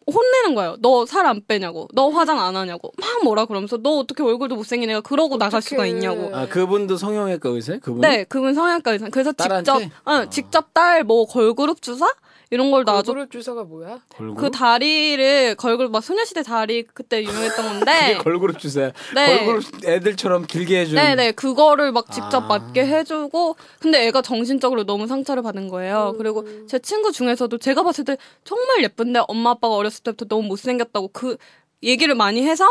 [SPEAKER 5] 혼내는 거예요. 너 살 안 빼냐고, 너 화장 안 하냐고 막 뭐라 그러면서 너 어떻게 얼굴도 못생긴 애가 그러고 나갈 수가 있냐고.
[SPEAKER 2] 아 그분도 성형외과 의사예요? 그분?
[SPEAKER 5] 네, 그분 성형외과 의사. 그래서
[SPEAKER 2] 딸한테? 아.
[SPEAKER 5] 직접, 응, 직접 딸 뭐 걸그룹 주사 이런 걸 놔줘.
[SPEAKER 3] 얼굴 주사가 그 뭐야?
[SPEAKER 2] 걸그룹?
[SPEAKER 5] 그 다리를 걸그룹 막 소녀시대 다리 그때 유명했던 건데
[SPEAKER 2] 걸그룹 주세요.
[SPEAKER 5] 네.
[SPEAKER 2] 걸그룹 애들처럼 길게 해주는.
[SPEAKER 5] 네네 그거를 막 직접
[SPEAKER 2] 아.
[SPEAKER 5] 맞게 해주고 근데 애가 정신적으로 너무 상처를 받은 거예요 그리고 제 친구 중에서도 제가 봤을 때 정말 예쁜데 엄마 아빠가 어렸을 때부터 너무 못생겼다고 그 얘기를 많이 해서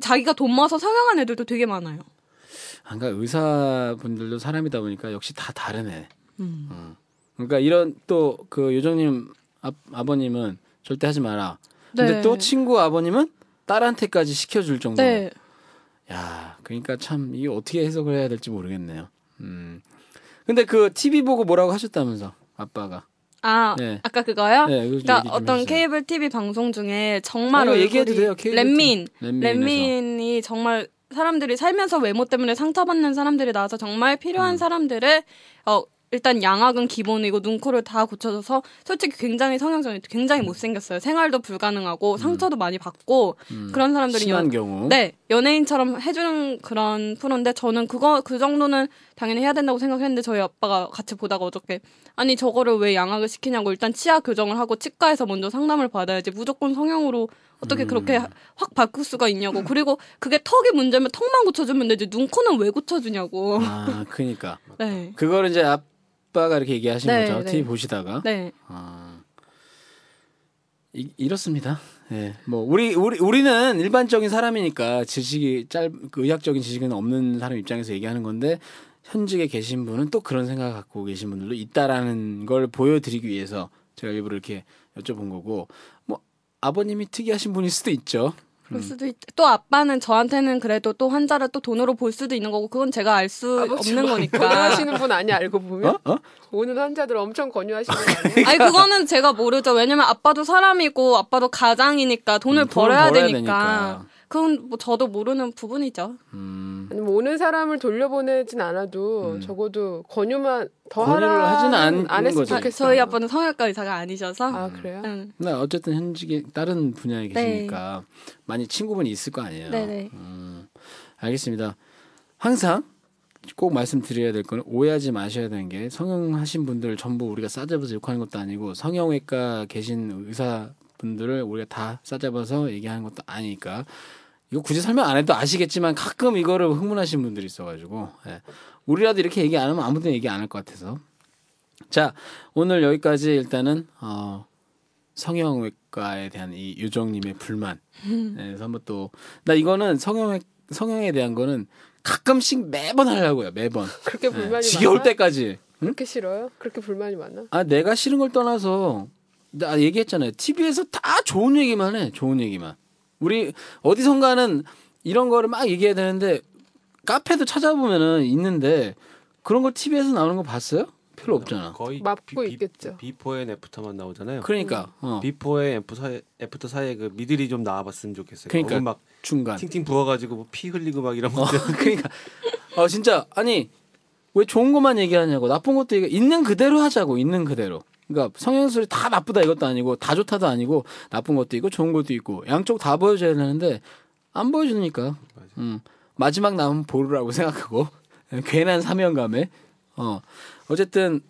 [SPEAKER 5] 자기가 돈 모아서 성형한 애들도 되게 많아요
[SPEAKER 2] 아, 그러니까 의사분들도 사람이다 보니까 역시 다 다르네. 어. 그러니까 이런 또 그 요정님 아, 아버님은 절대 하지 마라. 근데
[SPEAKER 5] 네.
[SPEAKER 2] 또 친구 아버님은 딸한테까지 시켜줄 정도.
[SPEAKER 5] 네
[SPEAKER 2] 야, 그러니까 참 이게 어떻게 해석을 해야 될지 모르겠네요. 음. 근데 그 TV 보고 뭐라고 하셨다면서 아빠가.
[SPEAKER 5] 아,
[SPEAKER 2] 네.
[SPEAKER 5] 아까 그거요?
[SPEAKER 2] 네, 그거 좀
[SPEAKER 5] 그러니까
[SPEAKER 2] 얘기 좀
[SPEAKER 5] 어떤
[SPEAKER 2] 해주세요.
[SPEAKER 5] 케이블 TV 방송 중에 정말
[SPEAKER 2] 아니요,
[SPEAKER 5] 얼굴이
[SPEAKER 2] 얘기해도 돼요, 케이블
[SPEAKER 5] 렛민,
[SPEAKER 2] 렛민에서.
[SPEAKER 5] 렛민이 정말 사람들이 살면서 외모 때문에 상처받는 사람들이 나와서 정말
[SPEAKER 2] 음.
[SPEAKER 5] 필요한 사람들을 어 일단 양악은 기본이고 눈코를 다 고쳐줘서 솔직히 굉장히 성형전이 굉장히 못생겼어요. 생활도 불가능하고 상처도 많이 받고 그런 사람들이
[SPEAKER 2] 음. 심한
[SPEAKER 5] 연-
[SPEAKER 2] 경우.
[SPEAKER 5] 네 연예인처럼 해주는 그런 프로인데 저는 그거 그 정도는 당연히 해야 된다고 생각했는데 저희 아빠가 같이 보다가 어저께 아니 저거를 왜 양악을 시키냐고 일단 치아 교정을 하고 치과에서 먼저 상담을 받아야지 무조건 성형으로 어떻게 그렇게 확 바꿀 수가 있냐고 그리고 그게 턱이 문제면 턱만 고쳐주면 되지 눈 코는 왜 고쳐주냐고
[SPEAKER 2] 아, 그러니까
[SPEAKER 5] 네네
[SPEAKER 2] 그거를 이제 아빠가 이렇게 얘기하신
[SPEAKER 5] 네,
[SPEAKER 2] 거죠.
[SPEAKER 5] 네.
[SPEAKER 2] TV 보시다가. 아, 이, 이렇습니다. 예, 뭐 우리 우리 우리는 일반적인 사람이니까 지식이 짧, 그 의학적인 지식은 없는 사람 입장에서 얘기하는 건데 현직에 계신 분은 또 그런 생각 을 갖고 계신 분들도 있다라는 걸 보여드리기 위해서 제가 일부러 이렇게 여쭤본 거고 뭐 아버님이 특이하신 분일 수도 있죠.
[SPEAKER 5] 그럴 수도 있. 또 아빠는 저한테는 그래도 또 환자를 또 돈으로 볼 수도 있는 거고 그건 제가 알 수
[SPEAKER 3] 아, 뭐
[SPEAKER 5] 없는 거니까.
[SPEAKER 3] 권유하시는 분 아니야 알고 보면
[SPEAKER 2] 어? 어?
[SPEAKER 3] 오는 환자들 엄청 권유하시는 거 아니야?
[SPEAKER 5] 아니 그거는 제가 모르죠. 왜냐면 아빠도 사람이고 아빠도 가장이니까 돈을
[SPEAKER 2] 음, 돈을
[SPEAKER 5] 벌어야,
[SPEAKER 2] 벌어야
[SPEAKER 5] 되니까.
[SPEAKER 2] 되니까.
[SPEAKER 5] 그건 뭐 저도 모르는 부분이죠.
[SPEAKER 2] 음.
[SPEAKER 3] 아니 뭐 오는 사람을 돌려보내진 않아도 적어도 권유만 더
[SPEAKER 2] 권유를
[SPEAKER 3] 하라
[SPEAKER 2] 하지는 않는
[SPEAKER 3] 안 했으면
[SPEAKER 2] 거죠.
[SPEAKER 5] 아,
[SPEAKER 3] 좋겠어요.
[SPEAKER 5] 저희 아빠는 성형외과 의사가 아니셔서. 음.
[SPEAKER 3] 아 그래요?
[SPEAKER 5] 응.
[SPEAKER 2] 근데 어쨌든 현직에 다른 분야에 계시니까 많이 친구분이 있을 거 아니에요.
[SPEAKER 5] 네. 네네.
[SPEAKER 2] 음, 알겠습니다. 항상 꼭 말씀드려야 될 거는 오해하지 마셔야 되는 게 성형하신 분들 전부 우리가 싸잡아서 욕하는 것도 아니고 성형외과 계신 의사 분들을 우리가 다 싸잡아서 얘기하는 것도 아니니까 이거 굳이 설명 안 해도 아시겠지만 가끔 이거를 흥분하신 분들이 있어가지고 예. 우리라도 이렇게 얘기 안 하면 아무도 얘기 안 할 것 같아서 자 오늘 여기까지 일단은 어, 성형외과에 대한 이 요정님의 불만 예, 그래서 한번 또 나 이거는 성형 성형에 대한 거는 가끔씩 매번 하려고요. 매번.
[SPEAKER 3] 그렇게
[SPEAKER 2] 예,
[SPEAKER 3] 불만이
[SPEAKER 2] 지겨울
[SPEAKER 3] 많아?
[SPEAKER 2] 때까지. 응?
[SPEAKER 3] 그렇게 싫어요? 그렇게 불만이 많나?
[SPEAKER 2] 아 내가 싫은 걸 떠나서 나 얘기했잖아요. TV에서 다 좋은 얘기만 해. 좋은 얘기만. 우리 어디선가는 이런 거를 막 얘기해야 되는데 카페도 찾아보면은 있는데 그런 걸 TV에서 나오는 거 봤어요? 별로
[SPEAKER 3] 음.
[SPEAKER 2] 없잖아.
[SPEAKER 4] 거의
[SPEAKER 3] 맞고 있겠죠.
[SPEAKER 4] 비포 앤 애프터만 나오잖아요.
[SPEAKER 2] 그러니까 어,
[SPEAKER 3] 음.
[SPEAKER 4] 비포에 애프 사이, 애프터 사이에 그 미들이 좀 나와봤으면 좋겠어요.
[SPEAKER 2] 그러니까.
[SPEAKER 4] 얼굴 막
[SPEAKER 2] 중간.
[SPEAKER 4] 팅팅 부어가지고 뭐피 흘리고 막 이런
[SPEAKER 2] 어,
[SPEAKER 4] 것들.
[SPEAKER 2] 그러니까 어 진짜 아니 왜 좋은 것만 얘기하냐고 나쁜 것도 얘기 있는 그대로 하자고 있는 그대로 그러니까 성형술이 다 나쁘다 이것도 아니고 다 좋다도 아니고 나쁜 것도 있고 좋은 것도 있고 양쪽 다 보여줘야 되는데 안 보여주니까 음, 마지막 남은 보루라고 생각하고 괜한 사명감에 어 어쨌든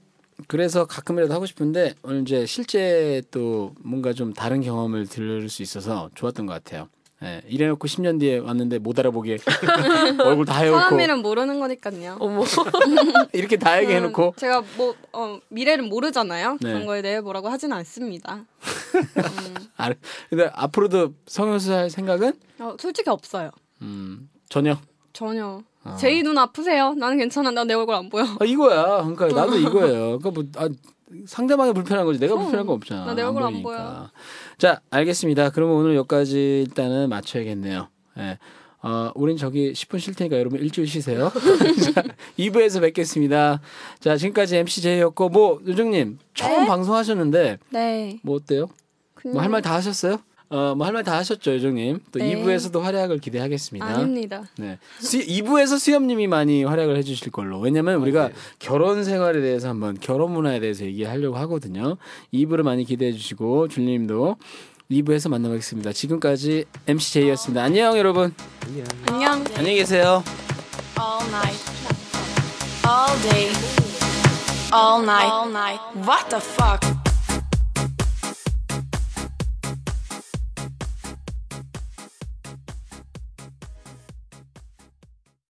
[SPEAKER 2] 그래서 가끔이라도 하고 싶은데 오늘 이제 실제 또 뭔가 좀 다른 경험을 들을 수 있어서 좋았던 것 같아요. 예, 이래놓고 10년 뒤에 왔는데 못 알아보게 얼굴 다 해놓고
[SPEAKER 5] 사람일은 모르는 거니까요.
[SPEAKER 3] 어머
[SPEAKER 2] 이렇게 다 얘기해놓고
[SPEAKER 5] 음, 제가 뭐 어, 미래를 모르잖아요.
[SPEAKER 2] 네.
[SPEAKER 5] 그런 거에 대해 뭐라고 하진 않습니다. 음.
[SPEAKER 2] 아, 근데 앞으로도 성형수술 할 생각은
[SPEAKER 5] 어, 솔직히 없어요.
[SPEAKER 2] 음, 전혀
[SPEAKER 5] 전혀. 제이 눈 아프세요? 나는 괜찮아. 나 내 얼굴 안 보여.
[SPEAKER 2] 아, 이거야 그러니까
[SPEAKER 5] 음.
[SPEAKER 2] 나도 이거예요 그러니까 뭐 아, 상대방이 불편한 거지 내가 불편한 거 없잖아
[SPEAKER 5] 음. 나내 얼굴 안
[SPEAKER 2] 보이니까.
[SPEAKER 5] 보여.
[SPEAKER 2] 자 알겠습니다 그러면 오늘 여기까지 일단은 맞춰야겠네요 예. 어, 우린 저기 10분 쉴 테니까 여러분 일주일 쉬세요 자, 2부에서 뵙겠습니다 자 지금까지 MC 제이였고 뭐 요정님 처음
[SPEAKER 5] 네.
[SPEAKER 2] 방송하셨는데
[SPEAKER 5] 네.
[SPEAKER 2] 뭐 어때요?
[SPEAKER 5] 그냥
[SPEAKER 2] 뭐 할 말 다 하셨어요? 어, 뭐 할 말 다 하셨죠, 요정님. 또
[SPEAKER 5] 네.
[SPEAKER 2] 2부에서도 활약을 기대하겠습니다.
[SPEAKER 5] 아닙니다.
[SPEAKER 2] 네. 수, 2부에서 수염님이 많이 활약을 해주실 걸로. 왜냐면 우리가
[SPEAKER 5] 네.
[SPEAKER 2] 결혼 생활에 대해서 한번 결혼 문화에 대해서 얘기하려고 하거든요. 2부를 많이 기대해 주시고, 줄님도 2부에서 만나뵙겠습니다. 지금까지 MCJ였습니다. 안녕, 여러분.
[SPEAKER 5] 안녕.
[SPEAKER 2] 안녕히 계세요.
[SPEAKER 1] all night, all day, all night, all night. What the fuck?